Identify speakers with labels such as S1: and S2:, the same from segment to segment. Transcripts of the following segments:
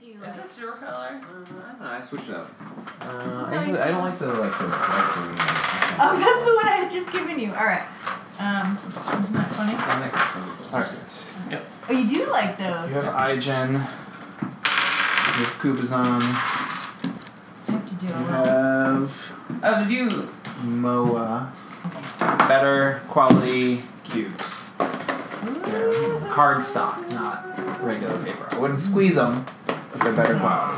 S1: do
S2: Is
S1: like.
S2: this your color?
S1: uh,
S3: I don't know.
S2: Mm-hmm.
S3: I switched it up.
S4: Uh, I, usually- I don't like the like the dark green.
S1: oh, that's the one I had just given you. All right. Um, isn't that funny?
S3: I like it.
S4: All right.
S1: Oh, you do like those.
S4: You have iGen. You have Kubazon.
S1: I have to do
S4: You
S1: a little.
S4: have
S2: Oh, did you?
S4: Moa. Better quality cubes. They're card stock, not regular paper. I wouldn't squeeze them, but they're better quality.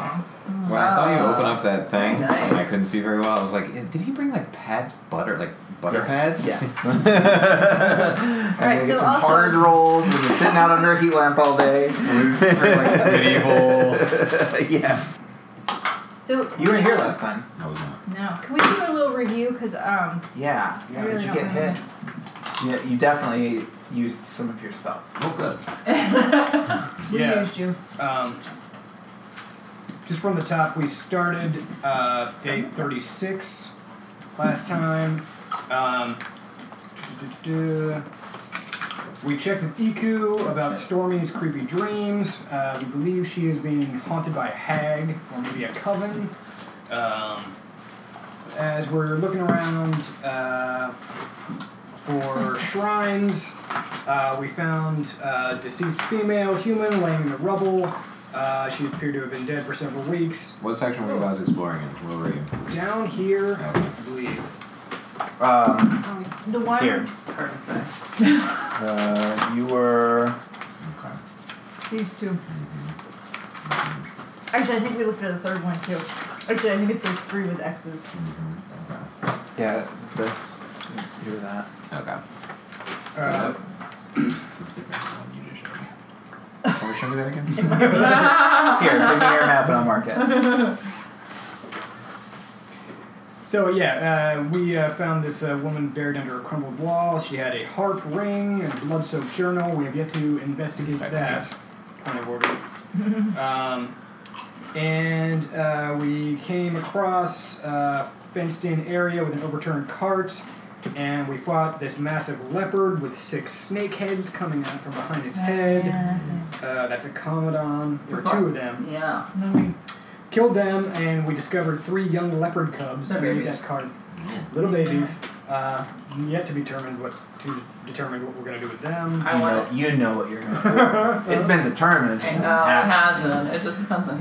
S3: When I saw you open up that thing, and I
S2: Nice.
S3: couldn't see very well, I was like, "Eh, "Did he bring like pads, butter, like butter pads?"
S4: Yes.
S3: All
S4: right,
S1: Alright, so
S4: get some
S1: also-
S4: hard rolls. We've been sitting out under a heat lamp all day.
S3: like medieval.
S4: yeah.
S1: So can
S4: You
S1: we-
S4: weren't here last time.
S3: I was not.
S1: No. Can we do a little review? Cause um,
S4: Yeah.
S1: I
S4: Yeah.
S1: really
S4: did you
S1: don't
S4: get hit? Yeah. You definitely used some of your spells.
S3: Oh, good.
S1: we
S5: Yeah.
S1: used you.
S5: Um, just from the top, we started uh, day 36 last time. Um, duh-duh-duh-duh. we checked with Iku about Stormy's creepy dreams. Uh, we believe she is being haunted by a hag or maybe a coven. Um, as we're looking around uh, for shrines, uh, we found uh, deceased female human laying in the rubble. Uh, she appeared to have been dead for several weeks.
S3: What section were you guys exploring in? Where were you?
S5: Down here,
S3: Okay.
S5: I believe.
S4: Um,
S1: The one.
S4: Here.
S2: Hard to say.
S4: uh, you were.
S3: Okay.
S1: These two. Actually, I think we looked at a third one too. Actually, I think it says three with X's.
S3: Mm-hmm.
S4: Yeah. It's this. You were that.
S3: Okay. Okay.
S5: Uh,
S3: Seems- seems different from what you just showed me. Can we show me that again?
S2: Oh.
S4: Here, give me your map and I'll mark it.
S5: So yeah, uh, we uh, found this uh, woman buried under a crumbled wall. She had a harp ring and blood-soaked journal. We have yet to investigate
S3: Right.
S5: that. Point of order. um, and uh, we came across a fenced-in area with an overturned cart, and we fought this massive leopard with six snake heads coming out from behind its head.
S1: Yeah.
S5: Uh, that's a commodon. There were two of them.
S2: Yeah.
S1: And then
S5: Killed them, and we discovered three young leopard cubs
S2: They're
S5: underneath
S2: babies.
S5: that cart. Little babies. Uh, yet to be determined what to determine what we're gonna do with them.
S2: I
S4: you,
S2: want
S4: know, you know what you're gonna do. it's been determined. It
S2: I
S4: just
S2: know it
S4: hasn't
S2: hasn't. It's just something.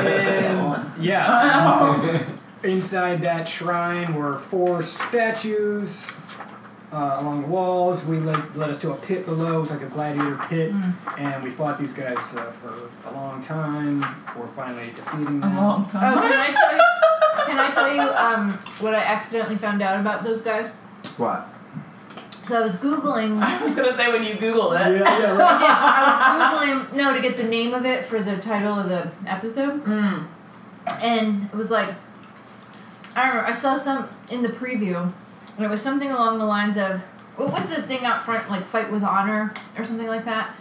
S5: And yeah, inside that shrine were four statues uh, along the walls. We led, led us to a pit below. It was like a gladiator pit, and we fought these guys uh, for a long time. Before finally defeating
S2: A
S5: them.
S2: long
S1: Oh,
S2: time.
S1: can I tell you? Can I tell you um, what I accidentally found out about those guys?
S2: uh-huh.
S4: What?
S1: So I was googling. I
S2: I was gonna say when you Google
S5: Yeah,
S2: it.
S5: yeah, right.
S1: did- I was googling no to get the name of it for the title of the episode,
S2: Mm.
S1: and it was like I don't know. I saw some in the preview, and it was something along the lines of what was the thing out front like fight with honor or something like that.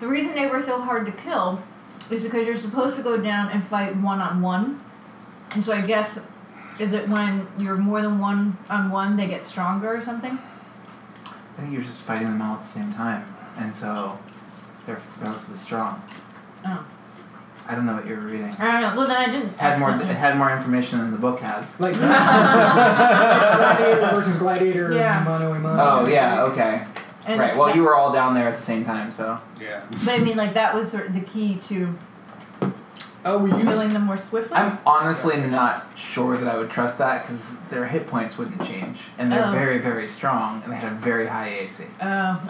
S1: The reason they were so hard to kill is because you're supposed to go down and fight one on one, and so I guess is it when you're more than one on one they get stronger or something.
S4: I think you're just fighting them all at the same time, and so they're relatively strong.
S1: Oh.
S4: I don't know what you're reading.
S1: I don't know. Well, then I didn't.
S4: Had more. It
S1: accidentally-
S4: had more information than the book has.
S5: Like
S2: Mm.
S5: gladiator versus gladiator,
S1: Yeah.
S5: mano a mano.
S4: Oh yeah. Okay.
S1: and
S4: Right. Well,
S1: that-
S4: you were all down there at the same time, so.
S5: Yeah.
S1: But I mean, like that was sort of the key to
S5: Oh, we used
S1: killing them more swiftly.
S4: I'm honestly not sure that I would trust that because their hit points wouldn't change, and they're
S1: Oh.
S4: very, very strong, and they had a very high AC.
S1: oh,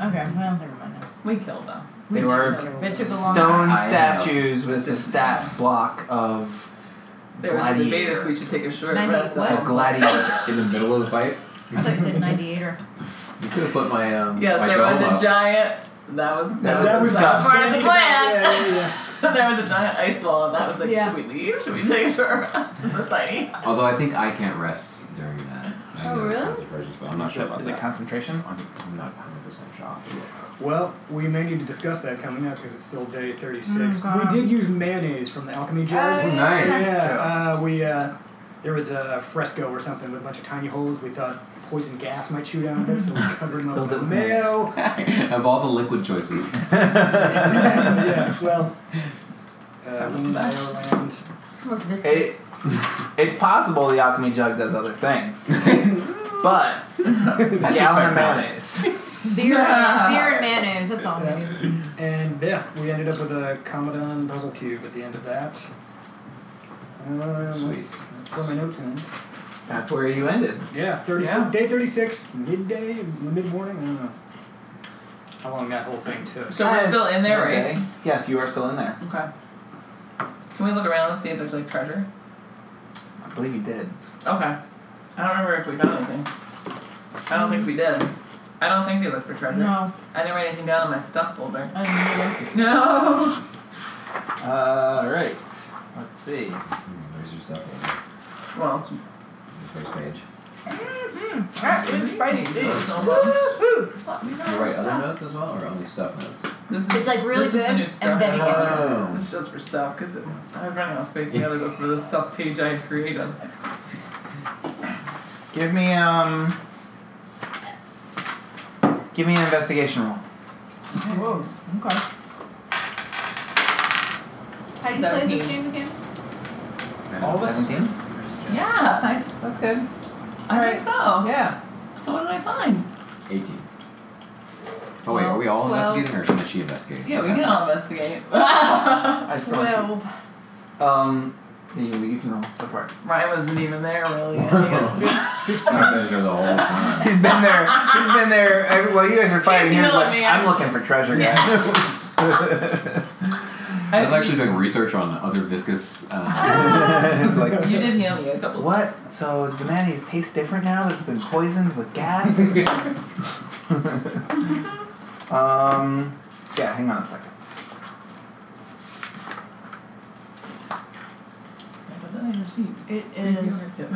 S1: okay. Well, never mind. Now.
S2: We killed them.
S1: We
S4: They
S1: just
S4: were
S1: know. It took a long
S4: stone
S3: I know.
S4: statues with a stat block of
S2: There was a debate if we
S4: gladiator.
S2: should take a short
S1: Ninety
S2: rest. Oh,
S1: what?
S4: A gladiator.
S3: In the middle of the fight,
S1: I thought you said 98 or.
S3: you could have put my um.
S2: Yes,
S3: my
S2: there
S3: dome
S2: was
S3: up.
S2: a giant. That was
S4: That
S2: that
S4: was
S2: was
S4: tough.
S2: part of the plan.
S5: Yeah, yeah, yeah.
S2: there was a giant ice wall, and that was like,
S1: Yeah.
S2: should we leave? Should we take a short rest? That's tiny.
S3: Although I think I can't rest during that. I
S1: Oh,
S3: know
S1: really?
S3: concentration spell. I'm not sure about
S4: Is it
S3: that.
S4: concentration?
S3: I'm, I'm not 100 percent sure.
S5: Well, we may need to discuss that coming up because it's still day 36.
S1: Mm, God.
S5: we did use mayonnaise from the alchemy jar.
S1: Oh,
S3: Nice.
S1: yeah.
S5: yeah, uh, we uh, there was a fresco or something with a bunch of tiny holes. We thought poison gas might shoot out of it, so we covered them up
S4: Filled it with
S5: with mayo.
S3: of all the liquid choices,
S5: exactly. Yeah. Well, uh, one die around.
S1: Let's look at this.
S4: It, it's possible the alchemy jug does other things, but a gallon of mayonnaise.
S1: Beer, and, beer and mayonnaise. That's all. we need.
S5: And yeah, we ended up with a Commodon puzzle cube at the end of that. Um, That's,
S3: Sweet.
S5: that's where my notes end.
S4: That's where you ended.
S5: Yeah, 30,
S2: Yeah.
S5: day 36, midday, mid morning, I don't know. How long that whole thing took.
S2: So we're still in there, right?
S4: Okay. Yes, you are still in there.
S2: Okay. Can we look around and see if there's like treasure?
S4: I believe you did.
S2: Okay. I don't remember if we found anything. I don't think we did. I don't think we looked for treasure.
S1: No,
S2: I didn't write anything down on my stuff folder.
S1: I don't know.
S2: No.
S4: Uh, all right. Let's see.
S3: Hmm, There's your stuff
S2: Well, it's
S3: on the first page.
S1: Mm-hmm.
S2: Alright, this is Spidey too, so much.
S1: Woo-hoo.
S3: You write other notes as well, or only stuff notes?
S2: This is
S1: It's like really
S2: this is the
S1: good,
S2: new stuff.
S1: and then you get
S2: Uh,
S3: Oh.
S2: It's just for stuff because I'm running out of space in the other book for the stuff page I had created.
S4: Give me um. Give me an investigation roll.
S2: Whoa.
S4: Okay.
S1: How do you play this game again?
S5: All of us?
S4: Seventeen.
S2: Yeah.
S4: Nice. That's good.
S2: I think so.
S4: Yeah.
S2: So what did I find?
S3: 18. Oh, wait, are we all
S1: Well-
S3: investigating, or is she investigating?
S2: Yeah, we
S3: What's
S2: can
S3: happening?
S2: all investigate.
S4: I still wanna see-
S1: Twelve.
S4: Um. You, you can roll. Go for it.
S2: Ryan wasn't even there really. I think it's-
S3: I've been here the whole time.
S4: He's been there. He's been there. every- Well, you guys are fighting. He was
S2: yelling at
S4: like,
S2: me.
S4: I'm looking for treasure, guys.
S2: I-
S3: I was actually doing research on other viscous. Uh,
S4: It's like,
S2: You did heal me a couple.
S4: what? So does the mayonnaise taste different now? that It's been poisoned with gas. um. Yeah. Hang on a second.
S2: What did I receive?
S1: It
S2: You
S1: is.
S2: ripped it. It's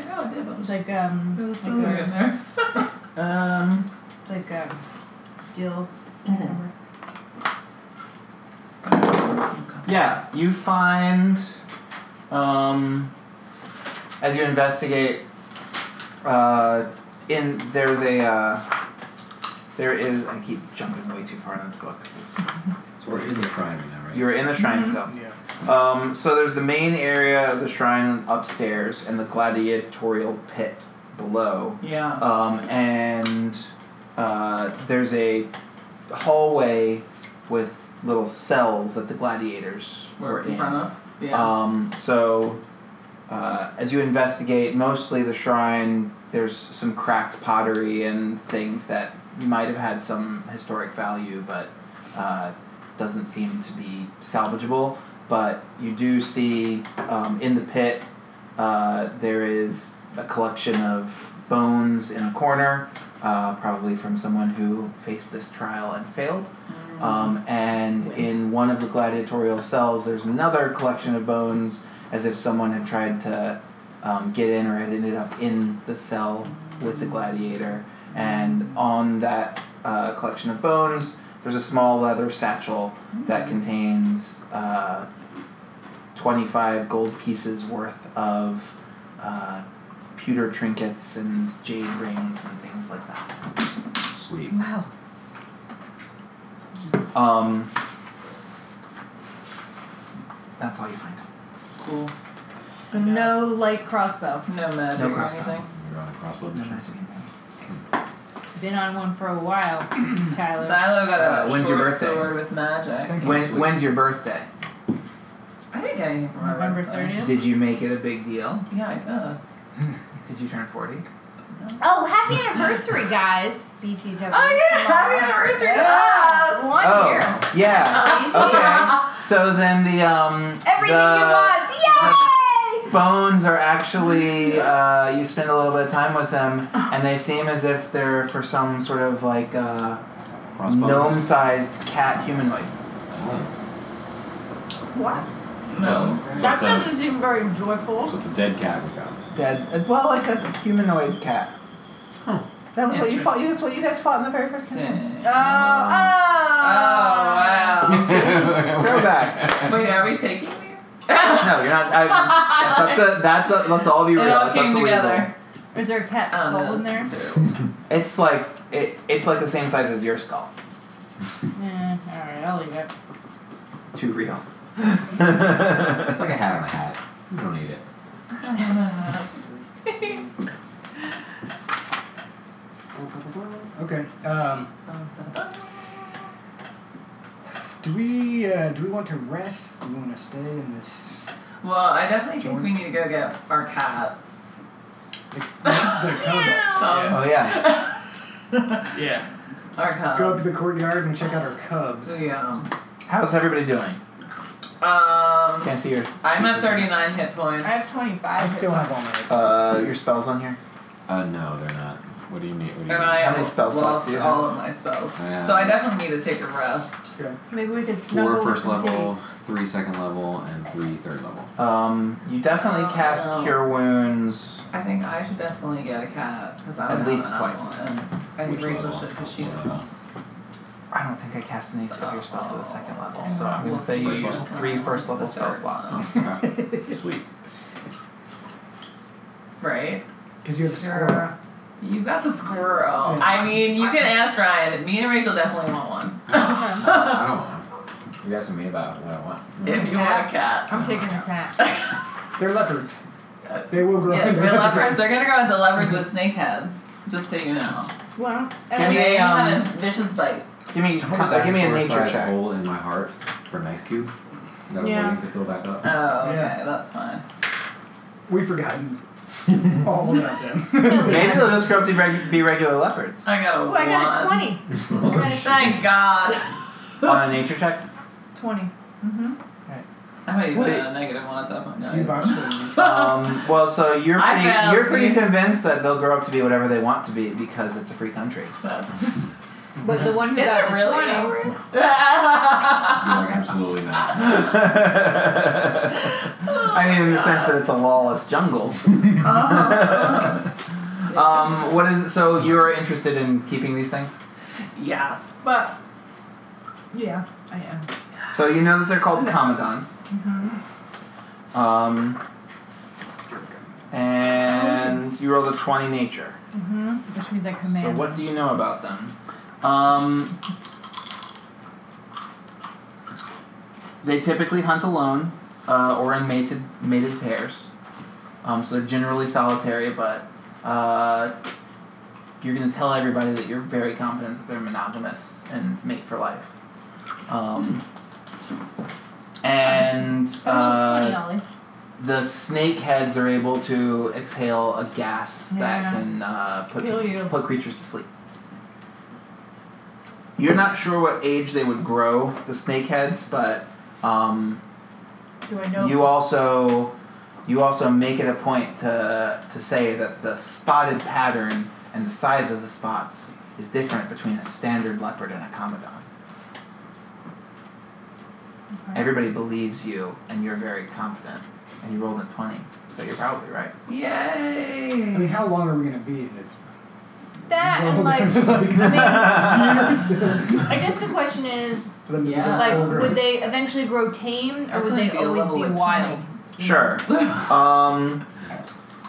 S2: like oh, it did.
S1: It's like um.
S2: There's
S1: like
S2: silver in
S1: a,
S2: there.
S4: Um.
S1: like um, dill.
S4: Yeah, you find, um, as you investigate, uh, in there's a uh, there is I keep jumping way too far in this book. It's-
S3: so we're in the shrine right now, right?
S4: You're in the shrine
S5: Yeah.
S4: still. Um, so there's the main area of the shrine upstairs and the gladiatorial pit below.
S2: Yeah.
S4: Um, and uh, there's a hallway with little cells that the gladiators
S2: We're in
S4: in.
S2: front of. Yeah.
S4: Um, so, uh, as you investigate, mostly the shrine, there's some cracked pottery and things that might have had some historic value, but uh, doesn't seem to be salvageable. But you do see um, in the pit, uh, there is a collection of bones in a corner, uh, probably from someone who faced this trial and failed. Um, and in one of the gladiatorial cells, there's another collection of bones, as if someone had tried to um, get in or had ended up in the cell with the gladiator. And on that uh, collection of bones, there's a small leather satchel that contains uh, 25 gold pieces worth of uh, pewter trinkets and jade rings and things like that.
S3: Sweet.
S1: Wow.
S4: Um, that's all you find.
S2: cool.
S1: So no light crossbow.
S2: No magic
S4: No
S2: or
S4: crossbow.
S2: anything.
S3: You're on a crossbow mission.
S1: Been on one for a while,
S2: Xylo
S1: Tyler.
S2: got a
S4: Uh, when's your
S2: short
S4: birthday?
S2: sword with magic.
S4: When, when's your birthday?
S2: I didn't get anything from my
S1: November
S2: birthday.
S1: 30th?
S4: Did you make it a big deal?
S2: Yeah, I did.
S4: Did you turn 40?
S1: Oh, happy anniversary, guys! BTW.
S2: Oh yeah! Happy
S1: tomorrow.
S2: anniversary to
S1: Yeah,
S2: us!
S1: One
S4: oh,
S1: year.
S4: yeah.
S1: Crazy.
S4: Okay. So then the um
S1: Everything
S4: the
S1: you want. Yay!
S4: bones are actually uh, you spend a little bit of time with them and they seem as if they're for some sort of like uh,
S3: Crossbow.
S4: gnome-sized cat humanoid.
S3: Oh.
S1: What?
S2: No.
S1: That
S3: So-
S1: doesn't seem very joyful.
S3: So it's a dead cat we found.
S4: Dead. Uh, Well, like a humanoid cat. That was what you fought. That's what you guys fought in the very first game.
S1: Oh,
S2: Dang.
S1: oh.
S2: wow.
S4: Throwback.
S2: Wait, are we taking these? Oh,
S4: No, you're not. I, that's up to. That's up, let's all be
S2: It
S4: real.
S2: all
S4: That's up
S2: came
S4: to
S2: together.
S1: Is there a cat
S2: I don't
S1: skull
S2: know,
S1: in there?
S2: it's terrible.
S4: Liesel. It's like it, It's like the same size as your skull.
S1: Yeah, alright, I'll leave it.
S4: too real.
S3: It's like a hat on a hat. You don't need it.
S5: Okay. Um, do we uh, do we want to rest? Do we want to stay in this?
S2: Well, I definitely think we need to go get our cats.
S5: The, the cubs.
S4: Oh
S2: Cubs.
S4: yeah.
S5: Yeah.
S2: Our cubs.
S5: Go up to the courtyard and check out our cubs.
S2: Yeah.
S4: How's everybody doing?
S2: Um,
S4: Can't see your
S2: I'm at 39 hit points.
S1: I have 25.
S5: I still have all my.
S4: uh your spells on here.
S3: Uh, no, they're not. What do you need? What do you
S2: and
S3: need?
S2: I
S4: How many spell slots
S2: lost
S4: do you
S2: all
S4: have? Oh,
S2: of my spells.
S3: Yeah.
S2: So I definitely need to take a rest.
S1: So maybe we could snuggle
S3: Four
S1: with
S3: first
S1: some
S3: level,
S1: kitties.
S3: three second level, and three third level.
S4: Um, you definitely cast
S2: Oh.
S4: Cure Wounds.
S2: I think I should definitely get a cat because I
S4: At
S2: don't have
S4: least
S2: enough
S4: twice.
S2: one. I think
S3: Which
S2: Rachel
S3: level?
S2: should because she
S3: What
S2: knows.
S3: level?
S4: I don't think I cast any of your spells at the second level, so
S2: Oh.
S4: I'm gonna say you
S2: First
S4: used
S2: level.
S4: three first level
S2: The
S4: spell
S2: third
S4: slots.
S3: Okay. Sweet.
S2: Right?
S5: Because you have a squirrel.
S2: Sure. You got the squirrel.
S5: Yeah.
S2: I mean, you can ask Ryan. Me and Rachel definitely want one.
S3: I don't want. it. You asking me about what I want?
S2: if you want a cat.
S1: I'm taking a cat.
S5: They're leopards. They will grow
S2: Yeah,
S5: into
S2: the leopards. They're gonna go with the leopards with snake heads. Just so you know.
S1: Well,
S4: Give
S1: and
S4: me
S2: They
S4: a um,
S2: have a vicious bite.
S4: give me
S3: How about
S4: give me a
S3: dinosaur
S4: nature
S3: sized
S4: check.
S3: hole in my heart for an ice cube that I'm
S1: Yeah.
S3: waiting to fill back up.
S2: Oh, okay,
S5: Yeah.
S2: that's fine.
S5: We've forgotten all about them.
S4: Maybe they'll just grow up to reg- be regular leopards
S2: I got a
S1: Oh, I got a
S2: one.
S1: 20.
S2: Thank God.
S4: on a nature check.
S1: 20. Mm-hmm.
S2: I might even
S4: What
S2: have
S4: it-
S2: a negative one at that point. No,
S5: You
S2: I-
S5: box for them.
S4: Um, well, so you're
S2: I
S4: pretty,
S2: found
S4: you're pretty
S2: you.
S4: convinced that they'll grow up to be whatever they want to be because it's a free country.
S1: But the one who
S2: Is
S1: got
S2: it
S1: the
S2: really
S1: 20.
S2: over?
S3: You're like, absolutely not.
S4: uh, I mean, in the sense that it's a lawless jungle. um, what is so you're interested in keeping these things?
S2: yes.
S1: But, yeah, I am.
S4: So you know that they're called commandants.
S2: Mm-hmm.
S4: Um, and you rolled a twenty nature.
S1: Mm-hmm. Which means I command.
S4: So what do you know about them? Um, they typically hunt alone uh, or in mated mated pairs. Um, so they're generally solitary, but uh, you're gonna tell everybody that you're very confident that they're monogamous and mate for life. Um, and uh, the snake heads are able to exhale a gas
S1: Yeah.
S4: that can uh, put
S1: Kill you.
S4: put creatures to sleep. You're not sure what age they would grow the snake heads, but um,
S1: Do I know?
S4: you also you also make it a point to to say that the spotted pattern and the size of the spots is different between a standard leopard and a commandant.
S1: Okay.
S4: Everybody believes you, and you're very confident, and you rolled a twenty, so you're probably right.
S2: Yay.
S5: I mean, how long are we gonna be in this?
S1: that and
S5: world?
S1: like, I
S4: I
S1: mean, I guess the question is,
S5: For them to
S2: Yeah.
S5: grow
S1: like,
S5: older.
S1: would they eventually grow tame, or would
S2: Definitely
S1: they
S2: be a
S1: always
S2: level
S1: be
S2: with
S1: wild?
S4: Sure. Um,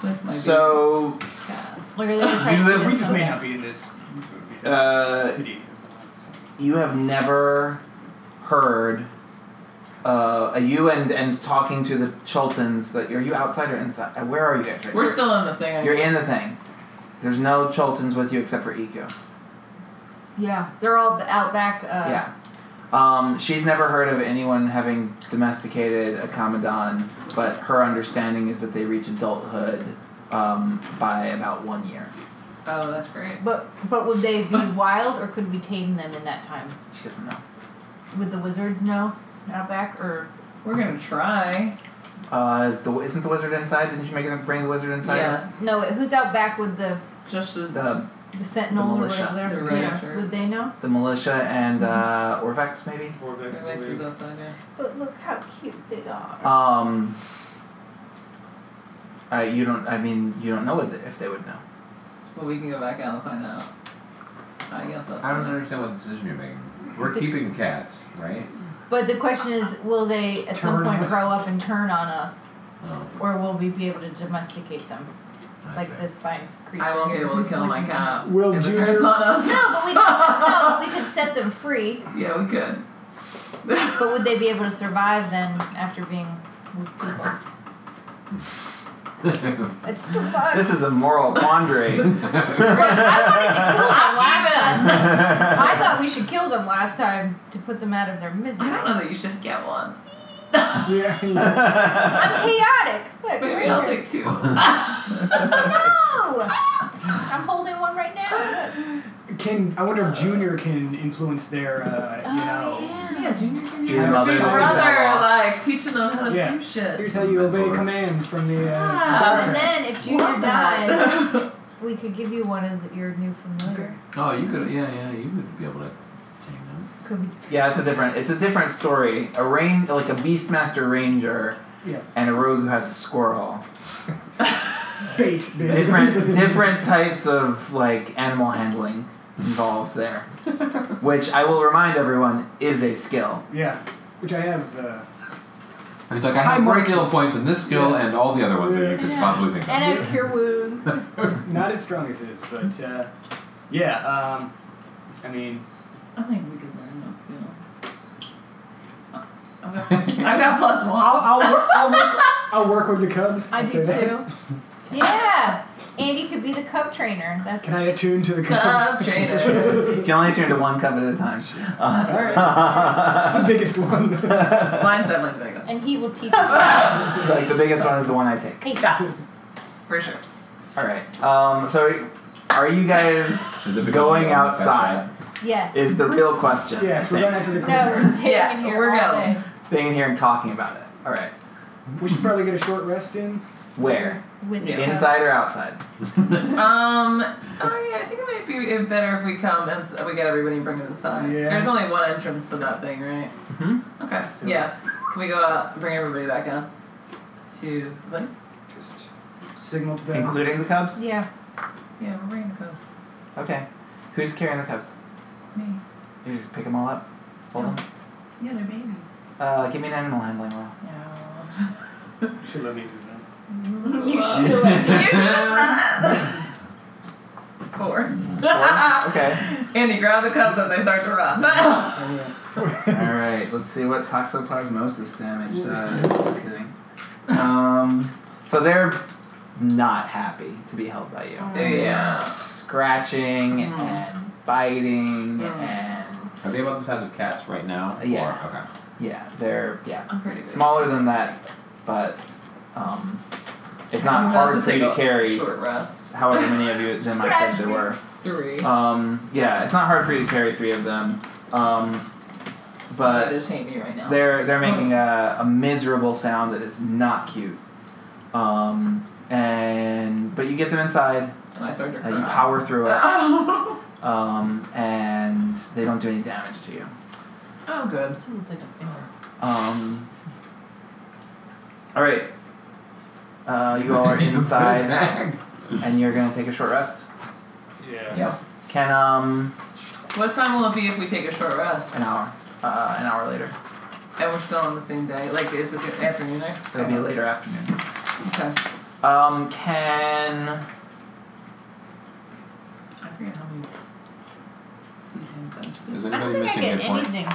S2: With my
S4: so
S2: big cat.
S1: Like, are they gonna try
S4: You
S1: to
S4: have-
S1: keep
S5: we
S1: us
S5: just
S1: so
S5: may
S1: bad?
S5: not be in this
S4: uh,
S5: city.
S4: you have never heard uh, a you and and talking to the Chultans that are you outside or inside? Uh, Where are you guys? Right
S2: We're
S4: now?
S2: still in the thing. I
S4: You're
S2: guess.
S4: in the thing. There's no Chultans with you except for
S2: Uh.
S4: Iku.
S1: Yeah, they're all the outback. Uh,
S4: yeah. Um, she's never heard of anyone having domesticated a commandant, but her understanding is that they reach adulthood um, by about one year.
S2: Oh, that's great.
S1: But but would they be wild, or could we tame them in that time?
S4: She doesn't know.
S1: Would the wizards know outback, or
S2: We're gonna try.
S4: Uh, is the, isn't the wizard inside? Didn't you make them bring the wizard inside?
S2: Yes.
S1: no? Who's outback with the
S2: Just as
S4: The,
S1: the sentinels or
S4: militia.
S1: whatever?
S2: The
S1: yeah.
S2: rancher.
S1: Would they know?
S4: the militia and uh, Orvex, maybe?
S2: Everybody's outside. Yeah.
S1: But look how cute they are.
S4: Um, uh, you don't, I mean, you don't know what the- if they would know.
S2: Well, we can go back out and find out. I guess that's.
S3: I don't
S2: the next-
S3: understand what decision you're making. We're keeping cats, right?
S1: but the question is, will they at some
S5: Turn
S1: point
S5: on-
S1: grow up and turn on us,
S3: Oh,
S1: or will we be able to domesticate them
S3: I
S1: like
S3: see.
S1: this fine creature?
S2: I won't be
S1: here
S2: able to
S1: who's
S2: kill my
S1: looking-
S2: cat.
S5: Will
S2: if it
S5: Junior-
S2: turns on us.
S1: No, but we could, no, we could set them free.
S2: Yeah, we could.
S1: But would they be able to survive then after being with people? It's too much.
S4: This is a moral quandary.
S1: I wanted to kill them last time. I
S4: I
S1: thought we should kill them last time to put them out of their misery.
S2: I don't know that you should get one.
S5: Yeah. yeah.
S1: I'm chaotic. Look,
S2: Maybe
S1: right
S2: I'll
S1: here.
S2: take two.
S1: No! I'm holding one right now. Look.
S5: Can I wonder if Junior can influence their, uh,
S1: Oh,
S5: you know.
S2: yeah, junior,
S4: Your
S2: junior,
S4: mother-
S2: big
S4: your
S2: brother,
S4: mother-
S2: like teaching them how to
S5: Yeah.
S2: do shit.
S5: Here's how you obey
S3: Mentor.
S5: commands from the. Uh,
S2: Yeah.
S1: And then if Junior
S2: Love that.
S1: dies, we could give you one as your new familiar.
S3: Oh, you could. Yeah, yeah. You would be able to tame them.
S1: Could we
S4: yeah, it's a different. It's a different story. A rain like a beastmaster ranger
S5: Yeah.
S4: and a rogue who has a squirrel.
S5: Fate, basically.
S4: Different different types of like animal handling involved there, which I will remind everyone is a skill.
S5: Yeah. Which I have. Uh,
S3: And he's like, I
S5: High
S3: have a great
S5: marks.
S3: deal of points in this skill
S5: Yeah.
S3: and all the other ones that you could
S1: Yeah.
S3: possibly think of.
S1: And I cure wounds.
S5: not as strong as his, but uh, yeah. Um, I mean,
S2: I think we could learn that skill. I've got plus- I've got plus one.
S5: I'll I'll work, I'll work, I'll work with the Cubs.
S1: I
S5: I'll
S1: do
S5: say that.
S1: too. Yeah. Andy could be the cub trainer. That's
S5: Can I attune to the
S2: Cub
S5: Cubs?
S2: trainer.
S4: You can only turn to one cup at a time.
S5: That's the biggest one.
S2: Mine's definitely bigger.
S1: and he will teach us.
S4: like the biggest one is the one I take.
S1: Teach us.
S2: For sure.
S4: All right. Um, so, are you guys
S3: Is it because
S4: going
S3: you're on the
S4: outside?
S1: Yes.
S4: Is the real question.
S5: yes, we're
S4: I think.
S1: no,
S5: going after the
S1: we're
S5: Cubs.
S1: staying
S2: Yeah,
S1: in here
S2: we're
S1: all
S2: going.
S1: day.
S4: Staying in here and talking about it. All right.
S5: We should probably get a short rest in.
S4: Where?
S1: With
S2: Yeah.
S1: the cub.
S4: Inside or outside?
S2: Um, I, I think it might be better if we come and s- we get everybody and bring them inside.
S5: Yeah.
S2: There's only one entrance to that thing, right?
S4: Mm-hmm.
S2: Okay. Yeah. Can we go out and bring everybody back out to the place?
S5: Just signal to them.
S4: Including the Cubs?
S1: Yeah.
S2: Yeah, we're bringing the cubs.
S4: Okay. Who's carrying the Cubs?
S2: Me.
S4: You just pick them all up. Hold them.
S2: Yeah, they're babies.
S4: Uh, give me an animal handling roll.
S5: should let me do that.
S1: You should.
S2: You should have Four.
S4: Four? Okay.
S2: Andy, grab the cubs and they start to run.
S5: Oh,
S4: all right. Let's see what toxoplasmosis damage does. Just kidding. Um, so they're not happy to be held by you.
S2: Oh, yeah.
S4: scratching
S2: Mm.
S4: and biting
S2: Mm.
S4: and
S3: Are they about the size of cats right now?
S4: Yeah.
S3: Or, okay.
S4: yeah, they're yeah
S2: I'm pretty good.
S4: smaller than that, but um, it's
S2: I'm
S4: not
S2: gonna
S4: hard
S2: have
S4: for you
S2: take
S4: to
S2: a
S4: carry.
S2: Short rest.
S4: However many of you them I said there were.
S2: Three.
S4: Um, yeah, it's not hard for you to carry three of them, um, but
S2: That'd hate me right now.
S4: they're they're making a, a miserable sound that is not cute. Um, and but you get them inside,
S2: And I start to
S4: uh,
S2: cry.
S4: you power through it,
S2: oh,
S4: um, and they don't do any damage to you.
S2: Oh, good.
S4: Um. All right. Uh, you all are inside, and you're gonna take a short rest.
S5: Yeah.
S2: Yep.
S4: Can um
S2: What time will it be if we take a short rest?
S4: an hour, uh, an hour later.
S2: And we're still on the same day. Like, it's a good afternoon, right?
S4: It'll be later afternoon.
S2: Okay.
S4: Um, can
S2: I forget how many.
S3: Is
S1: I don't
S3: anybody
S1: think I
S3: missing
S1: get
S3: hit points?
S1: anything.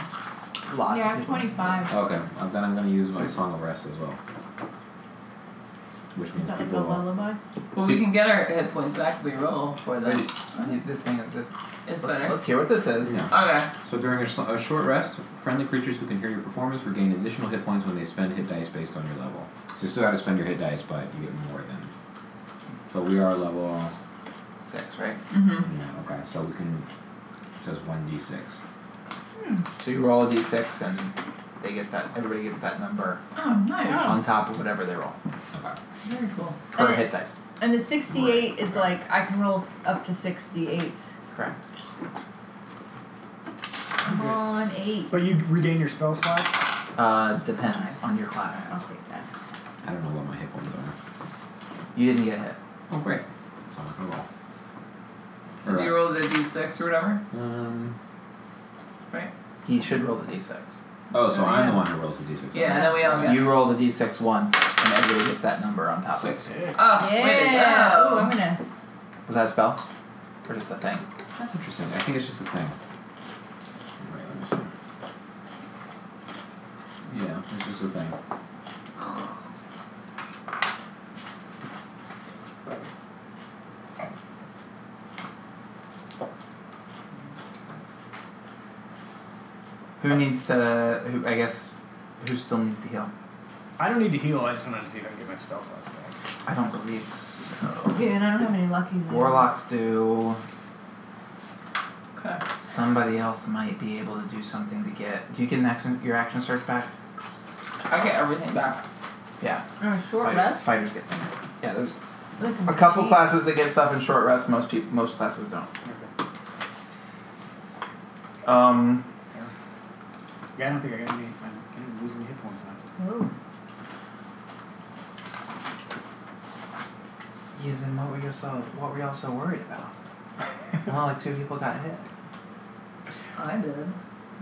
S4: lots
S1: yeah,
S4: of
S1: I'm
S4: people.
S1: 25.
S3: Okay. Uh, then I'm going to use my Song of Rest as well. Which
S1: Is
S3: means
S1: that like a
S3: people will.
S1: lullaby?
S2: Well, we can get our hit points back if we roll for that.
S4: Wait, This thing, this.
S2: It's
S4: Let's,
S2: better.
S4: let's hear what this is.
S3: Yeah.
S2: Okay.
S3: So during a, s- a short rest, friendly creatures who can hear your performance regain additional hit points when they spend hit dice based on your level. So you still got to spend your hit dice, but you get more than. So we are level.
S4: Six, right?
S2: Mm-hmm.
S3: Yeah, okay. So we can. It says 1d6.
S4: So you roll a d6, and they get that. Everybody gets that number
S2: Oh, nice.
S4: on top of whatever they roll
S3: Okay.
S2: Very cool.
S4: per
S1: Okay.
S4: hit dice.
S1: And the 68 is like, I can roll s- up to 68.
S4: Correct.
S1: Come on, 8.
S5: But you regain your spell slots.
S4: Uh, depends on your class.
S1: I'll take that.
S3: I don't know what my hit points are.
S4: You didn't get hit.
S3: Oh, great. So I'm not going to roll.
S2: So do you roll the d6 or whatever?
S3: Um.
S2: Right?
S4: He should roll the d6.
S3: Oh, so
S2: Oh,
S3: I'm
S2: yeah.
S3: the one who rolls the d6.
S2: Oh, Yeah, and then we all get.
S4: You roll the d6 once, and everybody gets that number on top. of
S3: Six.
S2: Oh,
S5: Uh,
S2: way to
S1: yeah.
S2: go.
S1: Ooh, I'm gonna.
S4: it. Was that a spell? Or just a thing?
S3: That's interesting. I think it's just a thing. Wait, let me see. It's just a thing.
S4: Who needs to? Who I guess? Who still needs to heal?
S5: I don't need to heal. I just wanted to see if I can get my spell slots back.
S4: I don't believe so.
S1: Yeah, and I don't have any luck either.
S4: Warlocks do.
S2: Okay.
S4: Somebody else might be able to do something to get. Do you get an action, your action search back?
S2: I get everything back.
S4: Yeah.
S1: Or a short
S4: fighter-
S1: rest. Mm-hmm.
S4: Fighters get them. Yeah, there's
S1: Look,
S4: a couple
S1: gee.
S4: classes that get stuff in short rest. Most people, most classes don't. Um,
S5: Yeah, I don't think I got any. I didn't lose any hit points left.
S1: Oh.
S4: yeah, then what were you so what were y'all so worried about? well, like two people got hit.
S2: I did.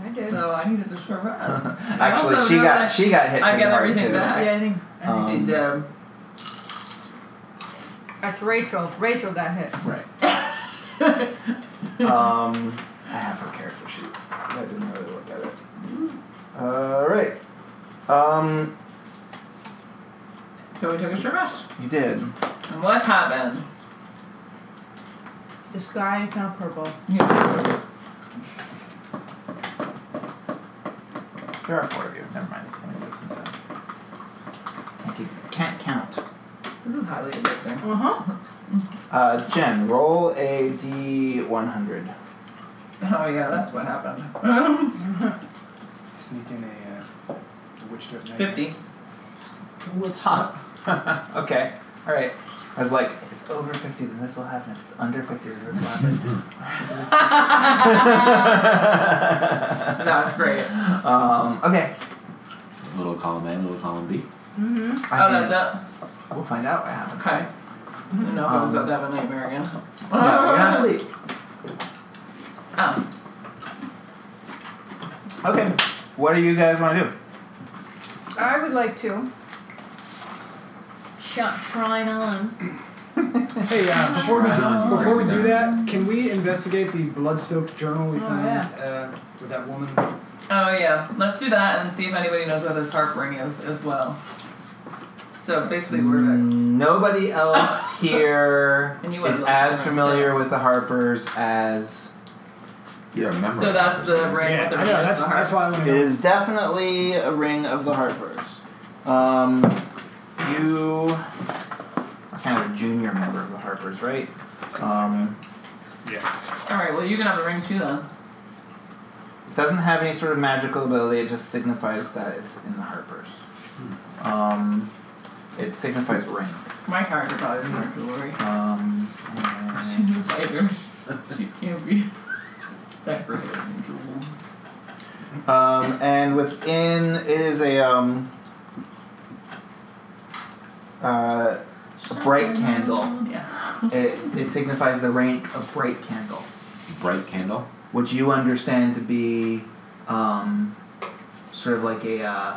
S1: I did.
S2: So I needed the short rest.
S4: Actually,
S2: Also
S4: she got
S2: realized
S4: she got hit
S2: I
S4: pretty
S2: got
S4: hard
S2: everything
S4: too.
S2: back.
S1: yeah, I think
S4: Um,
S2: and, um,
S1: that's Rachel. Rachel got hit.
S4: Right. Um, I have her character sheet. I didn't really look at it. All right. Um,
S2: so we took a short rest.
S4: you did.
S2: And what happened?
S1: the sky is now purple.
S2: Yeah.
S4: There are four of you. Never mind. Let me look since then. Thank you. Can't count.
S2: This is highly addicting.
S1: Uh huh.
S4: Uh, Jen, roll a d100.
S2: Oh yeah, that's what happened.
S5: Sneak in a uh, witch dart knight.
S2: Fifty.
S1: Which
S4: okay. All right. I was like, if it's over 50, then this will happen. If it's under 50, then this will happen.
S2: That was great.
S4: um, okay.
S3: Little column A, little column B.
S1: Mm-hmm.
S4: I
S2: oh,
S4: think
S2: that's it.
S4: We'll find out what happens.
S2: Okay. I don't know if I was about to have a nightmare again.
S4: No, you're not asleep.
S2: Oh,
S4: Okay. What do you guys want to do?
S1: I would like to. Sh- shrine on.
S5: Hey, uh, before we
S3: Right on,
S5: do, before we do
S3: crazy
S5: that, can we investigate the blood-soaked journal we
S1: Oh,
S5: found
S1: yeah.
S5: uh, with that woman?
S2: oh yeah. Let's do that and see if anybody knows what this harp ring is as well. So basically, we're fixed.
S4: Nobody else here
S2: And you
S4: is
S2: was like
S4: as
S2: that,
S4: familiar
S2: too.
S4: with the Harpers as
S3: You're a member.
S2: So
S3: of
S2: that's the
S3: Harper's,
S2: ring
S5: Mm. yeah,
S2: with the
S5: I know.
S2: ring is
S5: That's
S2: the harp.
S5: that's why I
S4: it
S5: want to know.
S4: is definitely a ring of the Harpers. Um, you are kind of a junior member of the Harpers, right? Um,
S2: All right. Well, you can have a ring too then.
S4: it doesn't have any sort of magical ability. It just signifies that it's in the Harpers. Um, it signifies rank.
S2: My character probably doesn't wear jewelry.
S4: Um, and-
S2: She's a fighter. she can't be decorated in jewelry.
S4: Um, and within is a um, uh, a bright candle.
S2: Oh, Yeah.
S4: It, it signifies the rank of bright candle,
S3: Bright candle.
S4: which you understand to be um, sort of like a uh,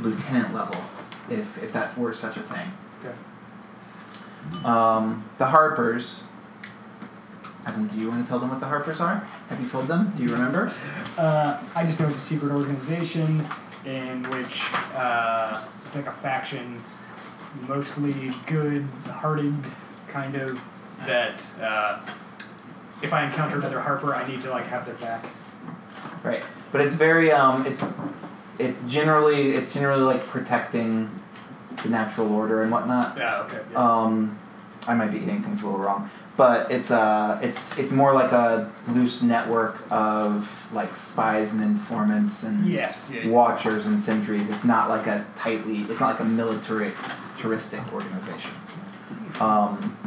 S4: lieutenant level, if if that were such a thing. Um, the Harpers. Evan, do you want to tell them what the Harpers are? Have you told them? Do you remember?
S5: Uh, I just know it's a secret organization in which uh, it's like a faction, mostly good-hearted kind of. That uh, if I encounter another Harper, I need to like have their back.
S4: Right, but it's very um, it's it's generally it's generally like protecting the natural order and whatnot.
S5: Yeah. Okay. Yeah.
S4: Um, I might be getting things a little wrong, but it's uh, it's it's more like a loose network of like spies and informants and
S5: yes. Yeah. yeah.
S4: watchers and sentries. It's not like a tightly, it's not like a militaristic organization. Um,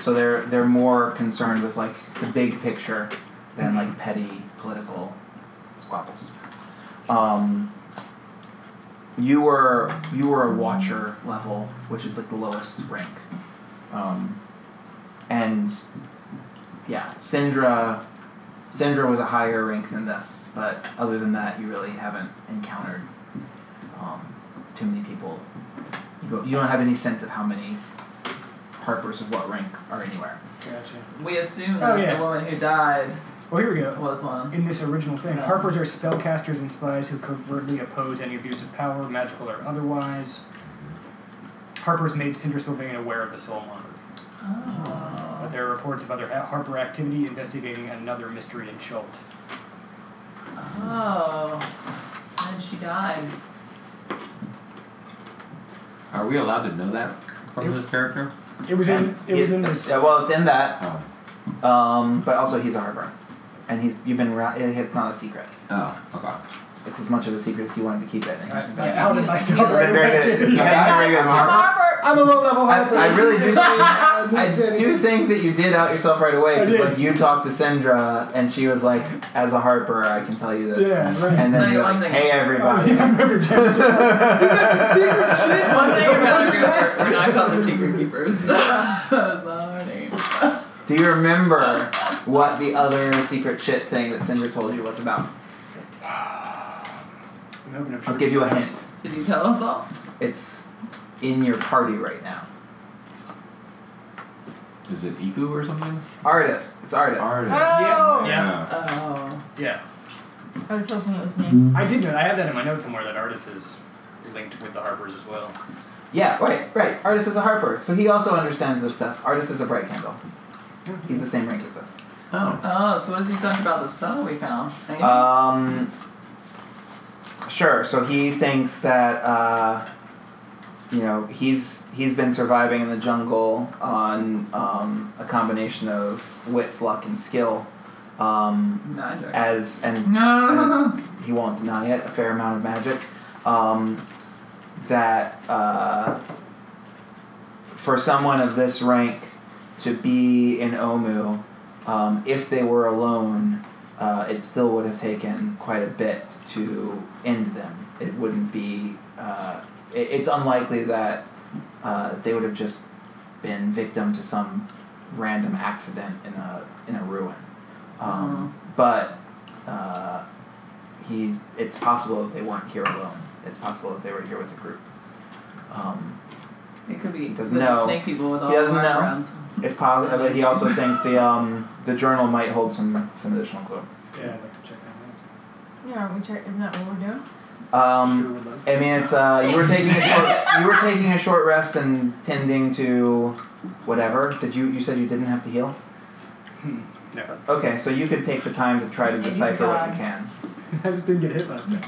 S4: so they're they're more concerned with like the big picture than like petty political squabbles. Um, you were you were a watcher level, which is like the lowest rank, um, and yeah, Syndra. Syndra was a higher rank than this, but other than that, you really haven't encountered um, too many people. You, go, you don't have any sense of how many Harpers of what rank are anywhere.
S5: Gotcha.
S2: We assume
S5: Oh,
S2: that
S5: yeah.
S2: the woman who died
S5: Oh, here we
S2: It
S5: go.
S2: was one.
S5: In this original thing,
S2: No.
S5: harpers are spellcasters and spies who covertly oppose any abuse of power, magical or otherwise. Harpers made Cinder Sylvain aware of the Soul Monitor, but
S2: Oh.
S5: there are reports of other ha- Harper activity investigating another mystery in Chult.
S2: Oh. And she died.
S3: Are we allowed to know that from this character?
S5: It was in. It was in this.
S4: Yeah, well, it's in that.
S3: Oh.
S4: Um, but also, he's a harbor, and he's you've been. Ra- it's not a secret.
S3: Oh, okay.
S4: It's as much of a secret as he wanted to keep it. and he hasn't done
S2: Yeah.
S4: it.
S5: How did I
S2: He's
S5: start
S4: Very, very good. at- you haven't been very good at harbor.
S5: I'm a low level
S4: I-
S5: Harper.
S4: I really do- I
S5: I
S4: do think that you did out yourself right away
S5: I
S4: because
S5: did.
S4: like you talked to Sindra and she was like, "As a Harper, I can tell you this."
S5: Yeah, right.
S4: And
S2: Now you're
S4: then you're like,
S2: wondering.
S4: "Hey,
S5: Oh,
S4: everybody!"
S5: yeah, I remember
S2: Secret shit. One thing about a keepers. I mean, I call them secret keepers. Sorry.
S4: Do you remember what the other secret shit thing that Cinder told you was about?
S5: I'm hoping I'm sure.
S4: I'll give you a hint.
S2: Did you tell us all?
S4: It's in your party right now.
S3: Is it Iku or something?
S4: Artist. It's artist.
S3: Artist.
S1: Oh!
S5: Yeah.
S2: Oh.
S5: Yeah,
S1: I was hoping it was me.
S5: I did know. I have that in my notes somewhere that artist is linked with the Harpers as well.
S4: Yeah. Right. Right. Artist is a Harper, so he also understands this stuff. Artist is a bright candle. He's the same rank as this.
S3: Oh.
S2: Oh, so what does he think about the stuff that we found? Anything?
S4: Um, sure. So he thinks that uh, you know he's he's been surviving in the jungle on um, a combination of wits, luck, and skill. Um,
S2: no, I'm joking.
S4: as and
S2: no.
S4: he won't deny it, a fair amount of magic. Um, that uh, for someone of this rank to be in Omu, um, if they were alone, uh, it still would have taken quite a bit to end them. It wouldn't be. Uh, it, it's unlikely that uh, they would have just been victim to some random accident in a in a ruin. Um, But uh, he, it's possible that they weren't here alone. It's possible that they were here with a group. Um,
S2: It could be
S4: He doesn't
S2: the
S4: know.
S2: snake people with all
S4: doesn't
S2: the
S4: know.
S2: backgrounds.
S4: it's possible, but he also thinks the um, the journal might hold some some additional clue.
S5: Yeah, I'd like to check that
S1: Yeah, we check. Isn't that what we're doing?
S5: out.
S4: Um,
S5: sure would love.
S4: I mean, it's uh, you were taking a short, you were taking a short rest and tending to whatever. Did you you said you didn't have to heal?
S5: Hmm, no,
S4: Okay, so you could take the time to try to
S1: It is
S4: decipher what you
S1: God.
S4: can.
S5: I just didn't get hit last time.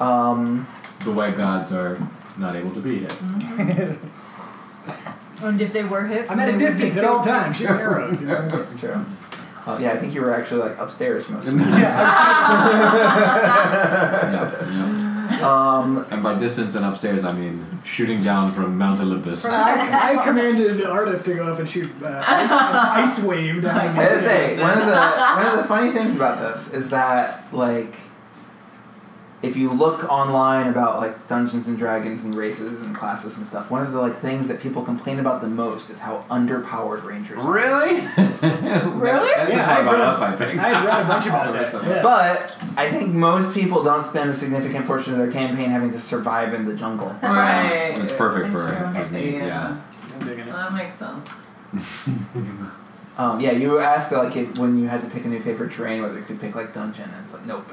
S4: Um,
S3: The white gods are not able to be hit.
S1: And if they were hit,
S5: I'm at
S1: they
S5: a
S1: would
S5: distance
S1: be
S5: at all
S1: killed.
S5: times. Shooting arrows. You know?
S4: that's true. Uh, yeah, I think you were actually like upstairs most. Of the time.
S5: Mm. yeah,
S3: yeah, yeah.
S4: Um,
S3: And by distance and upstairs, I mean shooting down from Mount Olympus.
S5: I, I, I commanded an artist to go up and shoot uh, ice wave down.
S4: I gotta say one of the one of the funny things about this is that like if you look online about like Dungeons and Dragons and races and classes and stuff, one of the like things that people complain about the most is how underpowered rangers are.
S3: Really?
S1: Really?
S3: That's
S5: Yeah,
S3: just not
S5: I
S3: about
S5: read-
S3: us, I think.
S5: I read a bunch about
S3: All the
S5: that,
S3: rest of
S5: yeah.
S3: it.
S4: But I think most people don't spend a significant portion of their campaign having to survive in the jungle.
S2: Right.
S3: It's perfect for his need,
S2: Yeah.
S3: yeah.
S5: I'm digging it.
S2: That makes sense.
S4: Um, yeah, you were asked like if, when you had to pick a new favorite terrain whether you could pick like dungeon, and it's like nope.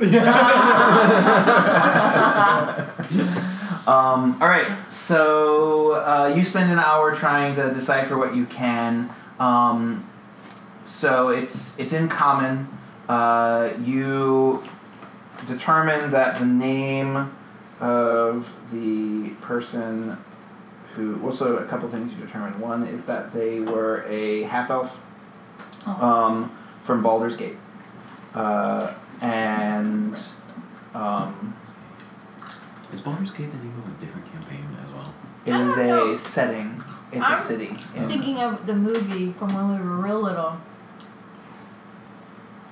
S4: Um, all right, so uh, you spend an hour trying to decipher what you can. Um, so it's it's in common. Uh, you determine that the name of the person who also a couple things you determine. One is that they were a half elf
S1: Oh.
S4: um, from Baldur's Gate, uh, and um,
S3: Is Baldur's Gate the name of a different campaign as well?
S4: it
S1: I
S4: is
S1: don't know.
S4: a setting. It's a
S1: I'm-
S4: city.
S1: I'm thinking of the movie from when we were real little.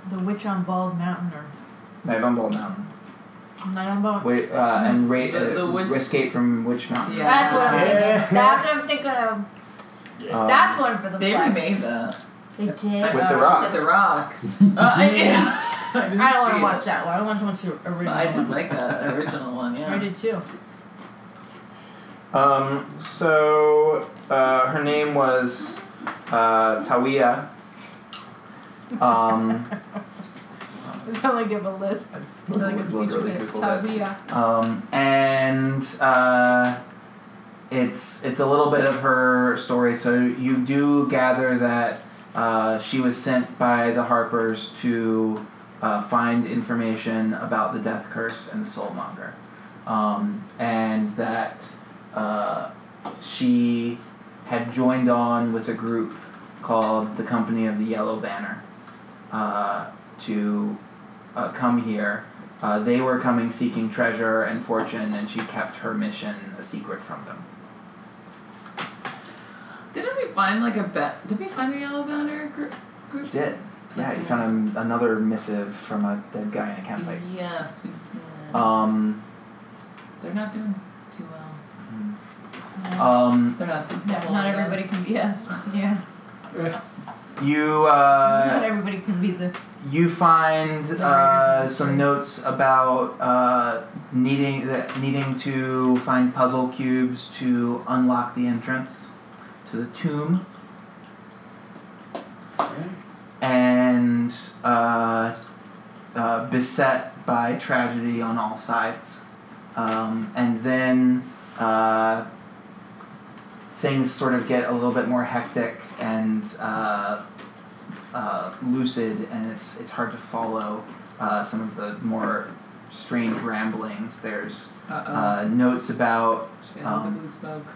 S1: The Witch on Bald Mountain or
S4: Night on Bald Mountain.
S1: Night on Bald.
S4: Wait, uh, and ra-
S2: The- the
S4: uh,
S2: witch-
S4: escape from Witch Mountain.
S2: Yeah.
S1: That's what I'm thinking.
S5: Yeah.
S1: of. That's what I'm thinking of.
S4: Um,
S1: That's one for the
S2: They
S1: flag.
S2: remade that.
S1: They did.
S4: With the
S2: Uh,
S4: rock.
S2: With the rock. Uh, I, I didn't
S1: I don't want
S2: see
S1: to
S2: it,
S1: watch that one. I want to watch the
S2: but
S1: original
S2: I did
S1: one.
S2: like that original one, yeah.
S1: I did too.
S4: Um, so uh, her name was uh, Tawia. Um,
S1: Sound like you have a lisp. Like a speech Uh,
S4: Literally
S1: bit.
S4: Googled it.
S1: Tavia.
S4: Um, and uh, it's it's a little bit of her story. So you do gather that uh, she was sent by the Harpers to uh, find information about the Death Curse and the Soulmonger, um, and that uh, she had joined on with a group called the Company of the Yellow Banner uh, to uh, come here. Uh, they were coming seeking treasure and fortune, and she kept her mission a secret from them.
S2: Didn't we find like a bet? Did we find a yellow banner group? group?
S4: Did. Yeah, you found an- another missive from a dead guy in a campsite.
S2: Yes, we did.
S4: Um,
S2: They're not doing too well.
S4: um,
S2: They're not
S1: Yeah,
S2: successful.
S1: not
S2: I guess.
S1: everybody can be us. Yeah.
S4: you
S1: not
S4: uh,
S1: everybody can be the.
S4: you find uh, some notes about uh, needing that needing to find puzzle cubes to unlock the entrance to the tomb. and uh, uh, beset by tragedy on all sides. Um, and then uh, things sort of get a little bit more hectic and uh, uh, lucid, and it's it's hard to follow uh, some of the more strange ramblings. There's
S2: Uh-oh.
S4: uh, notes about
S2: She had
S4: um,
S2: the blue smoke.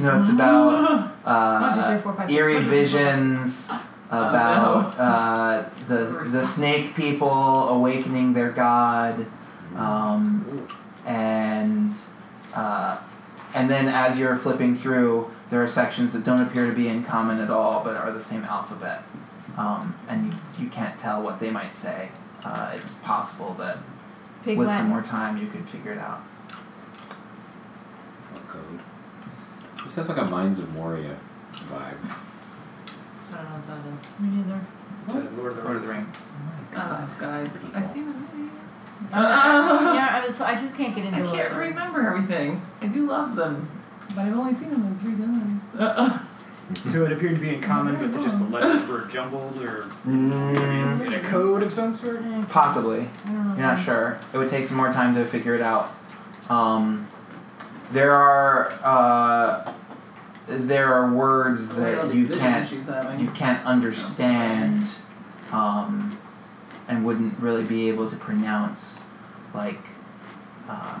S4: notes about
S1: One, two,
S4: uh,
S1: three, four, five, six,
S4: eerie
S1: one, two, three, four, five.
S4: visions
S2: no.
S4: about uh, the the snake people awakening their god, um, and uh, and then as you're flipping through, there are sections that don't appear to be in common at all, but are the same alphabet, um, and you, you can't tell what they might say. Uh, it's possible that
S1: Pig
S4: with
S1: Latin.
S4: some more time you could figure it out.
S3: What Oh, code? This has like a Mines of Moria vibe.
S2: I don't know what that is.
S1: Me neither.
S5: To Lord of the
S4: Lord of
S5: Rings.
S4: the Rings.
S2: Oh, guys. I've seen the movies. Uh,
S1: yeah, I, mean, so I just can't get into
S2: I
S1: Lord
S2: can't
S1: of the Rings.
S2: remember everything. I do love them, but I've only seen them like three times. Uh,
S5: So it appeared to be in common, but just the letters were jumbled or
S4: Mm,
S5: in a code of some sort.
S4: possibly.
S1: I don't know.
S4: You're not sure. It would take some more time to figure it out. Um, there are uh, there are words
S1: Oh,
S4: that you can't
S2: She's having.
S4: you can't understand, um, and wouldn't really be able to pronounce, like. Uh,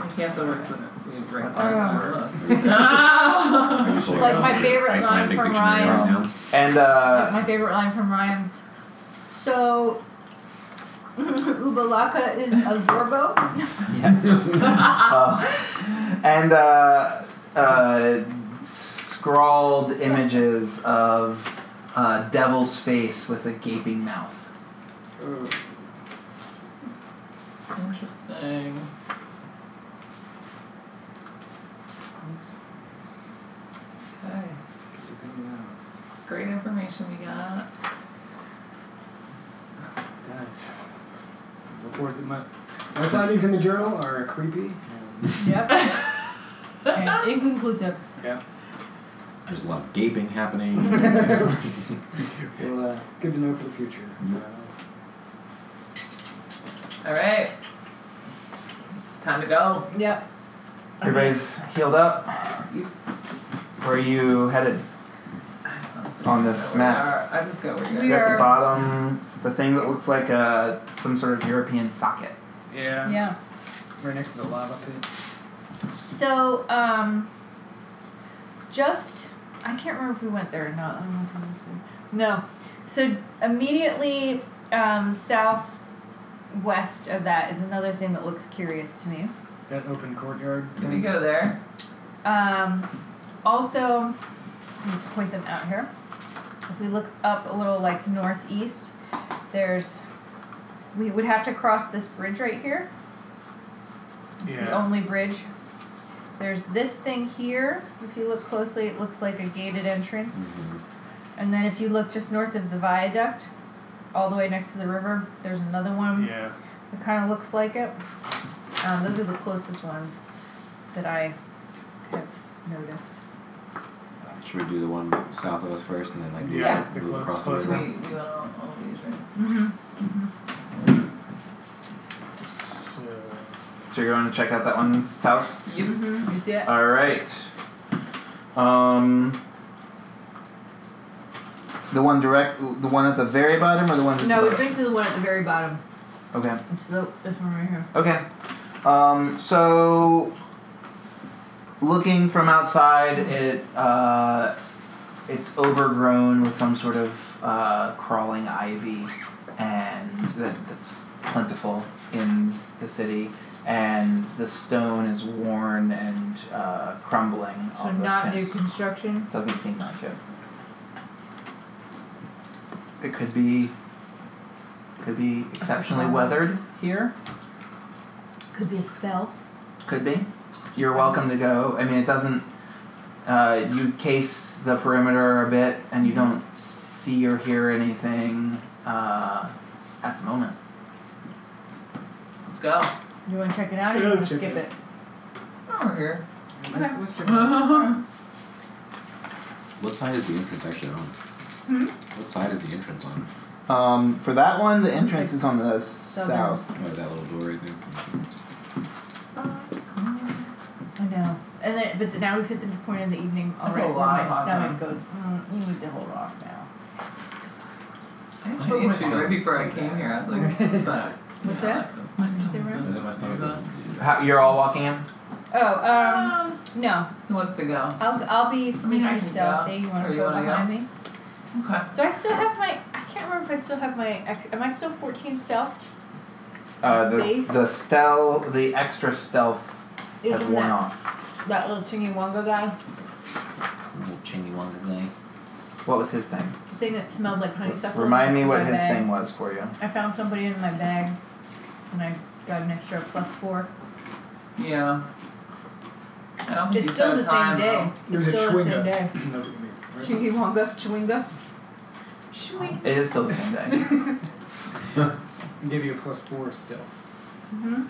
S2: I can't the words in it. We break
S1: Oh, yeah.
S3: Are you
S2: down.
S3: pulling
S1: Like
S3: out
S1: my
S3: the
S1: favorite line
S3: Icelandic
S1: from
S3: dictionary right
S4: Ryan.
S3: now?
S4: and
S1: Like,
S4: uh,
S1: my favorite line from Ryan. So, Ubalaka is a Zorbo.
S4: uh, and uh, uh, scrawled images of uh, devil's face with a gaping mouth.
S2: Interesting. Okay.
S5: Mm-hmm.
S2: Great information we got.
S5: Guys, before the, my, my findings in the journal are creepy.
S1: Yep. and inconclusive.
S3: There's a lot of gaping happening. Mm-hmm.
S5: Well, uh, good to know for the future. Uh,
S2: All right. Time to go.
S1: Yep.
S4: Everybody's healed up. Where are you headed?
S2: Honestly,
S4: On
S2: I
S4: this
S2: don't know where
S4: map.
S2: we are. I just go where you
S1: We
S4: You're
S2: guys
S4: at
S1: are-
S4: the bottom, the thing that looks like a some sort of European socket.
S5: yeah.
S1: Yeah.
S5: Right next to the lava pit.
S1: So, um, just I can't remember if we went there or not. I don't know if we used to. No. So immediately um, south west of that is another thing that looks curious to me.
S5: That open courtyard.
S2: So we
S5: thing.
S2: go there.
S1: Um, also, let me point them out here. If we look up a little like northeast, there's we would have to cross this bridge right here. It's the
S5: Yeah.
S1: only bridge. There's this thing here. If you look closely, it looks like a gated entrance.
S3: Mhm.
S1: And then if you look just north of the viaduct, all the way next to the river, there's another one
S5: Yeah.
S1: that kind of looks like it. Um, those are the closest ones that I have noticed.
S5: Not
S3: Should we do the one south of us first and then like move-
S1: Yeah.
S3: move
S5: The
S3: across the
S5: closest
S2: We, we
S3: river?
S2: went on all of these, right?
S1: Mm-hmm.
S5: So,
S4: So you're going to check out that one south?
S2: Yep.
S1: Mm-hmm. You see it?
S4: All right. Um, the one direct, the one at the very bottom, or the one just
S1: No,
S4: above?
S1: we've been to the one at the very bottom.
S4: okay.
S1: It's the, this one right here.
S4: Okay. Um, so looking from outside, it uh, it's overgrown with some sort of uh, crawling ivy, and that, that's plentiful in the city. And the stone is worn and uh, crumbling
S1: So
S4: on the
S1: not new
S4: fence.
S1: construction.
S4: Doesn't seem like it. It could be could be exceptionally weathered here.
S1: Could be a spell.
S4: Could be. You're welcome to go. I mean, it doesn't. Uh, you case the perimeter a bit, and you don't see or hear anything uh, at the moment.
S2: Let's go.
S1: You want to check it out or
S5: Yeah,
S1: you want to
S5: let's check
S1: skip
S5: it
S1: it?
S2: Oh, we're here.
S1: Okay.
S3: What side is the entrance actually on?
S1: Hmm?
S3: What side is the entrance on?
S4: Um, for that one, the
S1: entrance
S4: is on the
S1: southern.
S3: Oh, that little door right there.
S1: I know. And then, but now we've hit the point in the evening
S2: That's a
S1: already where
S2: lot
S1: my
S2: of hot
S1: stomach
S2: time.
S1: goes, mm, you need to hold off now.
S2: I used to right before I came here. I was like, but.
S1: What's that?
S2: My
S1: What did you say,
S2: stomach
S1: Ryan?
S3: Is
S2: doesn't
S3: it my stomach?
S2: do that.
S4: How, you're all walking in.
S1: Oh, um, no.
S2: Who wants to go?
S1: I'll, I'll be sneaky
S2: I can go.
S1: stealthy. You want
S2: Or
S1: to
S2: you
S1: go
S2: wanna go?
S1: behind me?
S2: Okay.
S1: Do I still have my? I can't remember if I still have my. ex- Am I still fourteen stealth?
S4: Uh, the
S1: Base.
S4: the stealth, the extra stealth has
S1: Isn't
S4: worn
S1: that
S4: off.
S1: that little chingy wonga guy
S3: Little chingy wonga guy.
S4: What was his thing?
S1: The thing that smelled like honeysuckle?
S4: Remind me
S1: in
S4: what
S1: my
S4: his
S1: bag.
S4: thing was for you.
S1: I found somebody in my bag, and I got an extra plus four.
S2: Yeah. I don't think
S1: It's
S2: you
S1: still
S2: said
S1: the same
S2: time,
S1: day.
S5: It
S1: It's
S5: was a
S1: still the same
S5: Chewinga.
S1: day.
S5: no, we can make- right?
S1: Chingy wonga, chewinga, chewing.
S4: It is still the same day.
S5: And give you a plus four stealth.
S1: hmm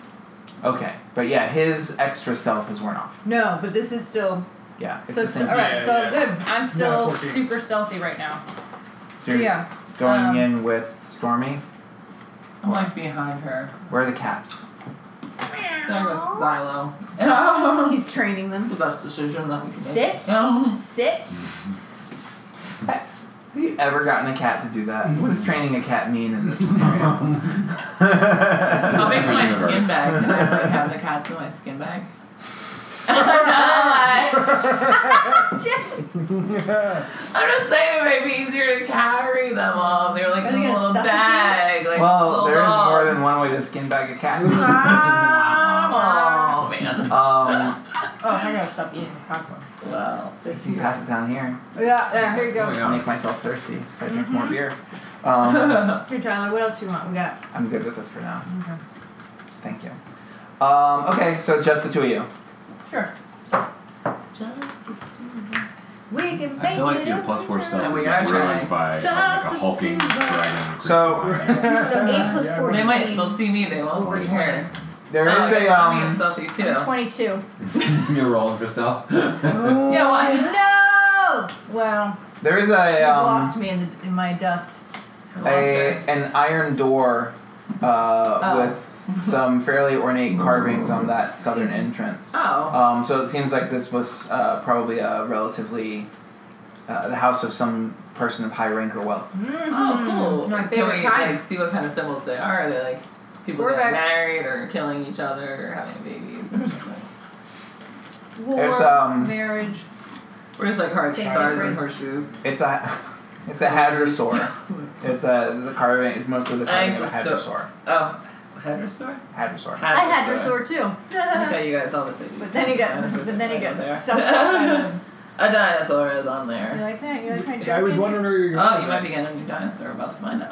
S4: Okay, but yeah, his extra stealth has worn off.
S1: No, but this is still.
S4: Yeah, it's
S1: so
S4: the
S1: it's
S4: same.
S1: all right.
S5: Yeah,
S1: so
S5: yeah.
S1: good. I'm still
S5: 14.
S1: super stealthy right now.
S4: So
S1: So
S4: you're
S1: yeah,
S4: going
S1: um,
S4: in with Stormy.
S2: I'm like behind her.
S4: Where are the cats?
S2: There with Xylo.
S1: he's training them.
S2: the best decision that we can make.
S1: Sit.
S2: Um,
S1: Sit.
S4: Have you ever gotten a cat to do that? What does training a cat mean in this scenario?
S2: I'll make
S3: Different
S2: my
S3: universe.
S2: skin bag. Can I like have the cats in my skin bag? I'm not. I'm just saying it might be easier to carry them all. They're like
S1: Are
S2: in
S1: they
S2: a
S1: gonna
S2: little
S1: suffocate?
S2: bag. Like
S4: well,
S2: little
S4: there is more
S2: dogs.
S4: than one way to skin bag a cat.
S1: Ah.
S2: Oh man.
S4: Um,
S1: Oh, I gotta stop eating popcorn.
S2: Well,
S4: you can pass it down here.
S1: Yeah, yeah, here you go.
S3: Oh,
S4: I'll
S3: yeah.
S4: make myself thirsty, so I drink more beer. Um,
S1: Here, Tyler, what else you want? We got.
S4: I'm good with this for now.
S1: Okay.
S4: Thank you. Um, okay, so just the two of you.
S1: Sure.
S2: just the two.
S1: We can make
S3: I feel like
S1: it
S3: your
S1: up
S3: plus four
S1: later.
S3: stealth
S2: And we
S3: is
S2: are
S3: like ruined
S2: trying.
S3: by uh, like
S1: Just
S3: a
S1: the
S3: hulking
S1: two of us.
S3: dragon.
S4: So-
S3: creature behind
S1: So eight plus
S5: Yeah,
S1: four.
S2: They might. They'll see me. They won't see her.
S4: There
S2: oh,
S4: is
S2: I guess
S4: a
S2: I'm being
S4: um,
S2: stealthy too.
S1: Twenty-two.
S3: you. You're rolling for stealth.
S2: Yeah. Why?
S1: No. Well,
S4: there is a
S1: you
S4: um,
S1: lost me in, the, in my dust.
S4: a
S2: Monster.
S4: an iron door uh,
S2: Oh.
S4: with some fairly ornate carvings on that southern entrance.
S2: Oh.
S4: Um, so it seems like this was uh, probably a relatively uh, the house of some person of high rank or wealth.
S2: Oh, cool.
S1: Mm-hmm. My
S2: Can
S1: favorite
S2: we
S1: kind.
S2: like see what kind of symbols they are? Are they like people
S1: We're
S2: getting
S1: back.
S2: married or killing each other or having babies? Or something?
S1: War,
S4: There's, um,
S1: marriage.
S2: We're just like hard
S1: Sacred
S2: stars and
S1: friends.
S2: horseshoes.
S4: It's a it's a hadrosaur. It's a the carving. It's mostly the carving of a
S2: I'm still-
S4: hadrosaur.
S2: Oh, hadrosaur.
S4: Hadrosaur.
S1: I had your sword too.
S2: I thought you guys all the same.
S1: But then he got.
S2: Dinosaurs
S1: But then he
S2: are there.
S1: got sucked up.
S2: A dinosaur is on
S1: You
S2: there.
S1: like that? You like my joke?
S5: Yeah, I was wondering where you were
S2: Oh,
S5: going
S2: you
S5: with
S2: might
S5: that.
S2: be getting a new dinosaur. We're About to find out.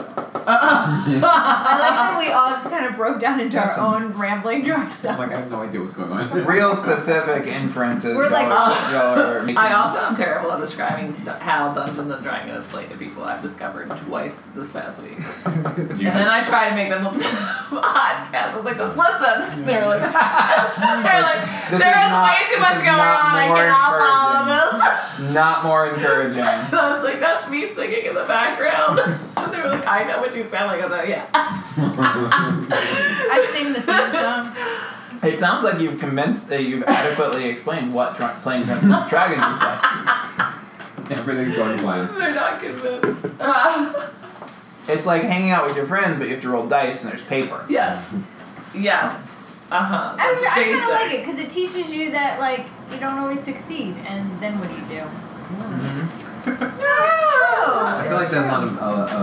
S1: I like that we all just kind of broke down into our
S4: Awesome.
S1: own rambling to
S3: I'm
S1: ourselves.
S3: like, I have no idea what's going on.
S4: Real specific inferences.
S1: We're like-
S4: y'all, y'all are making.
S2: oh. I also am terrible at describing th- how Dungeons and Dragons is played to people. I've discovered twice this past week,
S3: Do you
S2: and then I
S3: just-
S2: try to make them listen to the podcast. I was like, just listen. They're like, they're like,
S4: This
S2: there
S4: is
S2: is
S4: not-
S2: way
S4: this
S2: too much
S4: is
S2: going
S4: not
S2: on. I
S4: more
S2: cannot follow this.
S4: Not more encouraging.
S2: And I was like, that's me singing in the background. And they were like, I know what you sound like. I was like, yeah.
S1: I sing the theme song.
S4: It sounds like you've convinced that you've adequately explained what dra- playing Dungeons and Dragons is like.
S3: Everything's going to plan.
S2: They're not convinced. Uh,
S4: It's like hanging out with your friends, but you have to roll dice and there's paper.
S2: yes. Yes. Uh huh.
S1: Actually, I kind of like it because it teaches you that like you don't always succeed, and then what do you do?
S2: No, Oh,
S4: Oh,
S3: I feel like that's not a, a, a,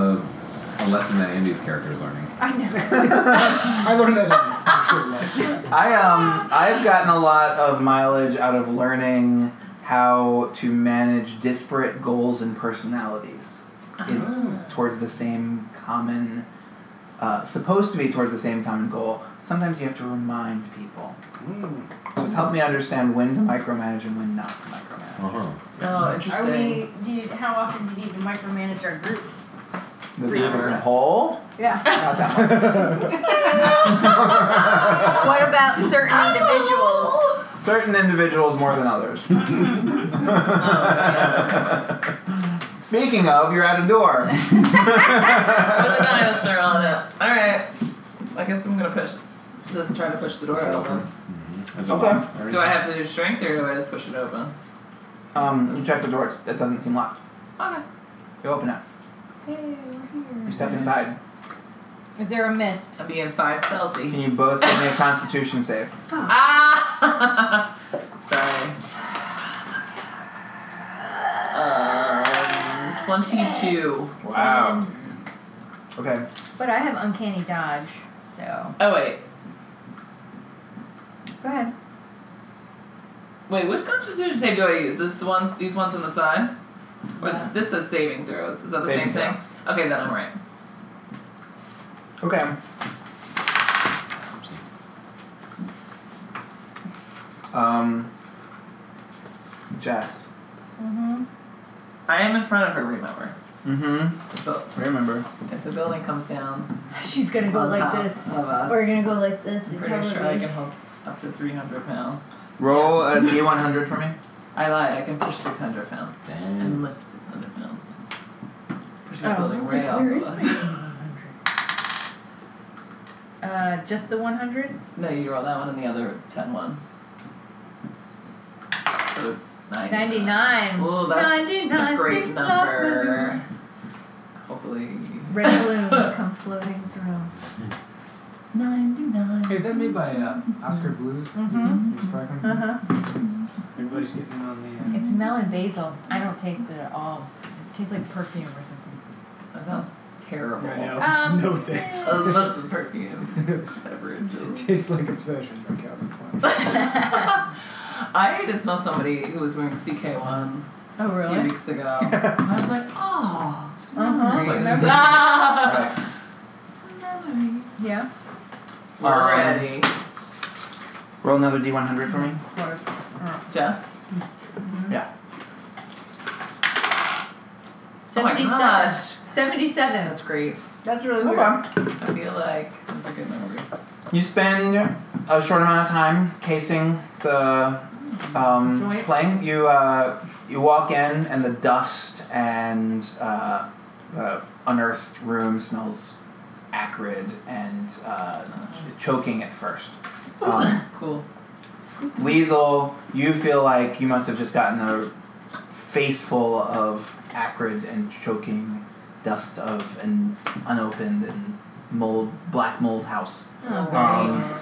S3: a lesson that Andy's character is learning.
S1: I know.
S5: I learned that in actual life.
S4: I um I've gotten a lot of mileage out of learning how to manage disparate goals and personalities in, towards the same common uh, supposed to be towards the same common goal. Sometimes you have to remind people.
S5: Mm.
S4: So it's helped me understand when to micromanage and when not to micromanage.
S3: Uh-huh.
S2: Oh,
S1: Are
S2: interesting.
S1: we? Do you, how often do you need to micromanage our group?
S4: The group as
S2: Never.
S4: a whole,
S1: Yeah.
S4: not that one.
S1: what about certain individuals?
S4: Certain individuals more than others.
S2: Oh,
S4: Speaking of, you're out of door.
S2: With a dinosaur on it. All right. I guess I'm gonna push. The, try to push the door open.
S3: That's Mm-hmm. a
S4: Okay.
S3: lot.
S2: Do I have to do strength or do I just push it open?
S4: Um, you check the door. It's, it doesn't seem locked.
S2: Okay.
S4: You open it.
S2: Hey, we're
S4: You
S2: here.
S5: Mm-hmm.
S4: step inside.
S1: Is there a mist?
S2: I'm being five stealthy.
S4: Can you both give me a Constitution save?
S2: Ah! Sorry. Um, 22.
S4: Wow. Okay.
S1: But I have uncanny dodge, so
S2: Oh, wait.
S1: go ahead.
S2: Wait, which constitution save do I use? This the ones, these ones on the side? Or
S1: Yeah.
S2: this says saving throws. Is that the
S4: Saving
S2: same thing? Okay, then I'm right.
S4: Okay. Um. Jess.
S1: Mm-hmm.
S2: I am in front of her, remember.
S4: Mm-hmm.
S2: If the,
S4: Remember.
S2: if the building comes down,
S1: She's gonna go
S2: On
S1: like
S2: top
S1: this.
S2: of us.
S1: We're gonna go like this
S2: I'm
S1: and
S2: pretty
S1: cover
S2: sure I
S1: me.
S2: can hold up to 300 pounds.
S4: Roll a D100 for me.
S2: I lied, I can push 600 pounds. And
S3: Damn.
S2: lift 600 pounds. Push
S1: Oh,
S2: that
S1: I
S2: building
S1: was
S2: right
S1: like,
S2: off
S1: where
S2: of
S1: is
S2: us.
S1: my Uh, just the 100?
S2: No, you roll that one and the other 10 one. So it's 99.
S1: 99.
S2: Ooh, that's
S1: 99.
S2: a great
S1: big
S2: number.
S1: love
S2: Hopefully.
S1: balloons. Red balloons come floating through.
S2: 99.
S5: Hey, is that made by uh, Oscar Blues?
S1: Mm-hmm.
S5: Mr. Bracken?
S1: Uh-huh.
S5: Everybody's getting on the. Uh,
S1: It's melon basil. I don't taste it at all. It tastes like perfume or something.
S2: That sounds terrible.
S5: I know.
S1: Um,
S5: Oh, no thanks.
S2: I love some perfume. Beverages.
S5: Tastes like obsession by Calvin Klein.
S2: I had to smell somebody who was wearing CK1
S1: Oh,
S2: a
S1: really?
S2: few weeks ago. And I was like, oh.
S1: Uh-huh.
S2: memories."
S1: Remember?
S2: Ah!
S4: Alright.
S2: Memories.
S1: Yeah.
S2: We're
S4: Um,
S2: ready.
S4: Roll another D100 for me.
S1: Or- or-
S2: Jess? Oh
S1: 77.
S2: my gosh.
S1: 77.
S2: That's great.
S1: That's really weird.
S4: Okay.
S2: I feel like those are good memories.
S4: You spend a short amount of time casing the um,
S2: Joint.
S4: plane. You uh, you walk in, and the dust and uh, the unearthed room smells acrid and uh, choking at first. Um,
S2: Cool.
S4: Liesel, you feel like you must have just gotten a face full of acrid and choking dust of an unopened and mold, black mold house
S1: Oh, great.
S4: Um,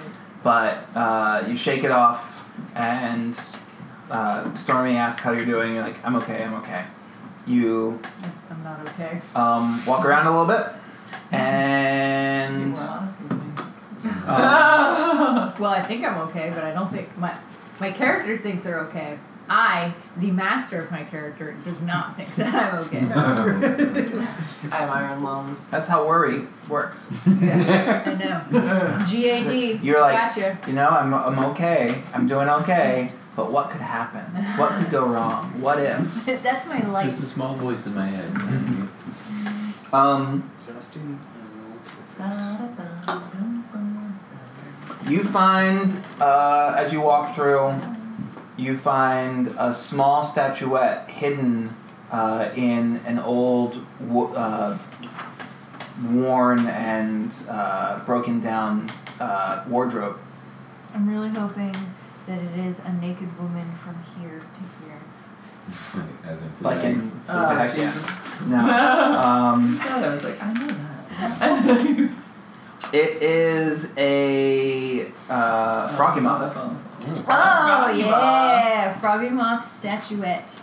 S4: but uh, you shake it off and uh, stormy asks how you're doing you're like i'm okay i'm okay you
S1: That's- I'm not okay.
S4: um, walk around a little bit
S2: you
S4: and
S2: were honest with me.
S4: um,
S1: Well, I think I'm okay, but I don't think my my character thinks they're okay. I, the master of my character, does not think that I'm okay.
S2: I have iron lungs.
S4: that's how worry works
S1: I know. GAD.
S4: You're like-
S1: Gotcha.
S4: you know I'm, I'm okay i'm doing okay but what could happen what could go wrong what if
S1: That's my life.
S3: There's a small voice in my head.
S4: um,
S5: Justin.
S2: uh,
S4: uh, you find uh, as you walk through you find a small statuette hidden uh, in an old, wo- uh, worn and uh, broken down uh, wardrobe.
S1: I'm really hoping that it is a naked woman from here to here.
S3: As in today.
S4: Like in
S2: Oh,
S4: the heck, yeah.
S2: Jesus.
S4: No. Um,
S2: God, I was like, I know that.
S4: it is a uh, froggy moth.
S3: Mm.
S1: Oh
S2: Froggy
S1: yeah, Froggy Moth statuette.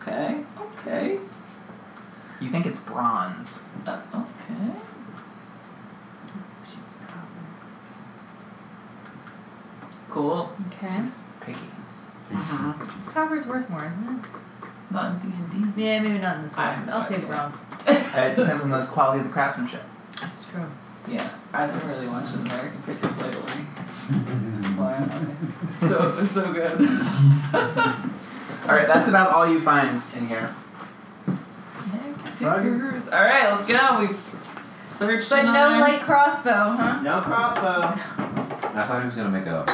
S2: Okay, okay,
S4: You think it's bronze.
S2: uh, okay.
S1: She was copper.
S2: Cool.
S1: Okay.
S4: It's picky.
S2: Mhm.
S1: Uh-huh. Copper's worth more, isn't
S2: Not D and
S1: it? Yeah, maybe not in this
S2: I have
S1: one.
S2: no
S1: I'll take
S2: idea.
S1: bronze.
S4: Uh, it depends on the quality of the craftsmanship.
S1: It's true.
S2: D. Yeah, I've been really watching American Pickers lately. Why? Okay. so it's so good.
S4: All right, that's about all you find in here.
S2: American
S5: Froggy.
S2: Pickers. All right, let's get out. We've searched.
S1: But no
S2: another-
S1: light crossbow, huh?
S4: No crossbow.
S3: I thought he was gonna make a.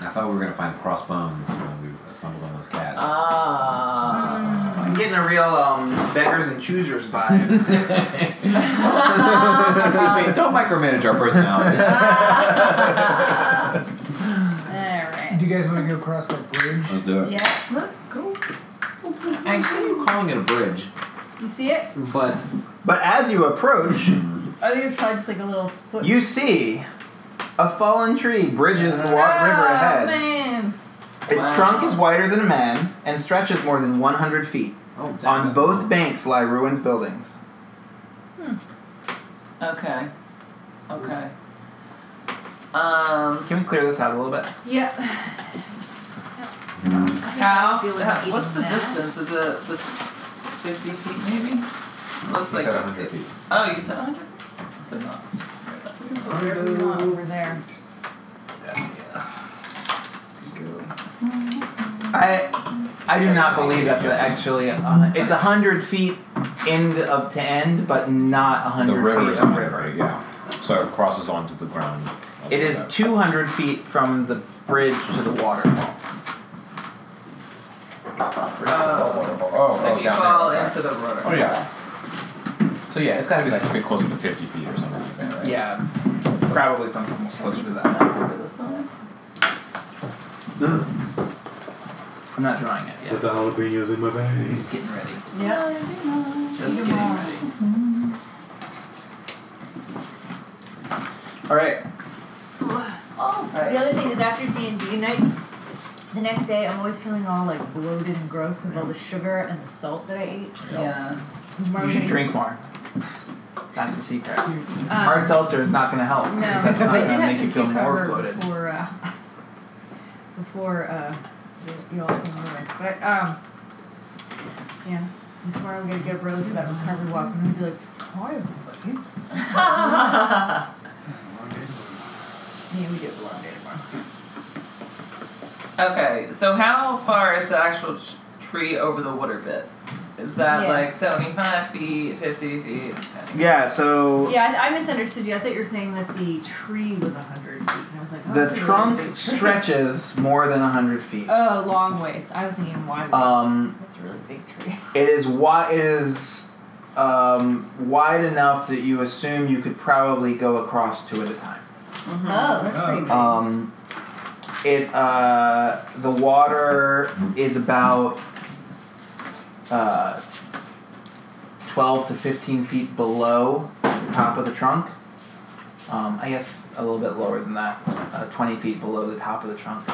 S3: I thought we were gonna find crossbones when we stumbled on those cats.
S2: Ah.
S4: I'm getting a real um, beggars and choosers vibe.
S3: Excuse me, don't micromanage our personality.
S5: Do
S1: Uh. Alright.
S5: you guys want to go across that bridge?
S3: Let's do it.
S1: Yeah.
S2: Uh, Let's go.
S3: Actually, I'm calling it a bridge,
S1: You see it?
S3: but
S4: but as you approach,
S1: I think it's probably just like a little foot.
S4: you see a fallen tree bridges the wa- river
S1: Oh,
S4: ahead.
S1: man.
S4: Its
S2: Wow.
S4: trunk is wider than a man and stretches more than 100 feet.
S3: oh,
S4: On both banks lie ruined buildings.
S2: Okay. Okay. Um.
S4: Can we clear this out a little bit?
S1: Yep.
S3: Mm,
S2: How?
S1: I feel like
S2: how-
S1: eating
S2: what's the
S1: that.
S2: distance? Is it this fifty feet maybe? Looks
S3: You
S2: like
S3: said 100 feet.
S2: Oh, you said hundred. Did not.
S1: Wherever you want over there.
S4: I I do not believe that's actually. Uh, it's 100 feet end up to end, but not 100
S3: The river
S4: feet
S3: is
S4: of
S3: on
S4: river.
S3: river, yeah. So it crosses onto the ground. of
S4: It
S3: the
S4: is
S3: river.
S4: 200 feet from the bridge to the waterfall.
S2: Uh,
S3: Oh, oh,
S2: if
S3: oh,
S2: you
S3: down
S2: fall
S3: there. okay.
S2: into the road.
S3: Oh, yeah. So yeah, it's got to be like a bit closer to 50 feet or something like that, right?
S4: Yeah, probably something closer to that. I'm not drawing it
S6: Put
S4: yet.
S6: the jalapenos in my
S4: I'm
S6: veins.
S4: just getting ready.
S1: Yep.
S4: Just
S1: Even
S4: getting
S1: more.
S4: ready. All right.
S2: All
S1: Oh, The
S2: right.
S1: other thing is after D and D nights, the next day I'm always feeling all like bloated and gross because of all the sugar and the salt that I ate.
S2: Yeah.
S1: And tomorrow we're
S4: You should
S1: gonna-
S4: drink more. That's the secret.
S1: um,
S4: Hard seltzer is not going to help.
S1: No,
S4: That's not
S1: I
S4: going
S1: did
S4: to
S1: have
S4: make
S1: some
S4: you feel more
S1: cucumber
S4: bloated.
S1: before uh, before uh, you- you all came over. But um, yeah. And tomorrow I'm gonna get a road for that recovery walk, and I'm gonna be like, "Oh, "Hi everybody." Yeah, we do have a long day tomorrow.
S2: okay. So how far is the actual t- tree over the water bit? Is that
S1: Yeah.
S2: like seventy-five feet, fifty feet? 70?
S4: Yeah, so
S1: Yeah, I, I misunderstood you. I thought you were saying that the tree was hundred feet, and I was like, oh,
S4: the
S1: that's a really big
S4: trunk
S1: tree.
S4: stretches more than 100 feet.
S1: Oh, long ways. I was thinking wide. ways.
S4: Um,
S1: That's a really big tree.
S4: It is wide. It is um, wide enough that you assume you could probably go across two at a time.
S1: Oh, that's
S5: Oh,
S1: pretty big.
S4: Um, it uh, the water is about uh, twelve to fifteen feet below the top of the trunk. Um, I guess a little bit lower than that, uh, twenty feet below the top of the trunk,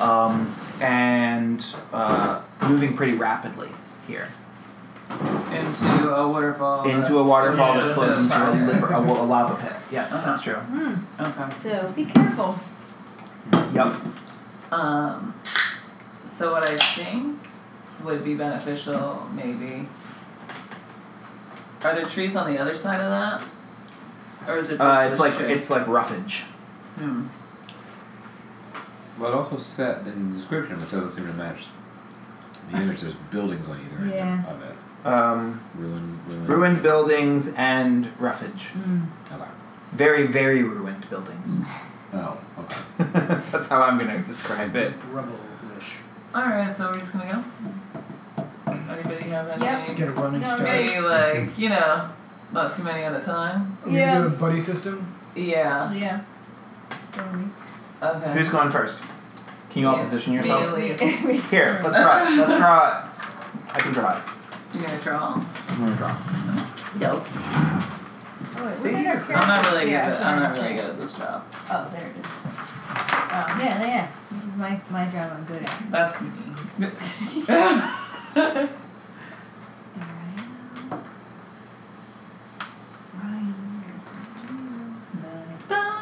S4: um, and uh, moving pretty rapidly here
S2: Into a waterfall.
S4: into a waterfall
S2: Yeah.
S4: that flows into a,
S2: Yeah.
S4: liver, a, wa- a lava pit. Yes, that's true.
S2: Okay.
S1: Hmm, so be careful.
S4: Yep.
S2: Um, so what I think would be beneficial, maybe. Are there trees on the other side of that, or is it? Just
S4: Uh, it's
S2: this
S4: like
S2: tree?
S4: it's like roughage.
S2: Hmm.
S3: But also set in the description, which doesn't seem to match the image. There's buildings on either end
S1: Yeah.
S3: of it.
S4: Um,
S3: Ruin, ruin.
S4: Ruined buildings and roughage.
S1: Mm.
S3: Okay.
S4: Very, very ruined buildings.
S3: Oh, okay.
S4: That's how I'm gonna describe it.
S5: Rubble-ish.
S2: Alright, so we're just gonna go. Anybody have any?
S1: Yep.
S5: Let's get a running
S1: No,
S5: start.
S2: Maybe like, you know, not too many at a time.
S5: We're
S1: Yeah.
S5: gonna do a buddy system.
S2: Yeah.
S1: Yeah. Slowly.
S2: Okay.
S4: Who's going first? Can you all
S2: Yeah.
S4: position
S2: Me.
S4: yourselves?
S1: Please.
S4: Here, let's draw it. Let's draw it. I can draw it.
S2: You're gonna draw.
S4: I'm gonna draw.
S2: Nope.
S1: Oh, wait,
S4: See?
S1: where did our character-
S2: I'm not really
S1: yeah,
S2: good at I'm not really good at this job.
S1: Oh, there it is. Um, yeah, yeah. This is my, my job I'm good at.
S2: That's me.
S1: Alright. Ryan, this is you.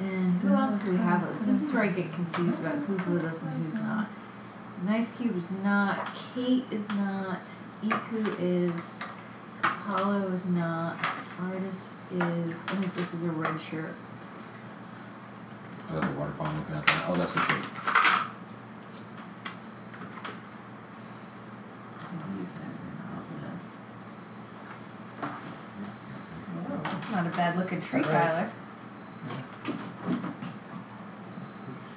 S1: And who else do we have with us? This is where I get confused about who's with us and who's not. Nice Cube is not. Kate is not. Iku is. Apollo is not. Artist is. I think this is a red shirt.
S3: Oh, the waterfall I'm looking at that. Oh, that's the tree.
S1: Oh, these guys are not with us. Oh, that's not a bad looking tree,
S5: Is that
S1: Tyler.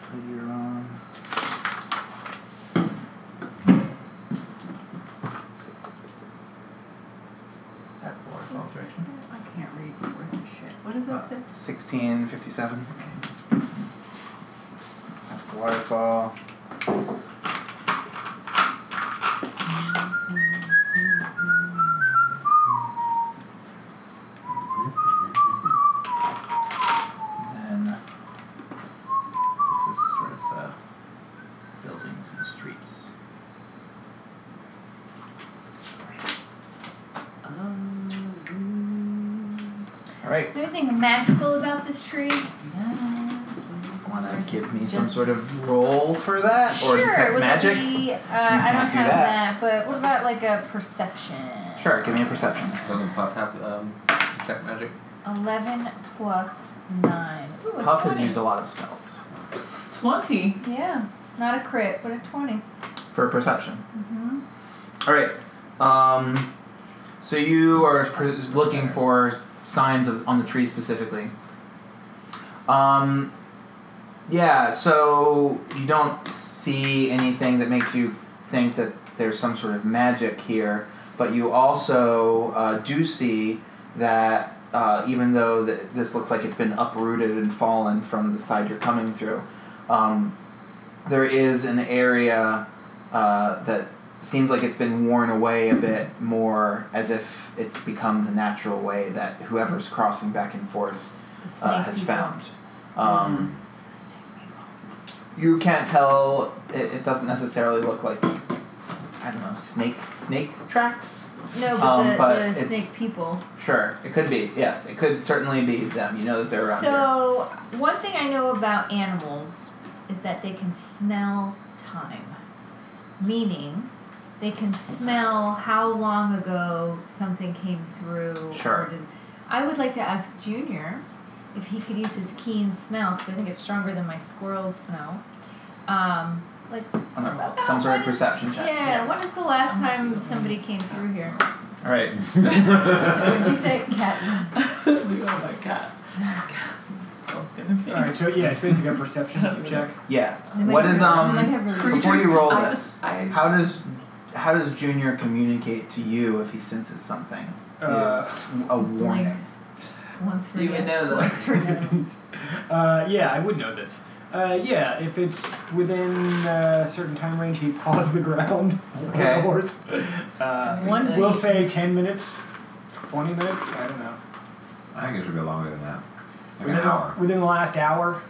S5: So you're on.
S2: That's the waterfall right?
S1: I can't read worth of shit.
S2: What does that say?
S4: 1657. That's the waterfall. And then this is sort of the buildings and streets.
S2: Um,
S4: All right.
S1: Is there anything magical about this tree?
S4: Want to give me some sort of roll for that,
S1: sure,
S4: or detect
S1: would that
S4: magic?
S1: Be, uh, I
S4: can't
S1: don't
S4: do
S1: have
S4: that.
S1: that. but what about like a perception?
S4: Sure, give me a perception.
S3: Doesn't Puff have um, detect magic?
S1: 11 plus 9. Ooh, a
S4: Puff
S1: 20.
S4: has used a lot of spells
S2: Twenty.
S1: Yeah, not a crit, but a 20.
S4: for perception.
S1: Mm-hmm.
S4: All right. Um, so you are per- looking for signs of on the tree specifically. Um, yeah. So you don't see anything that makes you think that there's some sort of magic here, but you also uh, do see that. Uh, even though th- this looks like it's been uprooted and fallen from the side you're coming through, um, there is an area uh, that seems like it's been worn away a bit more as if it's become the natural way that whoever's crossing back and forth
S1: The snake
S4: uh, has
S1: people.
S4: found. Um,
S1: It's the snake people.
S4: you can't tell, it, it doesn't necessarily look like, I don't know, snake, snake tracks?
S1: No, but
S4: Um,
S1: the,
S4: but
S1: the
S4: it's-
S1: snake people.
S4: Sure, it could be, yes, it could certainly be them. You know that they're around here.
S1: So, one thing I know about animals is that they can smell time. Meaning, they can smell how long ago something came through.
S4: Sure.
S1: Or did, I would like to ask Junior if he could use his keen smell, because I think it's stronger than my squirrel's smell. Um, like,
S4: I don't know,
S1: about
S4: Uh, some sort
S1: when
S4: of
S1: is-
S4: perception
S1: yeah,
S4: check.
S1: when is the last time somebody came through here?
S4: All right.
S1: Would you say, Cat?
S2: oh my god. That's gonna be.
S5: All right, so yeah, it's basically a perception check.
S4: Yeah. What is um?
S1: Might have really-
S4: Before you roll
S2: I
S4: this,
S2: just- I,
S4: How does how does Junior communicate to you if he senses something?
S5: Uh,
S4: is a warning.
S1: Blinks. Once for
S2: You would
S1: yes,
S2: know that.
S1: once for no.
S5: uh, yeah, I would know this. Uh, yeah, if it's within a certain time range, he paws the ground.
S4: Okay.
S5: Of course. Uh,
S2: One
S5: we'll say 10 minutes, 20 minutes, I don't know.
S3: I think it should be longer than that. Like an
S5: within,
S3: hour.
S5: within the last hour.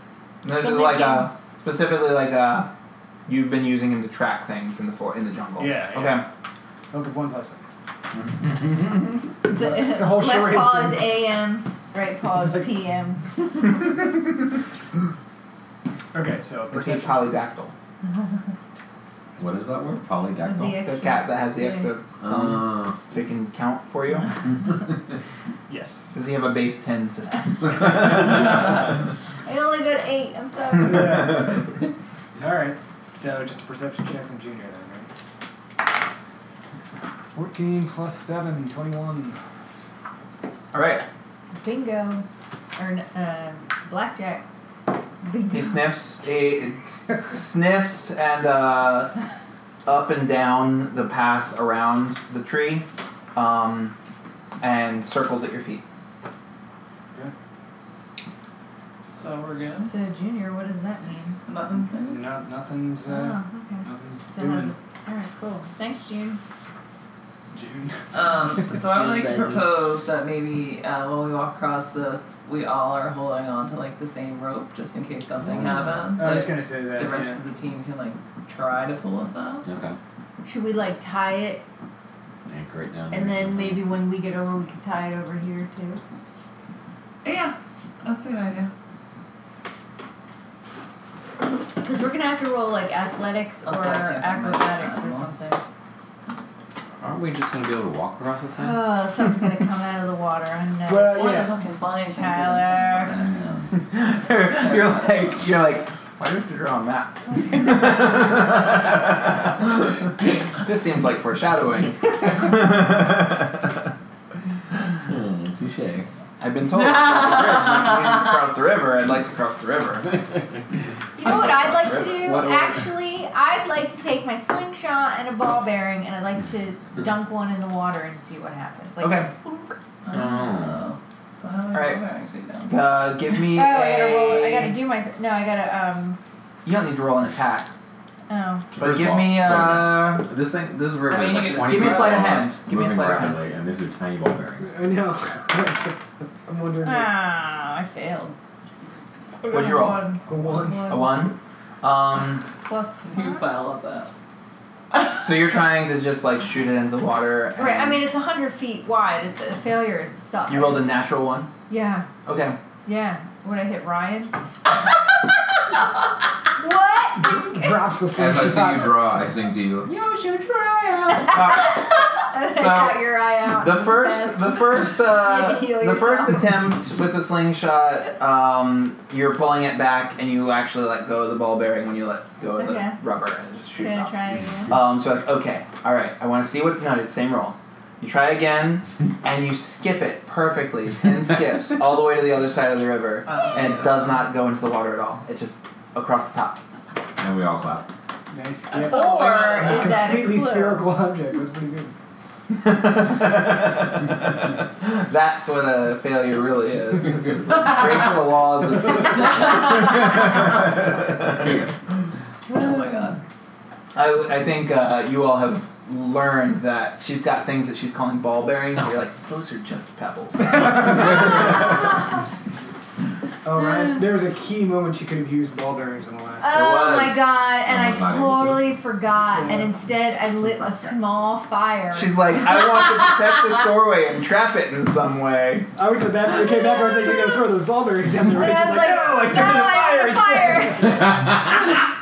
S4: This is
S1: Something
S4: like
S1: can-
S4: a specifically like a you've been using him to track things in the for in the jungle.
S5: Yeah,
S4: Okay.
S5: Look at one person.
S1: It's a,
S5: It's a whole
S1: left
S5: charade
S1: paw is
S5: thing.
S1: AM, right paw is
S5: It's like-
S1: PM.
S5: Okay, so
S4: Let's see
S5: perception.
S4: polydactyl.
S3: What is that word?
S1: With
S3: Polydactyl?
S4: The cat that has the
S1: Yeah.
S4: extra um,
S3: Uh,
S4: so it can count for you.
S5: Yes.
S4: Does he have a base ten system?
S1: I only got eight. I'm sorry.
S5: Yeah. All right. So just a perception check from Junior then, right? 14 plus 7, 21.
S4: All right.
S1: Bingo. Or uh, blackjack. Bingo.
S4: He sniffs. He s- sniffs and uh, up and down the path around the tree, um, and circles at your feet.
S2: So we're good.
S1: So junior, what does that mean?
S2: Nothing's in
S5: No, nothing's, uh,
S1: oh, okay.
S5: nothing's
S1: So how's
S5: doing.
S1: it? All right, cool. Thanks, June.
S5: June.
S2: Um, so I would like to
S6: Buddy.
S2: propose that maybe uh, when we walk across this, we all are holding on to like the same rope just in case something
S3: Mm.
S2: happens.
S5: Oh, I was
S2: Like,
S5: gonna say that.
S2: the rest
S5: yeah.
S2: of the team can like try to pull us out.
S3: Okay.
S1: Should we like tie it,
S3: Anchor it down.
S1: and
S3: there.
S1: then maybe when we get over, we can tie it over here too.
S2: Yeah, that's a good idea.
S1: Because we're gonna have to roll like athletics or
S2: I'll start thinking about
S1: acrobatics or
S2: that.
S1: something.
S3: Aren't we just gonna be able to walk across this thing?
S1: Oh, something's gonna come out of the water. I know.
S5: Well,
S2: What
S5: Yeah.
S2: a fucking flying thing's gonna
S1: Tyler.
S2: come at us.
S4: you're like you're like. Why do you have to draw a map? this seems like foreshadowing.
S3: Hmm, touche.
S4: I've been told to cross the bridge. When we cross the river. I'd like to cross the river.
S1: You know what I'd like to do?
S3: What- what-
S1: Actually, I'd like to take my slingshot and a ball bearing, and I'd like to dunk one in the water and see what happens. Like,
S4: Okay.
S1: boonk.
S2: Oh. So how do we
S4: Alright.
S2: go actually down?
S4: Uh, give
S1: Oh,
S4: me
S1: I gotta roll.
S4: a.
S1: I gotta do my. No, I gotta. Um.
S4: You don't need to roll an attack,
S1: Oh.
S4: but
S3: First of
S4: give
S3: all,
S4: me
S3: wait a minute.
S4: uh.
S3: This thing, this river
S2: I mean,
S3: is
S2: you
S3: like
S2: could just
S3: 20
S2: give me a
S3: feet
S2: slight of
S3: across,
S4: hand. Give me a
S3: moving
S4: slight of hand.
S3: rapidly, and these are tiny ball bearings.
S6: I know. I'm wondering. what-
S1: Ah, I failed.
S4: What'd you roll?
S1: One.
S6: The one.
S4: A one. Um,
S1: Plus.
S2: You fell at that.
S4: so you're trying to just like shoot it into the water. And
S1: Right. I mean, it's hundred feet wide. It's, the failure is suck.
S4: you rolled a natural one.
S1: Yeah.
S4: Okay.
S1: Yeah. Would I hit Ryan? what?
S6: Drops the
S3: As I see you
S6: slingshot.
S3: draw, I sing to you.
S6: You should try out.
S4: Uh,
S1: I
S4: So,
S1: shot your eye out.
S4: the first, the first, uh,
S1: You heal
S4: the first
S1: yourself.
S4: attempt with the slingshot, um, you're pulling it back and you actually let go of the ball bearing when you let go of
S1: Okay.
S4: the rubber and it just
S1: Should
S4: shoots
S1: I
S4: off.
S1: try it again?
S4: Um, so like, okay, all right, I want to see what's no, it's same roll. You try again, and you skip it perfectly. Pin skips all the way to the other side of the river,
S2: Oh,
S4: and
S2: yeah.
S4: it does not go into the water at all. It just across the top.
S3: And we all clap.
S5: Nice.
S2: I
S5: yeah.
S2: thought- Oh,
S1: Or
S2: wow.
S1: is that a
S6: completely
S1: clue?
S6: spherical object. That's pretty good.
S4: That's what a failure really is. It's just- it breaks the laws of physics.
S2: Oh my god.
S4: I, I think uh, you all have learned that she's got things that she's calling ball bearings. and You're like, those are just pebbles.
S6: All
S1: Ah.
S6: right. There was a key moment she could have used ball bearings in the last.
S1: Oh
S4: was.
S1: my god, and
S3: I
S1: I
S3: was not able to.
S1: totally forgot, and
S6: Yeah.
S1: instead I lit a small fire.
S4: She's like, I want to protect this doorway and trap it in some way.
S6: I went to the bathroom, came back, I was like, you're gonna throw those ball bearings down the
S1: and
S6: ridge.
S1: I was like,
S6: no, I
S1: no,
S6: started a fire.
S1: I lit a fire!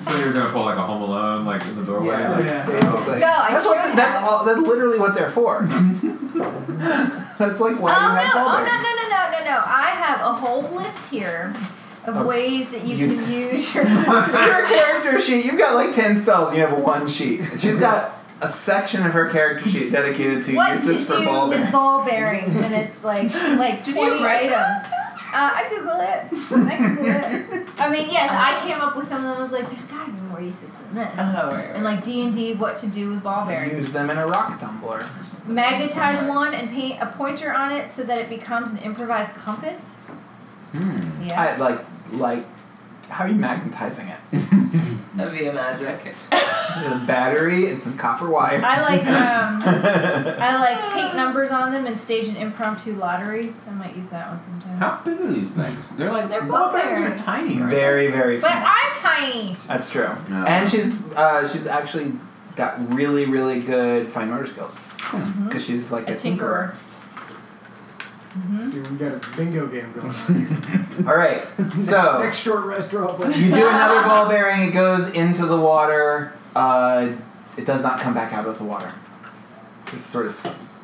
S3: So you're gonna pull like a Home Alone, like in the doorway.
S4: Yeah,
S3: like,
S6: yeah.
S4: basically.
S1: No, I
S4: that's what,
S1: should
S4: that's
S1: have.
S4: all. That's literally what they're for. that's like why
S1: oh
S4: you have
S1: no,
S4: ball
S1: oh
S4: bearings.
S1: no, no, no, no, no, no. I have a whole list here of
S4: Of
S1: ways that you
S4: uses.
S1: can use your.
S4: Your character sheet. You've got like ten spells. and You have one sheet. She's got a section of her character sheet dedicated to
S1: what to
S4: uses for
S1: do
S4: ball
S1: with
S4: bearings.
S1: ball bearings, and it's like like
S2: Did you
S1: 20
S2: write
S1: items. Uh, I Google it. I Google it. I mean, yes, I came up with some of them. I was like, there's gotta be more uses than this.
S2: Oh, right,
S1: And
S2: right.
S1: like D and D, what to do with ball bearings.
S4: Use them in a rock tumbler.
S1: Magnetize one and paint a pointer on it so that it becomes an improvised compass.
S3: hmm.
S1: Yeah.
S4: I like like. How are you magnetizing it?
S2: That'd be a magic.
S4: With a battery and some copper wire.
S1: I like, um, I like paint numbers on them and stage an impromptu lottery. I might use that one sometime.
S3: How big are these things? They're like
S1: They're
S3: ball
S1: ball
S3: bearings are
S1: bearings.
S3: tiny, right?
S4: very very
S1: But
S4: small.
S1: I'm tiny.
S4: That's true.
S3: No.
S4: And she's uh, she's actually got really really good fine motor skills
S1: Mhm.
S4: because she's like
S1: A
S4: a,
S1: tinkerer.
S6: Dude, we got a bingo game going on here.
S4: All right, so
S6: Next short rest draw play.
S4: you do another ball bearing. It goes into the water. Uh, it does not come back out of the water. It just sort of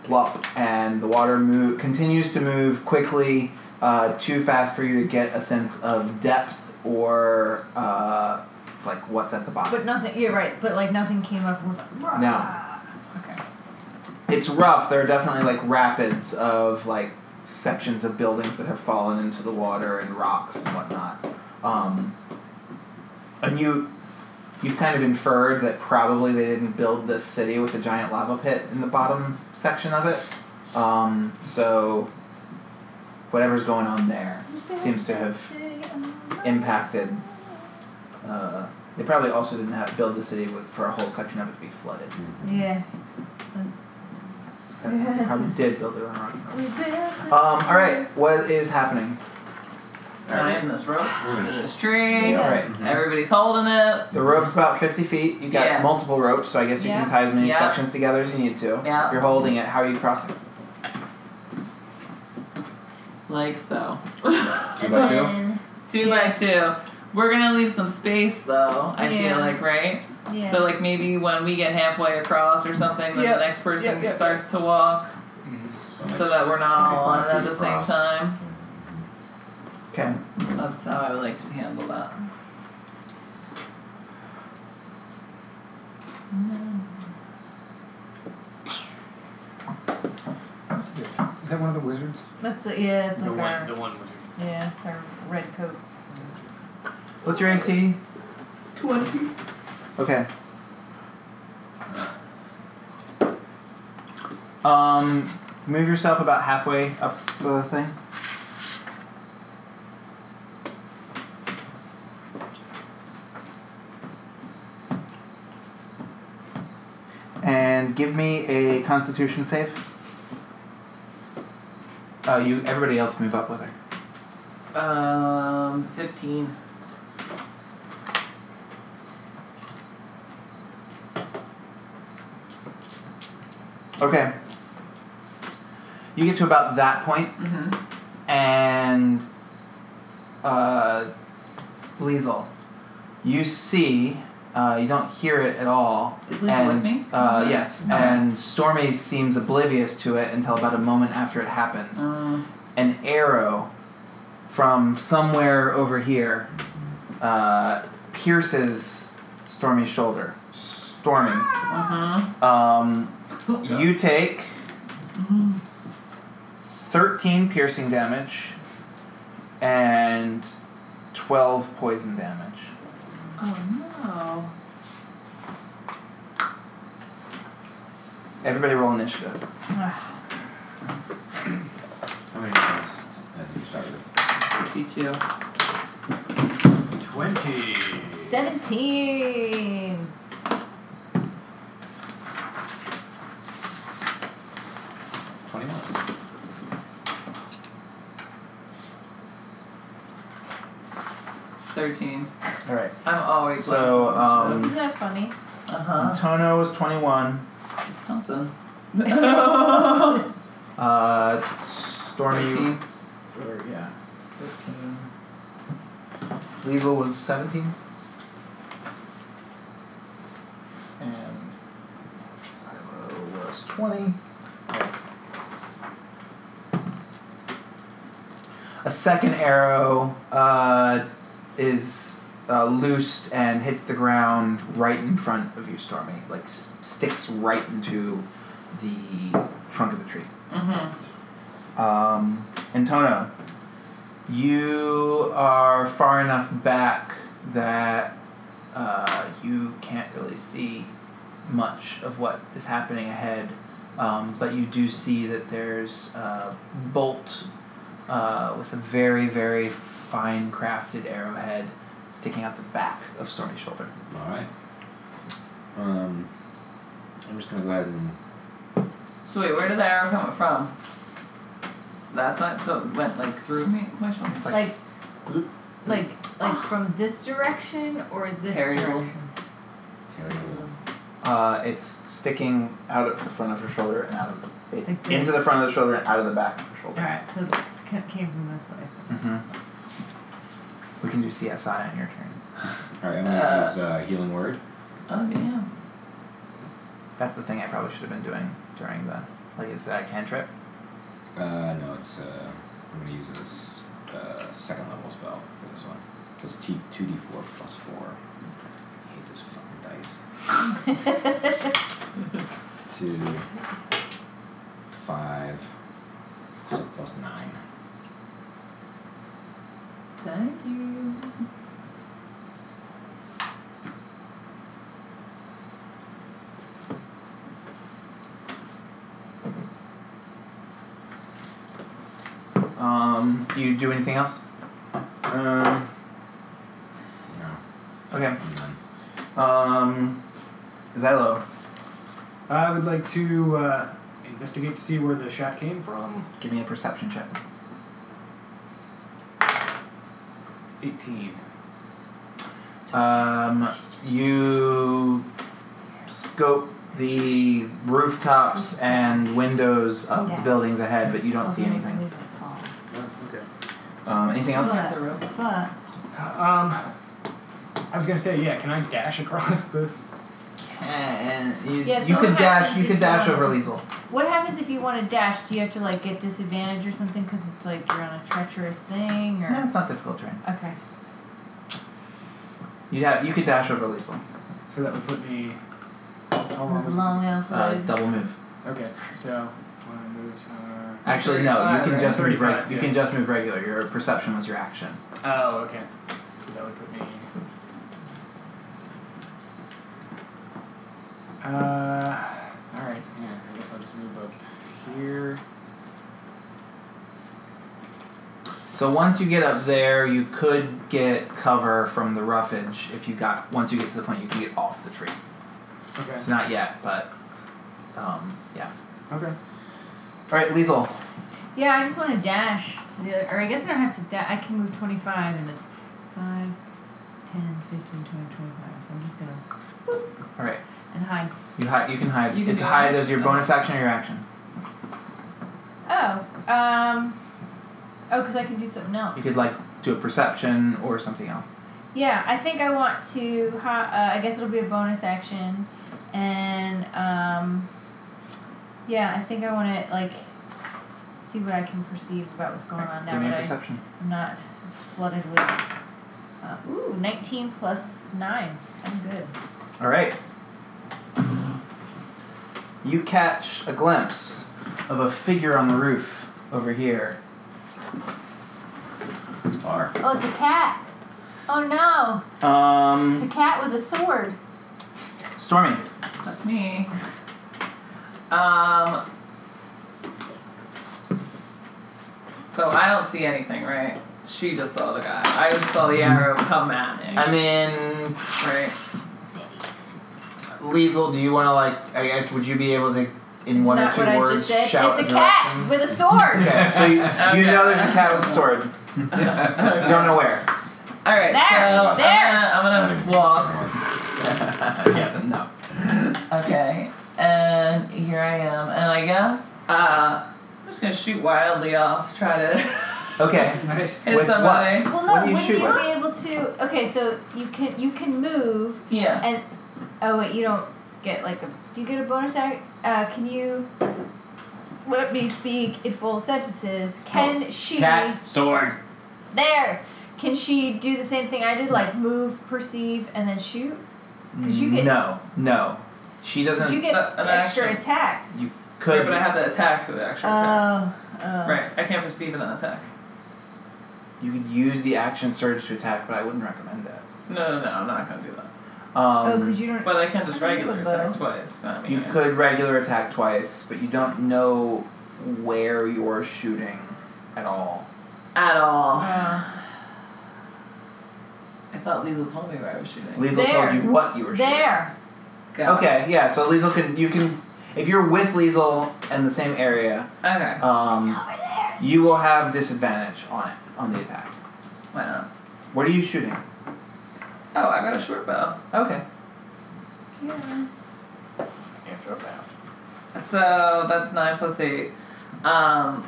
S4: slop, and the water move continues to move quickly, uh, too fast for you to get a sense of depth or uh, like what's at the bottom.
S1: But nothing. You're right. But like nothing came up. and was like,
S4: No.
S1: Okay.
S4: it's rough. There are definitely like rapids of like sections of buildings that have fallen into the water and rocks and whatnot. Um, and you, you've kind of inferred that probably they didn't build this city with a giant lava pit in the bottom section of it. Um, so, whatever's going on there seems to have impacted. Uh, they probably also didn't have build the city with for a whole section of it to be flooded.
S1: Yeah.
S2: That's-
S4: They probably did build it on rock.
S1: We built
S4: Um, all right, what is happening?
S2: I am this rope. This tree.
S4: All right,
S2: Everybody's holding it.
S4: the rope's about fifty feet. You got
S2: Yeah.
S4: multiple ropes, so I guess you
S1: Yeah.
S4: can tie as many
S2: Yeah.
S4: sections together as you need to.
S2: Yeah.
S4: You're holding it. How are you crossing?
S2: Like so.
S3: Two
S1: and
S3: by two?
S1: then,
S2: two
S1: Yeah.
S2: by two. We're gonna leave some space though, I
S1: Yeah.
S2: feel like, right?
S1: yeah.
S2: So like maybe when we get halfway across or something, then
S1: Yep.
S2: the next person
S1: Yep, yep,
S2: starts to walk so that we're not all on it at
S3: 25 feet
S2: the same
S3: across.
S2: time.
S4: Okay.
S2: That's how I would like to handle that.
S6: What's this? Is that one of the wizards?
S1: that's it. Yeah, it's
S5: the
S1: like
S5: one,
S1: our
S5: the one wizard.
S1: yeah, it's our red coat.
S4: What's your AC?
S2: Twenty.
S4: Okay. Um, move yourself about halfway up the thing. And give me a Constitution save. Oh, you. Everybody else move up with her.
S2: Um fifteen.
S4: Okay. You get to about that point,
S2: Mm-hmm.
S4: and uh, Liesel, you see, uh, you don't hear it at all.
S2: Is Lisa
S4: and,
S2: with me?
S4: Uh,
S2: Is it-
S4: yes,
S2: Okay.
S4: and Stormy seems oblivious to it until about a moment after it happens.
S2: Um,
S4: An arrow from somewhere over here uh, pierces Stormy's shoulder. Stormy,
S2: uh-huh.
S4: um, you take thirteen piercing damage and twelve poison damage.
S2: Oh
S4: Everybody roll initiative.
S3: How many times did you start with?
S2: no. Fifty-two.
S5: 20.
S1: Seventeen.
S3: Twenty-one.
S2: Thirteen.
S4: All right.
S2: I'm always
S4: So, um,
S2: last in the
S1: Isn't that funny?
S2: show. uh-huh.
S4: Tono was twenty-one.
S2: It's something. Thirteen.
S4: Uh, Stormy. Or, yeah. Thirteen. Legal was seventeen. And Silo was twenty. A second arrow uh, is uh, loosed and hits the ground right in front of you, Stormy. Like s- sticks right into the trunk of the tree.
S2: Mm-hmm.
S4: Um, Antono, you are far enough back that uh, you can't really see much of what is happening ahead, um, but you do see that there's a bolt uh, with a very, very fine crafted arrowhead sticking out the back of Stormy's shoulder.
S3: All right. Um, I'm just gonna go ahead and
S2: So wait, where did the arrow come from? That's not so it went like through me my shoulder.
S4: It's like,
S1: Like, like, like from this direction or is this
S2: Terrible.
S1: direction?
S3: tear you.
S4: uh, it's sticking out of the front of her shoulder and out of the it,
S1: Like
S4: into
S1: this?
S4: the front of the shoulder and out of the back of her shoulder.
S1: All right, so this ca- came from this way. So.
S4: hmm We can do CSI on your turn.
S3: All right, I'm gonna
S2: Uh,
S3: use uh, healing word.
S2: Oh damn.
S4: That's the thing I probably should have been doing during the like is that a cantrip?
S3: Uh, no, it's uh, I'm gonna use this uh, second level spell for this one because T two D four plus four. I hate this fucking dice. Two. five, so plus nine.
S2: Thank you.
S4: Um, do you do anything else?
S3: Um. No,
S4: Okay.
S3: I'm done.
S4: Um, Zylo.
S6: I would like to uh, investigate to see where the shot came from.
S4: Give me a perception check.
S6: 18.
S4: Um, you scope the rooftops and windows of the buildings ahead, but you
S1: Oh,
S4: don't see anything.
S6: okay.
S4: Um, anything else?
S1: But, but
S6: Um, I was gonna say, yeah, can I dash across this?
S4: And Eh, you,
S1: Yeah,
S4: you
S1: so
S4: could
S1: what
S4: dash.
S1: happens
S4: You
S1: if
S4: could
S1: you
S4: dash
S1: wanna-
S4: over Liesel.
S1: what happens if you want to dash? Do you have to like get disadvantage or something because it's like you're on a treacherous thing or?
S4: No, it's not difficult terrain.
S1: Okay.
S4: You have. You could dash over Liesel.
S6: So that would put me. How
S1: It
S6: long
S1: was a
S6: was
S1: long elf
S4: Uh,
S1: road.
S4: double move.
S6: it? Okay, so when I move somewhere.
S4: Actually, no. You can
S6: 35,
S4: just move.
S6: right?
S4: Reg- you
S6: 35,
S4: can just move regular. Your perception was your action.
S6: Oh, okay. So that would put me. Uh, alright, yeah, I guess I'll just move up here.
S4: So once you get up there, you could get cover from the roughage if you got. Once you get to the point, you can get off the tree.
S6: Okay.
S4: So not yet, but um, yeah.
S6: Okay.
S4: All right, Liesel.
S1: Yeah, I just want to dash to the other, or I guess I don't have to dash. I can move 25, and it's 5, 10, 15, 20, 25. So I'm just going to,
S4: All right,
S1: and hide.
S4: you hide. You can hide.
S2: You can
S4: Is
S2: do
S4: hide
S2: that.
S4: as your bonus action or your action?
S1: Oh, um, oh, because I can do something else.
S4: You could like do a perception or something else.
S1: Yeah, I think I want to, hi- uh, I guess it'll be a bonus action, and, um, yeah, I think I want to, like, see what I can perceive about what's going on now
S4: Give me a
S1: that I-
S4: perception.
S1: I'm not flooded with, uh, ooh, 19 plus 9. I'm good.
S4: All right. You catch a glimpse of a figure on the roof over here.
S3: Far.
S1: Oh, it's a cat. Oh no, it's
S4: Um,
S1: a cat with a sword.
S4: Stormy.
S2: That's me. Um. So I don't see anything, right? She just saw the guy. I just saw the arrow come at me.
S4: I mean,
S2: right.
S4: Liesel, do you want to like? I guess would you be able to, in one
S1: Not
S4: or two
S1: what
S4: words,
S1: I just said.
S4: shout
S1: it's a
S4: in
S1: cat with a sword.
S4: direction? Okay, so you,
S2: Oh,
S4: you know there's a cat with a sword. You
S2: Okay.
S4: don't know where.
S2: All right.
S1: There,
S2: so
S1: there.
S2: I'm gonna, I'm gonna walk.
S4: yeah, no.
S2: Okay. And here I am. And I guess uh, I'm just gonna shoot wildly off. Try to
S4: Okay.
S6: Nice.
S2: hit
S4: With what?
S2: somebody.
S1: Well,
S4: What do
S1: no,
S4: you
S1: wouldn't
S4: shoot
S1: you
S4: with?
S1: be able to? Okay, so you can you can move
S2: Yeah.
S1: and oh wait, you don't get like a. Do you get a bonus act? Uh, can you? Let me speak in full sentences.
S4: Oh,
S1: Can she?
S3: Cat. Sword.
S1: There. Can she do the same thing I did, like move, perceive, and then shoot? Because you get
S4: No, no. She doesn't.
S1: you get
S2: Uh, an
S1: extra
S2: action.
S1: attacks.
S4: you
S2: Right,
S4: could.
S2: but I have to attack to actually attack.
S1: Oh. oh.
S2: right. I can't perceive and then attack.
S4: you could use the action surge to attack, but I wouldn't recommend that.
S2: No, no, no. I'm not gonna do that.
S1: Oh,
S4: Um,
S1: because you don't.
S2: But I can just
S1: I think you
S2: regular
S1: would,
S2: attack twice. I mean,
S4: you
S2: yeah.
S4: could regular attack twice, but you don't know where you're shooting at all.
S2: at all.
S1: Oh.
S2: I thought Liesl told me where I was shooting.
S4: Liesel
S1: There.
S4: told you what you were shooting.
S1: there.
S2: Got it.
S4: Okay, yeah. So Liesel can you can if you're with Liesel in the same area,
S2: Okay.
S4: um,
S1: Over there.
S4: you will have disadvantage on it on the attack.
S2: Why not?
S4: What are you shooting?
S2: Oh, I got a short bow.
S4: Okay.
S1: Yeah.
S2: So that's nine plus eight. Um,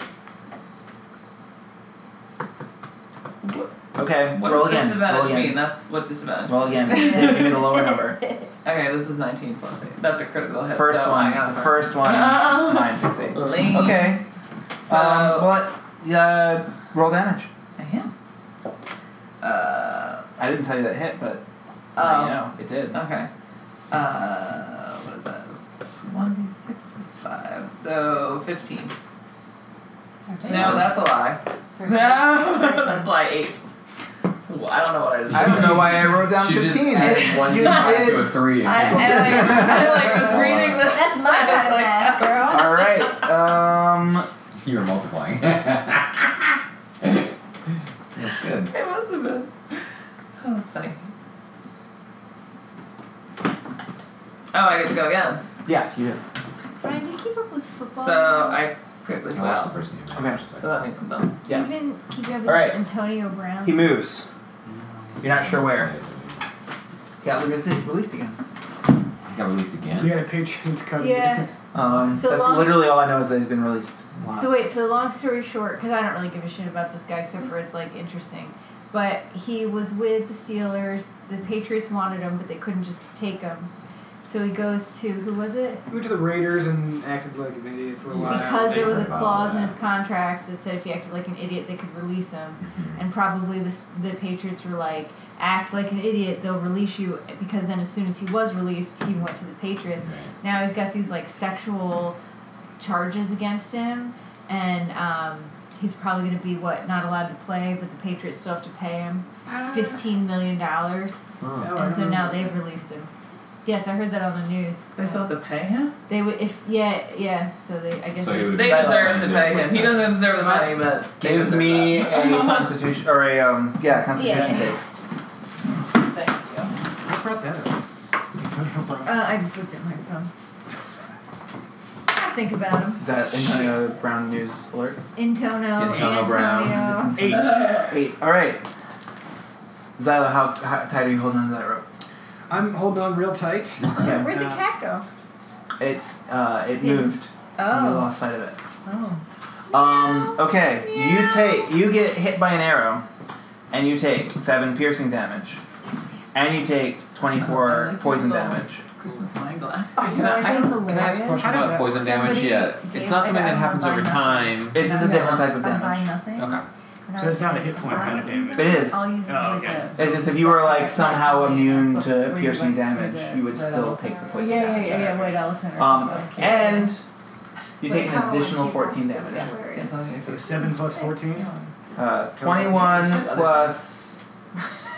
S4: Okay.
S2: what
S4: roll
S2: does
S4: again.
S2: disadvantage
S4: roll again.
S2: mean? That's what disadvantage.
S4: Roll again. Give me the lower number.
S2: Okay, this is 19 plus 8. That's a critical hit.
S4: First
S2: so
S4: one.
S2: I got a
S4: First one.
S2: Ah.
S4: Nine plus eight.
S2: Lame.
S4: Okay.
S2: So,
S4: um, well, uh, roll damage.
S2: I am. Uh,
S4: I didn't tell you that hit, but now
S1: Oh.
S4: you
S2: um,
S4: know it did.
S2: okay. Uh, what is that? 1d6 plus 5. so 15.
S1: Thirteen.
S2: No, that's a lie. No,
S1: Thirteen.
S2: that's a lie. 8. Well, I don't know what I just
S4: I don't know why I wrote down
S3: she just
S4: 15.
S3: added one
S4: You
S3: five
S4: did.
S3: to a three.
S2: I, and I, I like was reading this.
S1: That's my
S2: I was
S1: kind of
S2: like,
S1: math, girl.
S4: All right. Um,
S3: you were multiplying. That's good.
S2: It must have been. Oh, that's funny. Oh, I get to go again.
S4: yes, you do.
S1: Brian, you keep up with football.
S2: So I quickly
S3: I watched
S2: swell.
S3: the first name.
S4: Okay.
S3: I was just
S2: Oh, So
S3: like,
S2: that means I'm done.
S4: Yes.
S1: Even keep up with
S4: All right.
S1: Antonio Brown.
S4: He moves. You're not sure where.
S3: He
S4: Got released, released again.
S3: got released again.
S6: You had a Patriots cover.
S1: yeah.
S4: Um,
S1: So
S4: that's
S1: long-
S4: literally all I know is that he's been released. Wow.
S1: So wait, so long story short, because I don't really give a shit about this guy except for it's like interesting. But he was with the Steelers. The Patriots wanted him, but they couldn't just take him. So he goes to who was it?
S6: He went to the Raiders and acted like an idiot for a while.
S1: Because there was a
S3: Wow.
S1: clause in his contract that said if he acted like an idiot, they could release him.
S3: Mm-hmm.
S1: And probably the the Patriots were like, act like an idiot, they'll release you. Because then as soon as he was released, he went to the Patriots. now he's got these like sexual charges against him and um, he's probably going to be what not allowed to play but the patriots still have to pay him $15 million dollars
S3: Oh.
S6: Oh, I
S1: and so now
S6: remember.
S1: they've released him yes i heard that on the news
S2: They still have to pay him?
S1: they would if yeah yeah so they i guess
S3: So
S1: they-
S3: he would've
S2: They
S3: been
S2: deserve to
S3: signed
S2: pay
S3: with
S2: him. He
S3: that.
S2: doesn't deserve the money, but. they
S4: Give
S2: deserve
S4: me a
S2: that.
S4: constitution or a um yeah constitution
S1: Yeah.
S4: save.
S2: Thank you.
S6: What brought that up?
S1: uh, i just looked at my phone I think about him
S4: Is that Antonio Brown news alerts?
S1: Intono,
S3: Intono
S1: Antonio.
S3: Brown.
S6: Eight.
S4: Eight. All right. Xyla, how, how tight are you holding onto that rope?
S6: I'm holding on real tight.
S4: Yeah.
S1: Where'd the
S6: Uh,
S1: cat go?
S4: It's uh it
S1: Yeah.
S4: moved. And we
S1: Oh.
S4: lost sight of it.
S1: Oh.
S4: Um. Okay. You
S1: Meow.
S4: take. You get hit by an arrow, and you take seven piercing damage, and you take
S2: I
S4: twenty-four
S2: like
S4: poison
S2: your little-
S4: damage.
S2: Christmas wine glass.
S1: you know, I
S2: I-
S1: think
S3: Can I ask a
S1: hilarious.
S3: question
S6: How does
S3: about
S6: that-
S3: poison damage?
S1: somebody
S3: Yeah,
S1: gave
S3: it's not
S1: it
S3: something
S1: out
S3: that
S1: on
S3: happens
S1: Buy
S3: over
S1: Nothing?
S3: time.
S4: It's just a
S1: No,
S4: different type of
S1: I buy
S4: damage.
S1: nothing.
S3: Okay.
S6: So it's not a hit point kind of damage.
S4: It is.
S1: I'll use it
S6: Oh,
S1: as like
S6: okay.
S1: a-
S4: It's just if you were like
S1: Like,
S4: somehow
S1: like,
S4: immune
S1: like,
S4: to
S1: like,
S4: piercing
S1: like,
S4: damage, you would
S1: like,
S4: still
S1: like,
S4: take the
S1: Yeah,
S4: poison
S1: yeah,
S4: damage.
S1: yeah, yeah, white elephant. or
S4: Um,
S1: something. That's cute.
S4: and you take
S1: Like,
S4: an
S1: how
S4: additional
S1: long do you
S4: 14
S1: think
S4: damage.
S1: that
S2: Yes,
S1: wears?
S2: I'll use
S6: So
S2: it.
S6: seven plus fourteen.
S4: Uh, 21 plus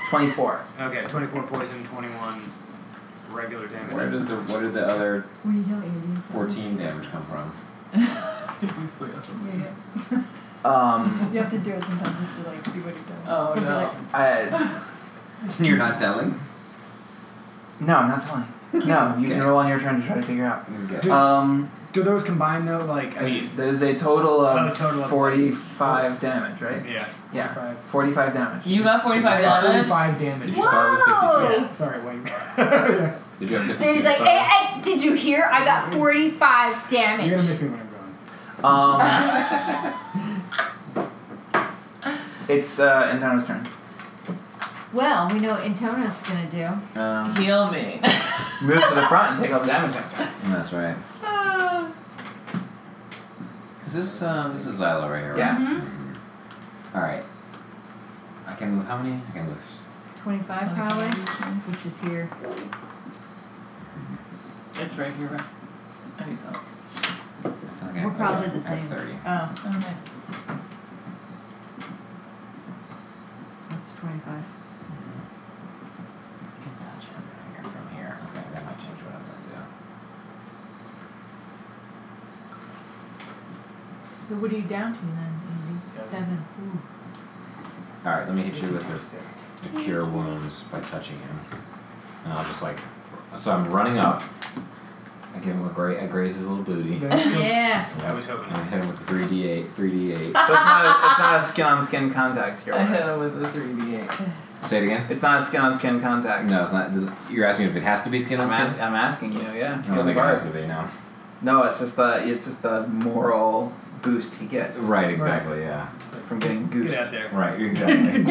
S4: 24.
S6: Okay, twenty-four poison, twenty-one regular
S3: Where
S6: damage.
S3: does the what did the other
S1: What are you doing? You're
S3: fourteen damage come from?
S1: doing it.
S4: Um,
S1: You have to do it sometimes just to like see what it does.
S2: Oh,
S1: You'll be
S2: no.
S1: like,
S4: I,
S3: You're not telling.
S4: no, I'm not telling. No, you can
S3: Okay.
S4: roll on your turn to try to figure out.
S3: Okay.
S6: Dude.
S4: Um,
S6: Do those combine though? Like, I mean,
S4: that is a total of
S6: Oh, total of-
S4: 45 damage, right?
S6: yeah.
S4: Yeah,
S6: Five.
S4: 45 damage.
S2: You got 45 damage?
S6: Thirty-five
S3: Did
S6: damage.
S3: you start with fifty
S1: Whoa!
S3: two?
S6: Sorry, Wayne.
S3: Did you have fifty
S1: And he's like, hey, hey, did you hear? I got 45
S6: You're gonna miss
S1: damage.
S6: me when I'm gone.
S4: Um, it's uh, Antonio's turn.
S1: Well, we know what Antonio's gonna do.
S3: Um,
S2: Heal me.
S4: Move to the front and take all the damage next turn.
S3: that's right. Is this um this is Zylo right here?
S4: Yeah.
S3: Right? Mhm. All right. I can move how many? I can move
S1: 25 probably, which is here.
S2: It's right here. Oh, I need some.
S3: I feel like I
S1: We're
S3: have-
S1: probably
S3: I
S1: the
S3: have
S1: same.
S3: Thirty.
S1: Oh,
S2: Oh, nice.
S1: that's 25.
S3: You can touch him right here from here. Okay, that might change what I'm gonna do.
S1: So what are you down to then? Andy?
S6: Seven.
S1: Seven. Ooh.
S3: All right, let me hit you with this. to cure wounds by touching him. And I'll just like, so I'm running up. I give him a gra I graze his little booty. Yep.
S1: Yeah.
S6: I was hoping.
S3: And I hit him with the 3d8, 3d8.
S4: So it's not a, it's not a skin on skin contact here.
S2: I hit
S4: Lawrence.
S2: him with a 3d8.
S3: Say it again.
S4: It's not a skin on skin contact.
S3: No, it's not. Does, you're asking if it has to be skin on
S4: I'm,
S3: skin.
S4: ask, I'm asking you, yeah.
S3: I don't
S4: You're the
S3: think it has
S4: guard.
S3: to be. No.
S4: No, it's just the it's just the moral boost he gets
S3: Right. Exactly. Yeah.
S4: from getting goosed.
S6: Get out there.
S3: Right. Exactly.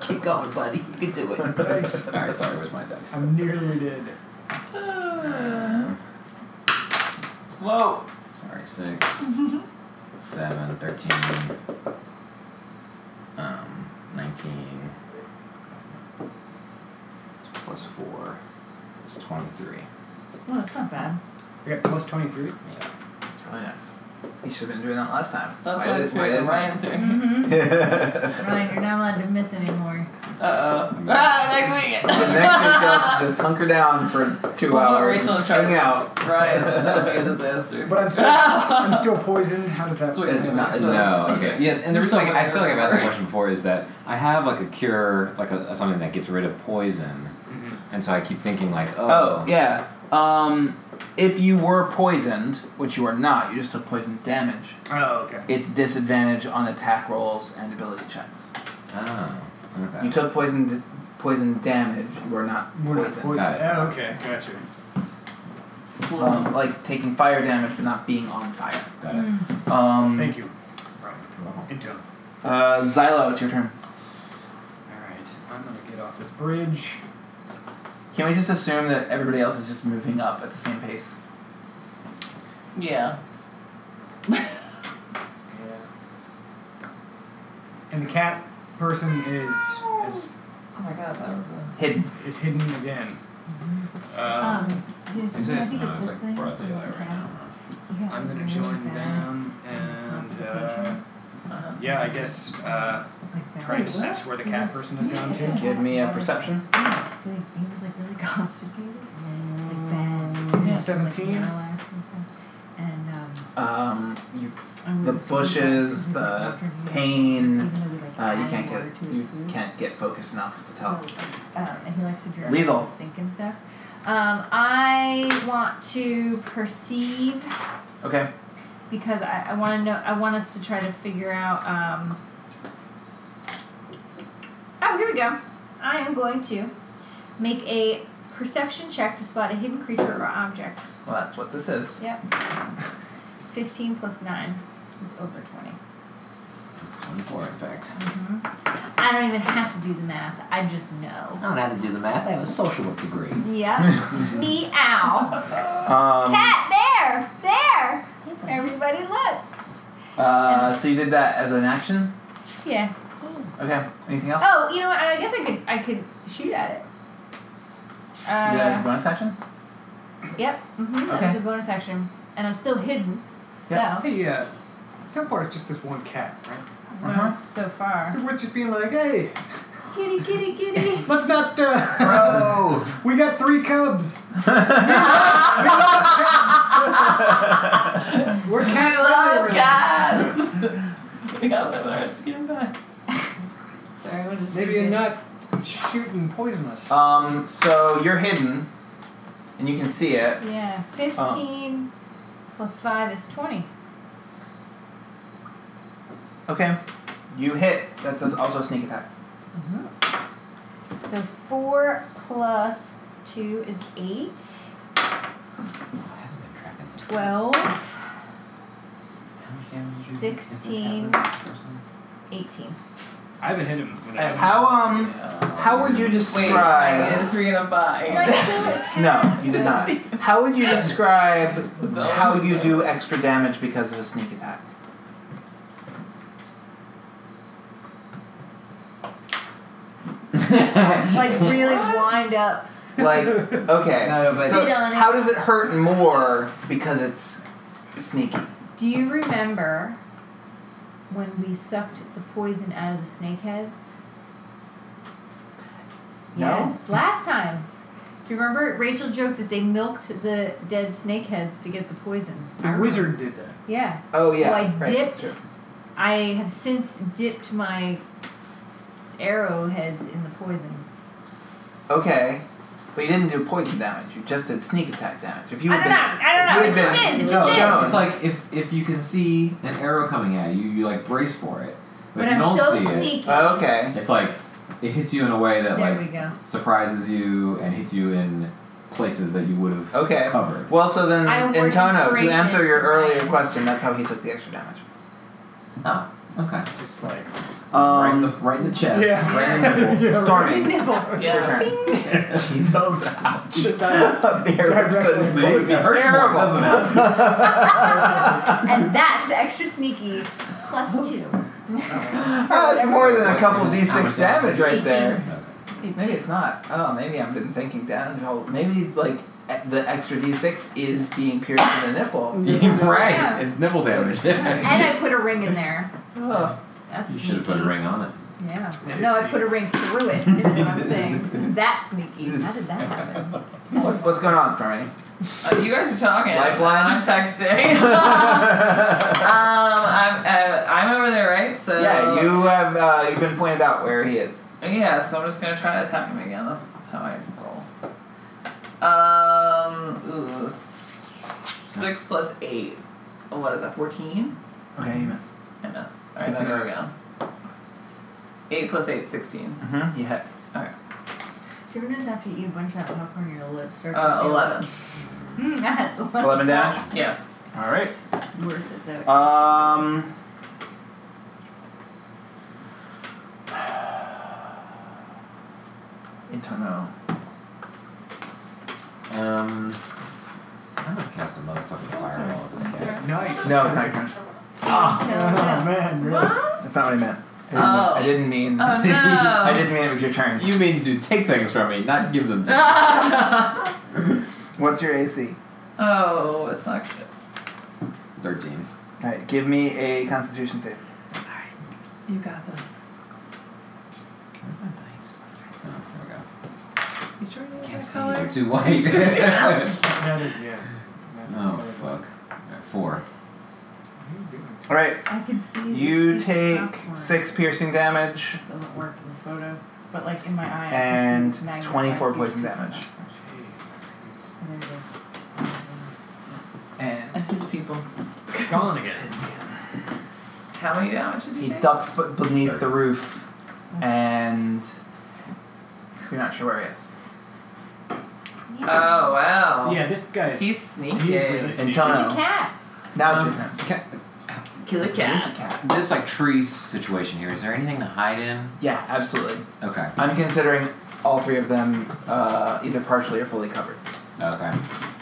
S4: Keep going, buddy. You can do it.
S6: Thanks.
S3: All right. Sorry. Where's my dice?
S6: I nearly did.
S2: Uh, Whoa.
S3: Sorry. Six, Mm-hmm. seven, thirteen, um, nineteen. Plus four. It's twenty-three.
S1: Well, that's not bad.
S6: I got plus 23.
S2: Yeah.
S4: That's really nice. You should have been doing that last time.
S2: That's
S4: why
S2: why
S4: did,
S2: it's
S4: why
S2: weird.
S4: did
S2: My answer.
S1: Mm-hmm.
S4: Right.
S1: Right, you're not allowed to miss anymore.
S2: Uh oh. Ah, next week.
S4: The next week you'll just hunker down for two
S2: Well,
S4: hours.
S2: Rachel's trying-
S4: Hang out.
S2: right. That would be a disaster.
S6: But I'm still, I'm still poisoned. How does that
S2: That's what it's
S4: It's
S2: gonna
S4: not-
S2: be. So
S3: No,
S2: that's-
S3: okay. Yeah, and the reason like, I feel like I've asked the
S2: Right.
S3: question before is that I have like a cure, like a, something that gets rid of poison, and so I keep thinking like, Mm-hmm. oh,
S4: Oh, yeah. Um, if you were poisoned, which you are not, you just took poison damage.
S6: Oh, okay.
S4: It's disadvantage on attack rolls and ability checks.
S3: oh, okay.
S4: You took poison d- poison damage. You are not
S6: We're not
S4: poisoned.
S6: poisoned.
S3: Got it.
S6: Oh, okay. Gotcha.
S4: Um, like taking fire damage, but not being on fire.
S3: Got it.
S1: Mm.
S4: Um,
S6: Thank you. Right. In tone.
S4: Uh, Xylo, it's your turn.
S6: Alright. I'm gonna get off this bridge.
S4: Can we just assume that everybody else is just moving up at the same pace?
S2: Yeah.
S6: And the cat person is is,
S2: Oh my god, that was a.
S4: Hidden.
S6: is hidden again.
S1: Um,
S6: Um,
S1: here's-
S3: Is
S1: I
S3: it?
S1: think
S3: No,
S1: this
S3: it's like
S1: thing.
S3: broad daylight right now.
S1: Yeah,
S6: I'm gonna
S1: really
S6: join
S1: bad.
S6: them and uh,
S2: Uh-huh.
S6: yeah, I guess uh,
S1: Like that.
S6: try and sense where the cat person has gone to.
S4: Give me a perception.
S1: Yeah, so he, he was like really constipated, like bad.
S6: Mm,
S1: Yeah, like,
S6: 17.
S1: Parallax and stuff. And um,
S4: Um, you,
S1: I really
S4: the
S1: was confused
S4: bushes,
S1: because, like,
S4: the
S1: after he, like,
S4: pain.
S1: even though we, like,
S4: Uh, you
S1: added
S4: can't
S1: water to
S4: get
S1: his
S4: you
S1: food,
S4: can't get focused enough to tell.
S1: So, um, and he likes to drown
S4: Liesel.
S1: in the sink and stuff. Um, I want to perceive
S4: Okay.
S1: because I, I want to know. I want us to try to figure out. Um, oh, here we go. I am going to make a perception check to spot a hidden creature or object.
S4: Well, that's what this is.
S1: Yep. Fifteen plus nine is over twenty.
S3: Twenty-four, in fact.
S1: hmm I don't even have to do the math. I just know.
S3: I don't have to do the math. I have a social work degree.
S1: Yep. Meow.
S4: Um,
S1: Cat there, there. Everybody look.
S4: uh, so you did that as an action.
S1: Yeah.
S4: Okay. Anything else?
S1: Oh, you know what? I guess I could I could shoot at it.
S4: You did that as a
S1: Uh,
S4: bonus action.
S1: yep. hmm That was
S4: Okay.
S1: a bonus action, and I'm still hidden. So
S6: Hey, uh, so far it's just this one cat, right?
S1: well,
S4: Uh-huh.
S1: so far.
S6: So we're just being like, hey,
S1: Kitty, kitty, kitty.
S6: let's not. Uh,
S3: Bro,
S6: we got three cubs. We're
S1: Oh,
S6: cat
S2: We love
S6: friendly.
S2: cats! we gotta live in our skin back.
S1: Sorry, what is
S6: Maybe you're not shooting poisonous.
S4: Um, so you're hidden, and you can see it.
S1: Yeah, fifteen plus five is twenty.
S4: Okay. You hit. That's also a sneak attack.
S1: So four plus two is eight. Twelve. Sixteen. Eighteen.
S6: I haven't hit him. when I-
S4: How um how would you
S2: Wait,
S4: describe?
S2: I guess we're gonna
S1: Did I
S2: buy.
S1: kill it?
S4: no, you did not. How would you describe
S2: So-
S4: how you do extra damage because of a sneak attack?
S1: Like really wind up.
S4: Like, okay,
S6: No, but-
S4: so
S1: Sit on it.
S4: how does it hurt more because it's sneaky?
S1: Do you remember when we sucked the poison out of the snakeheads?
S4: No.
S1: Yes, last time. Do you remember Rachel joked that they milked the dead snakeheads to get the poison? I
S6: The
S1: remember.
S6: wizard did that.
S1: Yeah.
S4: Oh yeah,
S1: Well, I
S4: right,
S1: dipped.
S4: that's true.
S1: I have since dipped my arrowheads in the poison.
S4: Okay, but you didn't do poison damage. You just did sneak attack damage. If you
S1: I
S4: had
S1: don't
S4: been,
S1: know. I don't know. It
S4: if you had
S1: just
S4: been
S1: is. It
S4: well
S1: just is.
S4: known,
S3: It's like if if you can see an arrow coming at you, you like brace for it. But,
S1: But
S3: if you
S1: I'm
S3: don't
S1: so
S3: see
S1: sneaky.
S4: okay,
S3: it, it's like it hits you in a way that
S1: There
S3: like
S1: we go.
S3: surprises you and hits you in places that you would have
S4: Okay.
S3: covered.
S4: Well, so then,
S1: I award
S4: Antono, to
S1: inspiration
S4: answer your
S1: to
S4: earlier
S1: Ryan.
S4: question, that's how he took the extra damage.
S3: Oh, okay.
S6: Just like.
S3: right, in
S4: Um,
S3: the, right in the chest.
S6: Yeah.
S3: Right in the nipples.
S6: Yeah,
S4: Stormy,
S1: Nibble.
S4: your
S2: yeah.
S4: turn. Jesus. Ouch.
S6: Should
S4: Up there, it's
S6: Directly.
S4: just
S6: See?
S4: going to be
S3: It hurts more,
S4: terrible.
S3: doesn't
S1: and that's extra sneaky. Plus two.
S4: Ah, That's more than a couple
S3: How
S4: d6
S3: much
S4: damage right
S1: Eighteen.
S4: there.
S3: Okay.
S4: Maybe it's not. Oh, maybe I've been thinking damage. all- Maybe like the extra d6 is being pierced in the nipple.
S3: right.
S1: Yeah.
S3: It's nipple damage.
S1: And I put a ring in there.
S4: Oh,
S1: That's
S3: you should have
S1: sneaky.
S3: put a ring on it.
S1: Yeah. No, I put a ring through it, is what I'm saying. That's sneaky. How did that happen?
S4: what's what's going on, Snorri?
S2: Uh, you guys are talking.
S4: Lifeline?
S2: I'm texting. um, I'm uh, I'm over there, right? So
S4: yeah, you have uh, you've been pointed out where he is.
S2: Yeah, so I'm just gonna try to attack him again. That's how I roll. Um, ooh, s- six plus eight. Oh, What is that? Fourteen.
S4: Okay, you miss.
S2: I miss. All right,
S4: It's
S2: so there we
S4: enough.
S2: go. Eight plus eight, sixteen.
S4: Mm-hmm. You hit.
S1: Do you ever notice after you eat a bunch of that popcorn, your lips
S4: Mm-hmm.
S1: start to
S2: Uh,
S1: feel
S2: eleven.
S1: Mm, that's a lot of
S4: 11
S1: salt.
S4: damage.
S2: Yes.
S4: All right.
S1: It's worth it though.
S4: Um. Intono.
S3: Um, I'm gonna cast a motherfucking fireball at this cat.
S5: Nice.
S4: No, it's not your turn. Ah.
S1: Oh,
S5: Oh, man, really?
S4: That's not what I meant.
S2: Oh.
S4: I didn't mean.
S2: Oh
S4: I didn't mean, I
S2: no.
S4: didn't mean it was your turn.
S3: You mean to take things from me, not give them to
S2: Ah.
S3: me.
S4: What's your AC?
S2: oh, it's not good.
S3: 13.
S4: All right, give me a Constitution save.
S2: You got this.
S3: Oh, there
S2: You sure you
S3: we go.
S2: got that
S3: Can't see. They're
S2: color?
S3: too white.
S5: That is, yeah. That's
S3: oh,
S5: really
S3: fuck. Alright, Four.
S5: What are you doing?
S4: All right,
S1: I can see.
S4: you
S1: this piece of
S4: take
S1: popcorn.
S4: six piercing damage
S1: It doesn't work in photos, but like in my eye. I can
S4: and
S1: see it's magnified
S4: 24
S1: pieces
S4: poison
S1: of
S4: damage.
S1: popcorn. And there
S2: I
S4: And
S2: see the people.
S5: It's gone again.
S2: How many damage did you
S4: he
S2: take?
S4: ducks b- beneath the roof, and you're not sure where he is.
S1: it is.
S3: Uh,
S1: Yeah.
S2: Oh wow.
S5: Yeah, this guy's.
S2: He's sneaky.
S5: he's really
S1: It's
S5: sneaky.
S1: a
S4: Intono.
S1: cat.
S4: Now it's
S3: Um,
S4: your turn.
S3: Ca-
S2: Killer
S4: It is
S2: cat.
S4: a cat.
S3: This, like, tree situation here, is there anything to hide in?
S4: Yeah, absolutely.
S3: Okay.
S4: I'm considering all three of them uh, either partially or fully covered.
S3: Okay.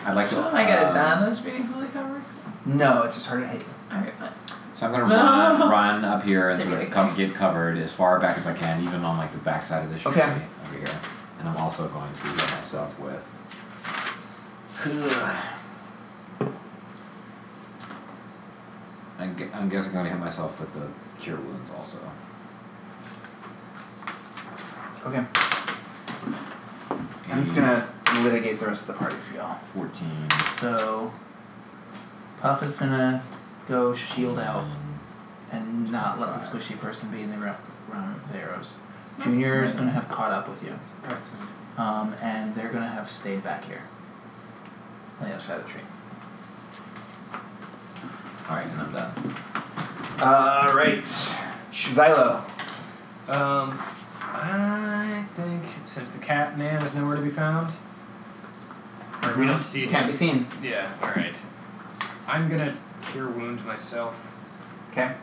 S3: I'd like to.
S2: Shouldn't I get
S3: um,
S2: advantage being fully covered?
S4: No, it's just hard to hit. you.
S2: Alright, fine.
S3: So I'm gonna run, uh, run up here and
S2: Take
S3: sort of
S2: it.
S3: come get covered as far back as I can, even on like the backside of this tree
S4: Okay.
S3: over here. And I'm also going to heal myself with. I gu- I'm guessing I'm gonna hit myself with the cure wounds also.
S4: Okay. I'm just gonna litigate the rest of the party for y'all.
S3: Fourteen.
S4: So, Puff is gonna go shield out and not let the squishy person be in the ra- round of the arrows. Junior is gonna have caught up with you,
S5: Excellent.
S4: um, and they're gonna have stayed back here. On the other side of the tree.
S3: All right, and I'm done.
S4: Uh, right. Xylo.
S5: Um, I think since the cat man is nowhere to be found, or we don't see
S4: Can't
S5: him.
S4: be seen.
S5: Yeah. All right. I'm gonna cure wounds myself.
S4: Okay.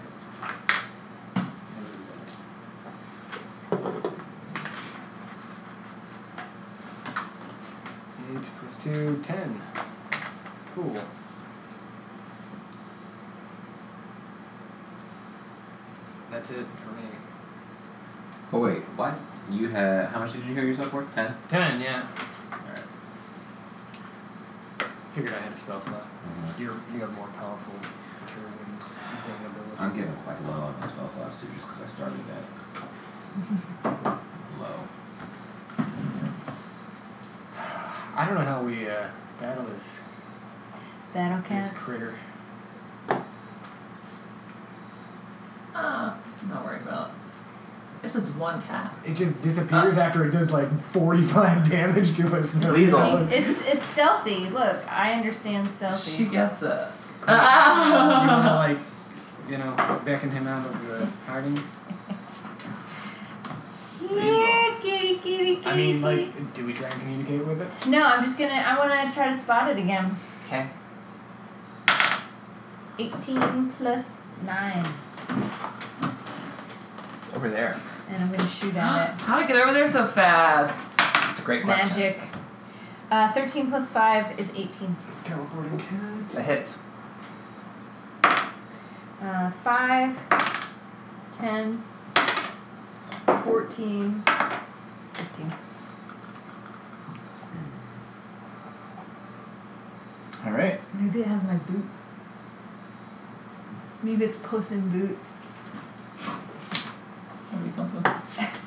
S5: Eight plus two, ten. Cool. That's it for me.
S3: Oh wait, what? You had how much did you heal yourself for? Ten.
S5: Ten, yeah.
S3: All right.
S5: Figured I had a spell slot.
S4: Uh,
S3: Mhm.
S5: You're, you have more powerful cure wounds. using abilities.
S3: I'm getting quite low on my spell slots too, just because I started at low.
S5: I don't know how we uh, battle this
S1: Battle
S5: this
S1: cats.
S5: critter.
S2: Ah, not worried about it. This is one cat.
S5: It just disappears
S6: Uh.
S5: after it does like 45 damage to us. No
S4: Lethal.
S5: solid-
S1: It's it's stealthy. Look, I understand stealthy.
S2: She gets it.
S5: You wanna,
S2: Ah.
S5: like, you know, beckon him out of the hiding?
S1: Here, kitty, kitty, kitty,
S5: I mean,
S1: kitty.
S5: like, do we try and communicate with it?
S1: No, I'm just gonna. I wanna try to spot it again.
S4: Okay.
S1: 18 plus nine,
S4: It's over there.
S1: and I'm gonna shoot at it.
S2: How to get over there so fast?
S4: It's a great
S1: It's
S4: question.
S1: magic. Uh, 13 plus five is 18.
S5: Teleporting cat.
S4: That hits.
S1: Uh, 5, 10, 14, 15. Maybe it has my boots. Maybe it's Puss in Boots.
S2: That'd be something. Oh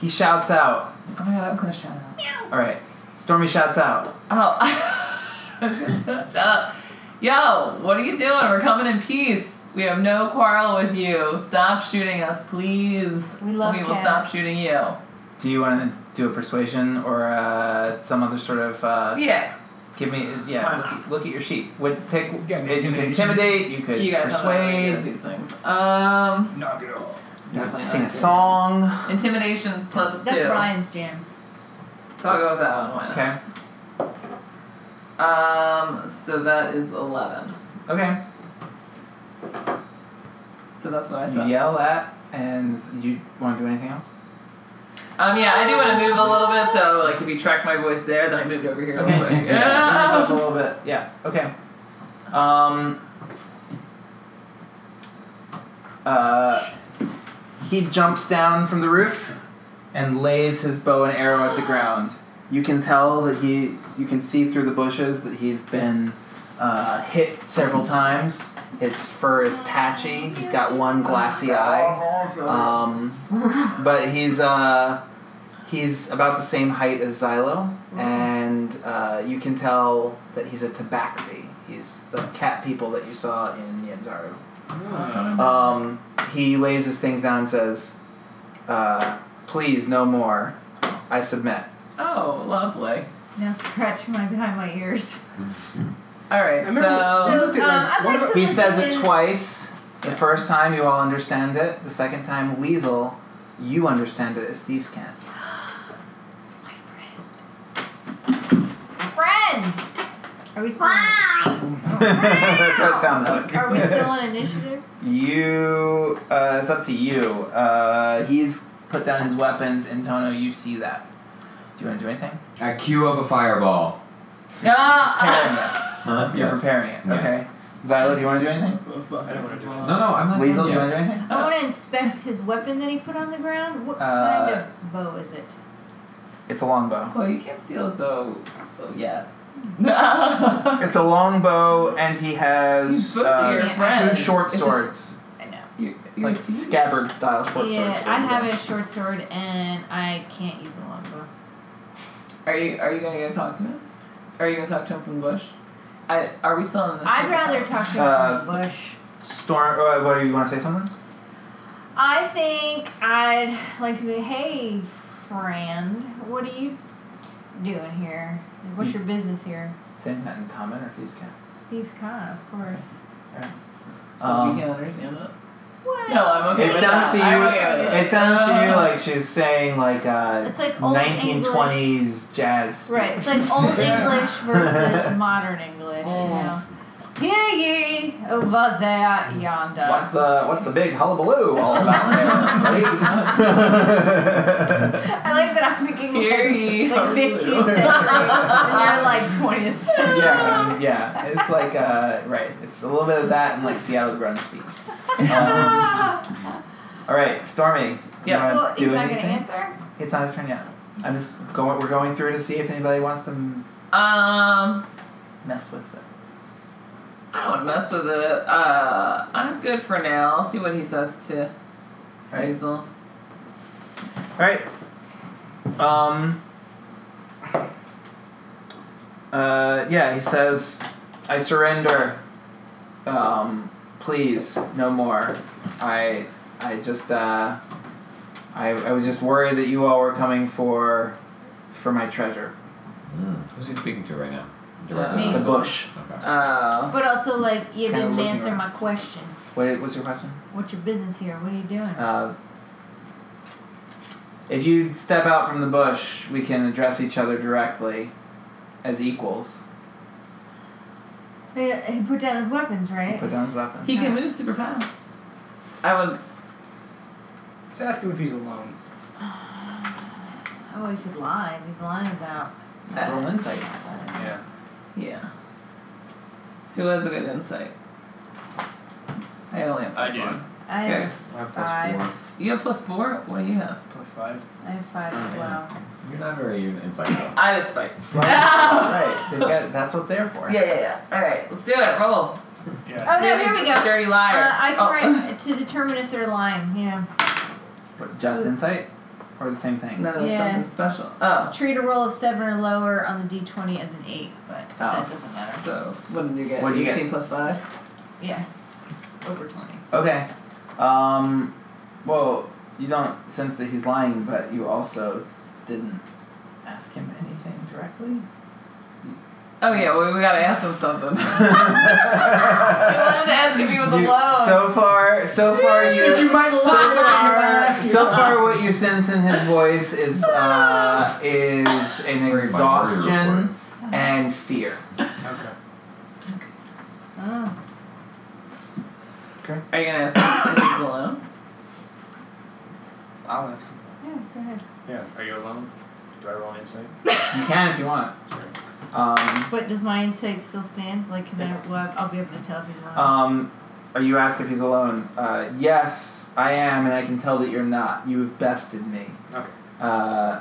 S4: He shouts out.
S2: my god, I was gonna shout out.
S4: All right. Stormy shouts out.
S2: Oh, shut up. Yo, what are you doing? We're coming in peace. We have no quarrel with you. Stop shooting us, please.
S1: We love
S2: We will stop
S1: cats.
S2: shooting you.
S4: Do you want to do a persuasion or uh, some other sort of? Uh,
S2: Yeah.
S4: Give me.
S2: Why
S4: Yeah.
S2: not?
S4: Look, look at your sheet. What pick? You
S5: Yeah,
S4: could
S5: intimidation.
S4: intimidate. You could
S2: You guys don't know how to do
S4: persuade.
S2: these things. Um,
S5: Knock it off.
S4: You could
S2: Definitely
S4: sing a
S2: not.
S4: song.
S2: intimidation's plus
S1: That's
S2: two.
S1: Ryan's jam.
S2: So I'll go with that one. Why not?
S4: Okay.
S2: Um, so that is eleven.
S4: Okay.
S2: So that's what I
S4: You
S2: said.
S4: yell at, and you want to do anything else?
S2: Um, yeah, I do want to move a little bit. So like, if you track my voice there, then I moved over here. Real quick.
S4: yeah. Move yourself
S2: Yeah.
S4: a little bit. Yeah. Okay. Um. Uh, he jumps down from the roof and lays his bow and arrow at the ground. You can tell that he's. You can see through the bushes that he's been uh, hit several times. His fur is patchy. He's got one glassy eye. Um, but he's uh, he's about the same height as Xylo, and uh, you can tell that he's a Tabaxi. He's the cat people that you saw in Yanzaru. Um, he lays his things down and says, uh, "Please, no more. I submit."
S2: Oh, lovely.
S1: Now scratch my behind my ears.
S2: All right.
S5: remember-
S4: Oh,
S2: So.
S1: so,
S5: looked at, like,
S1: um, I'd
S5: what
S1: like
S5: about-
S1: to
S4: He
S1: look
S4: says
S1: in-
S4: it twice. The first time you all understand it. The second time, Liesel, you understand it as thieves can't.
S1: My friend. Friend! Are we still?
S4: That's what it sounds like.
S1: Are we still on initiative?
S4: You, uh, it's up to you. Uh, he's put down his weapons, and Tono, you see that. Do you want to do anything?
S3: I queue up a fireball.
S2: Ah,
S3: Huh?
S4: You're preparing it.
S3: Yes.
S4: Okay. Xylo, do you want to do anything?
S2: I don't want to do
S3: No, no, I'm not.
S4: Liesel,
S3: done
S4: do you
S3: yet.
S4: want to do anything?
S1: I want to inspect his weapon that he put on the ground. What
S4: Uh,
S1: kind of bow is it?
S4: It's a longbow.
S2: Well, you can't steal his bow oh, yet.
S4: It's a longbow, and he
S2: He's
S4: has
S2: supposed to be your
S4: uh,
S2: friend.
S4: two short
S2: It's-
S4: swords,
S1: I know.
S2: You- you-
S4: like scabbard style short
S1: yeah,
S4: swords.
S1: I have a short sword and I can't use a longbow.
S2: Are you Are you gonna go talk to him? Are you gonna talk to him from the bush? I, are we still in the?
S1: I'd rather talk to him
S4: Uh,
S1: from the bush.
S4: Storm. Uh, what do you want to say? Something?
S1: I think I'd like to be, hey, friend, what are you doing here? What's your business here?
S4: Same that in common or thieves can't.
S1: Thieves Con, of course.
S2: So
S4: Um,
S2: we can understand it.
S1: What?
S2: No, I'm okay
S4: It
S2: with
S4: sounds
S2: that.
S4: to
S2: I'm
S4: you-
S2: okay with
S4: It sounds to you
S2: Uh,
S4: like she's saying like uh,
S1: It's like old
S4: 1920s jazz. speak.
S1: Right, it's like old English versus modern English,
S4: Oh.
S1: you know. Hear ye over there yonder.
S4: What's the what's the big hullabaloo all about there? buddy?
S1: I like that I'm thinking
S2: Hear
S1: like,
S2: ye
S1: like
S2: over
S1: 15th century, and
S2: there.
S1: they're like 20th century.
S4: yeah, yeah. It's like uh, right. It's a little bit of that and like Seattle grunge speak. Um, all right, Stormy.
S2: Yes.
S4: You wanna
S1: Well,
S4: do
S1: he's not gonna
S4: anything?
S1: answer.
S4: It's not his turn yet. I'm just going. We're going through to see if anybody wants to m-
S2: Um,
S4: mess with it.
S2: I don't want to mess with it. Uh, I'm good for now. I'll see what he says to
S4: All right.
S2: Hazel.
S4: Alright. Um. Uh, yeah, he says, I surrender. Um, please, no more. I, I just, uh, I, I was just worried that you all were coming for, for my treasure.
S3: Mm. Who's he speaking to right now?
S2: Me.
S4: The
S3: Directly.
S4: bush.
S3: Okay.
S2: Uh,
S1: But also, like, you
S4: Kinda
S1: didn't
S4: looking
S1: answer
S4: around.
S1: my question.
S4: What, what's your question?
S1: What's your business here? What are you doing?
S4: Uh, if you step out from the bush, we can address each other directly as equals.
S1: He he put down his weapons, right?
S4: Put down his weapon.
S2: he can move super fast. I would.
S5: Just ask him if he's alone.
S1: Oh, he could lie. He's lying about.
S4: Roll insight.
S5: Yeah.
S2: Yeah. Who has a good insight? I only have
S5: I
S2: this
S5: do.
S2: one.
S1: I
S2: Okay.
S1: have five.
S2: You have plus four? What do you have?
S6: Plus five.
S1: I have five as well.
S3: You're not very insightful.
S2: I just fight.
S4: right. They've got, that's what they're for.
S2: Yeah, yeah, yeah. Alright, let's do it. Roll.
S1: Oh
S6: Yeah.
S1: no,
S2: This
S1: here
S2: is
S1: we
S2: a
S1: go.
S2: Dirty
S1: Uh,
S2: liar.
S1: I can
S2: Oh.
S1: write to determine if they're lying. Yeah.
S4: But just insight, or the same thing.
S2: No, there's
S1: Yeah.
S2: something special. Oh,
S1: Treat a roll of seven or lower on the d20 as an eight, but that
S2: Oh.
S1: doesn't matter.
S2: so what did you get?
S4: What'd you get?
S2: 18 plus five.
S1: Yeah. Over 20.
S4: Okay. Um, well, you don't sense that he's lying, but you also didn't ask him anything directly.
S2: Oh yeah, well, we gotta ask him something. I wanted to ask if he was
S4: You-
S2: alone.
S4: So far, so far you.
S2: might
S4: So far, so far, what you sense in his voice is uh, is an
S3: Very minority report.
S4: exhaustion and fear.
S6: Okay.
S1: Oh.
S2: Are you gonna ask him if he's alone?
S6: I'll ask him.
S1: Yeah, go ahead.
S6: Yeah. Are you alone? Do I roll insight?
S4: You can if you want.
S6: Sure.
S4: Um,
S1: But does my insight still stand? Like, can I, well, I'll be able to tell if he's lying.
S4: um, are you asked if he's alone? Uh, yes, I am, and I can tell that you're not. You have bested me.
S6: Okay.
S4: Uh,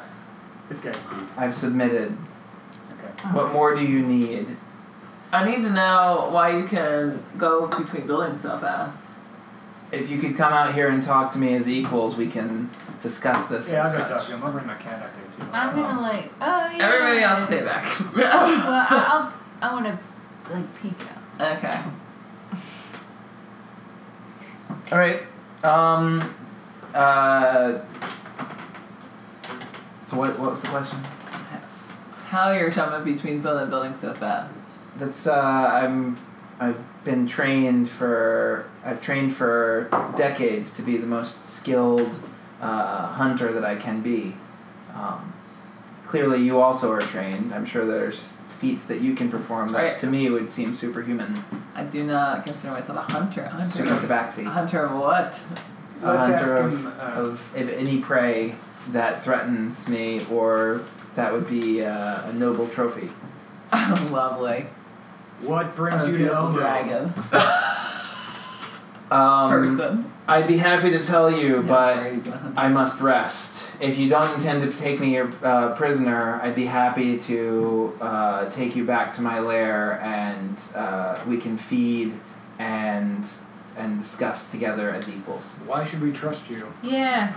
S6: This guy's beat.
S4: I've submitted.
S6: Okay.
S1: Oh.
S4: What more do you need?
S2: I need to know why you can go between buildings so fast.
S4: If you could come out here and talk to me as equals, we can discuss this.
S6: Yeah, I'll
S4: as
S6: go
S4: such.
S6: talk to him. I'll bring my cat out there too.
S1: I'm gonna, like, oh, yeah.
S2: Everybody else stay back.
S1: Well, I- I'll, I want to, like, peek out.
S2: okay.
S4: All right. Um. Uh. So what? What was the question?
S2: How you're jumping between building buildings so fast?
S4: That's. Uh. I'm. I've been trained for. I've trained for decades to be the most skilled uh, hunter that I can be. Um, clearly, you also are trained. I'm sure there's feats that you can perform
S2: That's
S4: that
S2: right.
S4: to me would seem superhuman.
S2: I do not consider myself a hunter. A
S4: Super
S2: hunter.
S4: tabaxi.
S2: A hunter of what?
S4: A
S6: Uh, Let's ask
S4: hunter
S6: him. Uh,
S4: of if any prey that threatens me or that would be uh, a noble trophy.
S2: Lovely.
S6: what
S2: I'm
S6: brings
S2: a
S6: you to
S2: beautiful
S6: Elmo?
S2: dragon.
S4: Um,
S2: Person.
S4: I'd be happy to tell you,
S2: Yeah,
S4: but
S2: he's a hunter.
S4: I must rest. If you don't intend to take me uh, prisoner, I'd be happy to uh, take you back to my lair, and uh, we can feed and and discuss together as equals.
S6: Why should we trust you?
S1: Yeah.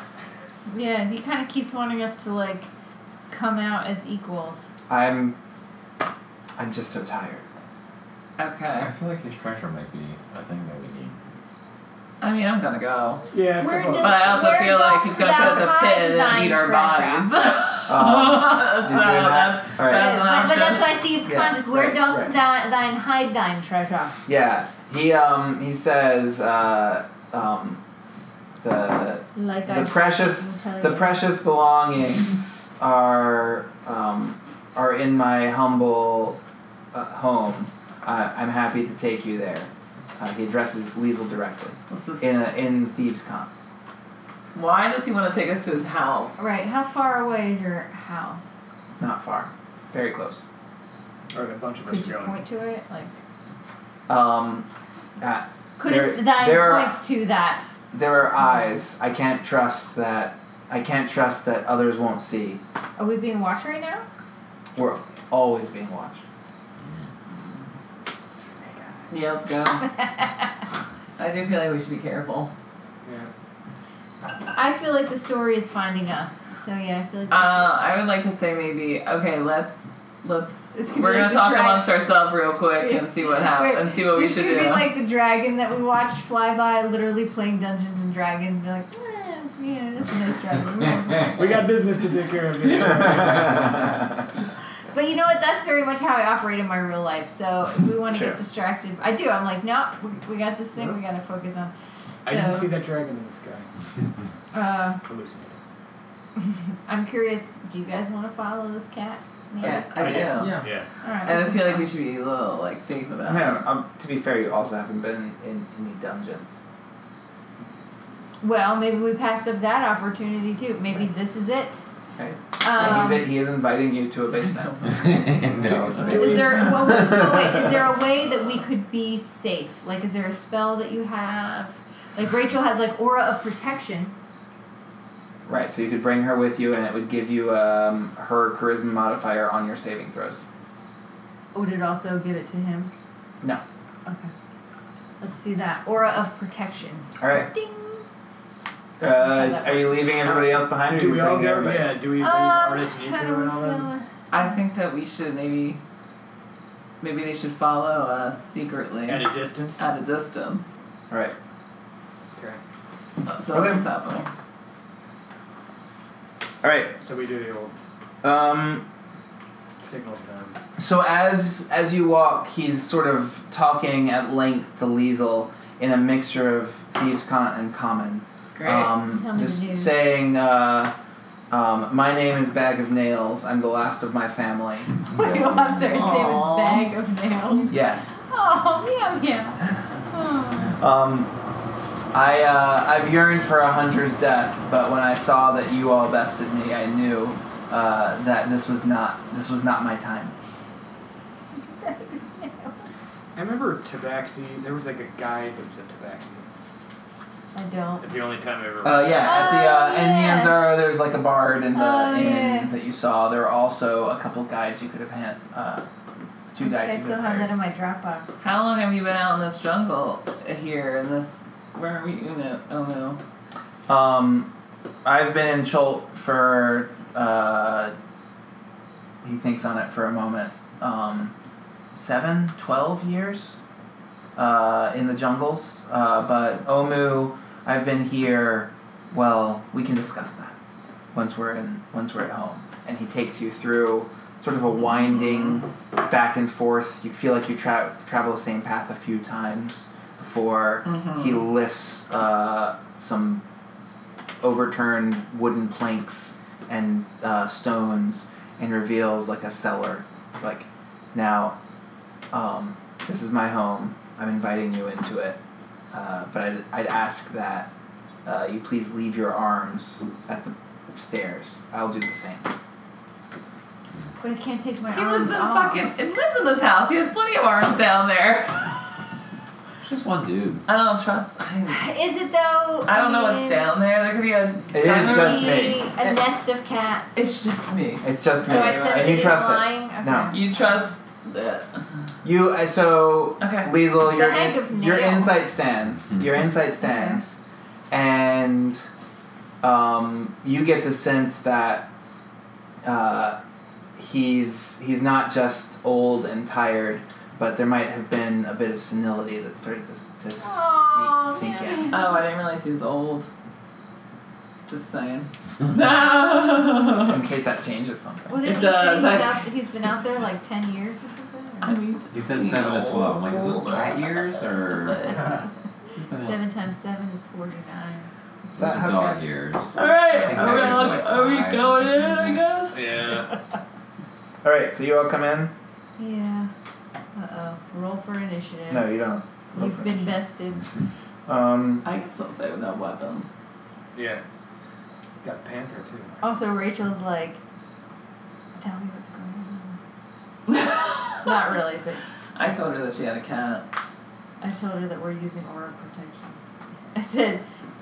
S1: Yeah, he kind of keeps wanting us to, like, come out as equals.
S4: I'm I'm just so tired.
S2: Okay.
S3: I feel like his treasure might be a thing that we need.
S2: I mean, I'm gonna go.
S6: Yeah.
S1: Where
S6: come on.
S1: does-
S2: But I also
S1: Where
S2: feel like he's
S1: dost
S2: gonna put
S1: thou
S2: us a
S1: hide
S2: pit and
S1: thine
S2: eat our
S1: treasure?
S2: bodies.
S4: You're
S2: so
S4: doing that?
S2: that's,
S4: All right.
S2: That's
S1: but, but-
S2: an
S1: but
S2: option.
S1: that's why thieves'
S4: Yeah,
S1: conduct. Where
S4: right,
S1: dost thou thine hide thine treasure?
S4: Yeah, he um he says uh, um, the
S1: Like I
S4: the precious
S1: can tell
S4: the
S1: you.
S4: precious belongings are um, are in my humble uh, home. Uh, I'm happy to take you there. Uh, he addresses Liesel directly
S2: This is-
S4: in a, in thieves' con.
S2: why does he want to take us to his house?
S1: Right, how far away is your house?
S4: Not far, very close.
S6: Alright, a bunch of
S1: Could
S6: us
S1: you
S6: are going.
S1: point to it? Like,
S4: Um, uh,
S1: couldst
S4: There-
S1: thine
S4: there are-
S1: point to that?
S4: there are eyes. I can't trust that. I can't trust that others won't see.
S1: Are we being watched right now?
S4: We're always being watched.
S2: Yeah, let's go. I do feel like we should be careful.
S6: Yeah.
S1: I feel like the story is finding us. So yeah, I feel like.
S2: Uh, I would like to say maybe okay. Let's let's
S1: This could be
S2: we're
S1: like
S2: gonna
S1: the
S2: talk
S1: drag-
S2: amongst ourselves real quick and see what happens and see what we
S1: this
S2: should
S1: could
S2: do.
S1: be like the dragon that we watched fly by, literally playing Dungeons and Dragons, and be like, eh, yeah, that's a nice dragon.
S6: We got business to take care of.
S1: but you know what? That's very much how I operate in my real life. So if we want to
S4: Sure.
S1: get distracted, I do. I'm like, no, we, we got this thing. We got to focus on.
S6: I didn't
S1: So-
S6: see that dragon in the sky.
S1: Uh,
S6: Hallucinating.
S1: I'm curious. Do you guys want to follow this cat? Maybe?
S2: yeah, I
S6: I
S2: do.
S6: do.
S3: Yeah.
S6: Yeah.
S1: All right.
S2: I just feel like we should be a little like safe about it.
S4: No, um, to be fair, you also haven't been in any dungeons.
S1: Well, maybe we passed up that opportunity too. Maybe this is it.
S4: Okay.
S1: Um,
S4: he's, he is inviting you to a basement.
S3: no, it's
S1: Is
S3: amazing.
S1: there well, wait, oh, wait, is there a way that we could be safe? Like, is there a spell that you have? Like Rachel has like aura of protection.
S4: Right, so you could bring her with you, and it would give you um, her charisma modifier on your saving throws.
S1: Would Oh, it also give it to him?
S4: No.
S1: Okay. Let's do that. Aura of protection.
S4: All right.
S1: Ding.
S4: Uh, are you leaving everybody else behind? Or
S6: Do
S4: you
S6: we all
S4: bringing
S6: go?
S4: everybody?
S6: Yeah. Do we bring
S1: um,
S6: artists and
S1: how do
S6: Iku
S1: we
S6: and all that?
S1: feel?
S2: I think that we should maybe, maybe they should follow us secretly
S6: At a distance.
S4: Uh,
S2: at a distance.
S4: All right.
S2: So
S4: Okay.
S2: that's what's happening.
S4: All right.
S6: So we do the old
S4: Um,
S6: signal to them.
S4: So as as you walk, he's sort of talking at length to Liesel in a mixture of thieves' con and common.
S2: Great.
S1: Tell
S4: Um,
S1: me
S4: just
S1: the news.
S4: saying, uh, um, my name is Bag of Nails. I'm the last of my family.
S1: Wait, oh, I'm sorry. His name is
S2: Aw.
S1: bag of nails.
S4: Yes.
S1: Oh, yeah, yeah. Oh.
S4: Um, I uh, I've yearned for a hunter's death, but when I saw that you all bested me, I knew uh, that this was not this was not my time.
S6: I remember Tabaxi. There was like a guy that was at Tabaxi.
S1: I don't.
S6: That's the only time I ever.
S4: Uh, yeah, at the uh,
S1: Oh,
S4: in
S1: yeah.
S4: Manzaro, there's like a bard in the
S1: Oh,
S4: inn
S1: yeah.
S4: that you saw. There are also a couple guides you could have had. Uh, two guides
S1: I
S4: you could
S1: still
S4: have
S1: have
S4: hired.
S1: that in my Dropbox.
S2: How long have you been out in this jungle here in this? Where are we? Uno. Oh no.
S4: Um, I've been in Cholt for. Uh, he thinks on it for a moment. Um, seven, twelve years uh, in the jungles. Uh, but Omu, I've been here. Well, we can discuss that once we're in once we're at home. And he takes you through sort of a winding back and forth. You feel like you tra- travel the same path a few times before he lifts uh, some overturned wooden planks and uh, stones and reveals like a cellar. It's like, now, um, this is my home. I'm inviting you into it. Uh, but I'd, I'd ask that uh, you please leave your arms at the stairs. I'll do the same.
S1: But I can't take my
S2: He
S1: arms
S2: lives in
S1: off.
S2: fucking. He lives in this house. He has plenty of arms down there.
S3: It's just one dude.
S2: I don't trust. I,
S1: Is it though?
S2: I don't know
S1: mean,
S2: what's down there. There could be a.
S4: It is just
S1: maybe
S4: me.
S1: A
S2: It-
S1: nest of cats.
S2: It's just me.
S4: It's just
S1: Do
S4: me.
S1: I sense
S4: and you
S1: it
S4: trust
S1: is lying? Okay.
S4: No.
S2: You trust that?
S4: it. You uh, so
S2: Okay.
S4: Liesel, your
S1: heck
S4: in-
S1: of
S4: your
S1: nails.
S4: insight stands. Your insight stands, and um, you get the sense that uh, he's he's not just old and tired, but there might have been a bit of senility that started to, to
S1: Aw,
S4: sink, sink in.
S1: man.
S2: Oh, I didn't realize he was old. Just saying. No.
S4: In case that changes something.
S1: Well,
S2: It
S1: didn't he
S2: does,
S1: say he's,
S2: I-
S1: out, he's been out there like ten years or something.
S2: I mean.
S3: He said seven to twelve. I'm like, is
S2: Older.
S3: this cat years or
S1: Seven times seven is forty-nine.
S3: is
S4: Is
S3: it
S4: that how
S3: dog
S4: cats-
S3: years?
S2: All right,
S3: I think
S2: are we,
S3: there's
S2: on,
S3: like
S2: are we
S3: five.
S2: going in? I guess.
S6: Yeah.
S4: All right, so you all come in.
S1: Yeah. Uh oh. Roll for initiative.
S4: No, you don't. Roll for
S1: You've been
S4: initiative.
S1: bested.
S4: Um,
S2: I guess I'll play without weapons.
S6: Yeah. Got Panther too.
S1: Also, Rachel's like, tell me what's going on. Not really, but
S2: I told her that she had a cat.
S1: I told her that we're using aura protection. I said,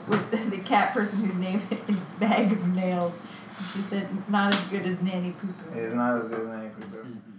S1: with the, the cat person whose name is Bag of Nails. She said, not as good as Nanny Poo Poo.
S3: Mm-hmm.
S4: It's not as good as any creeper.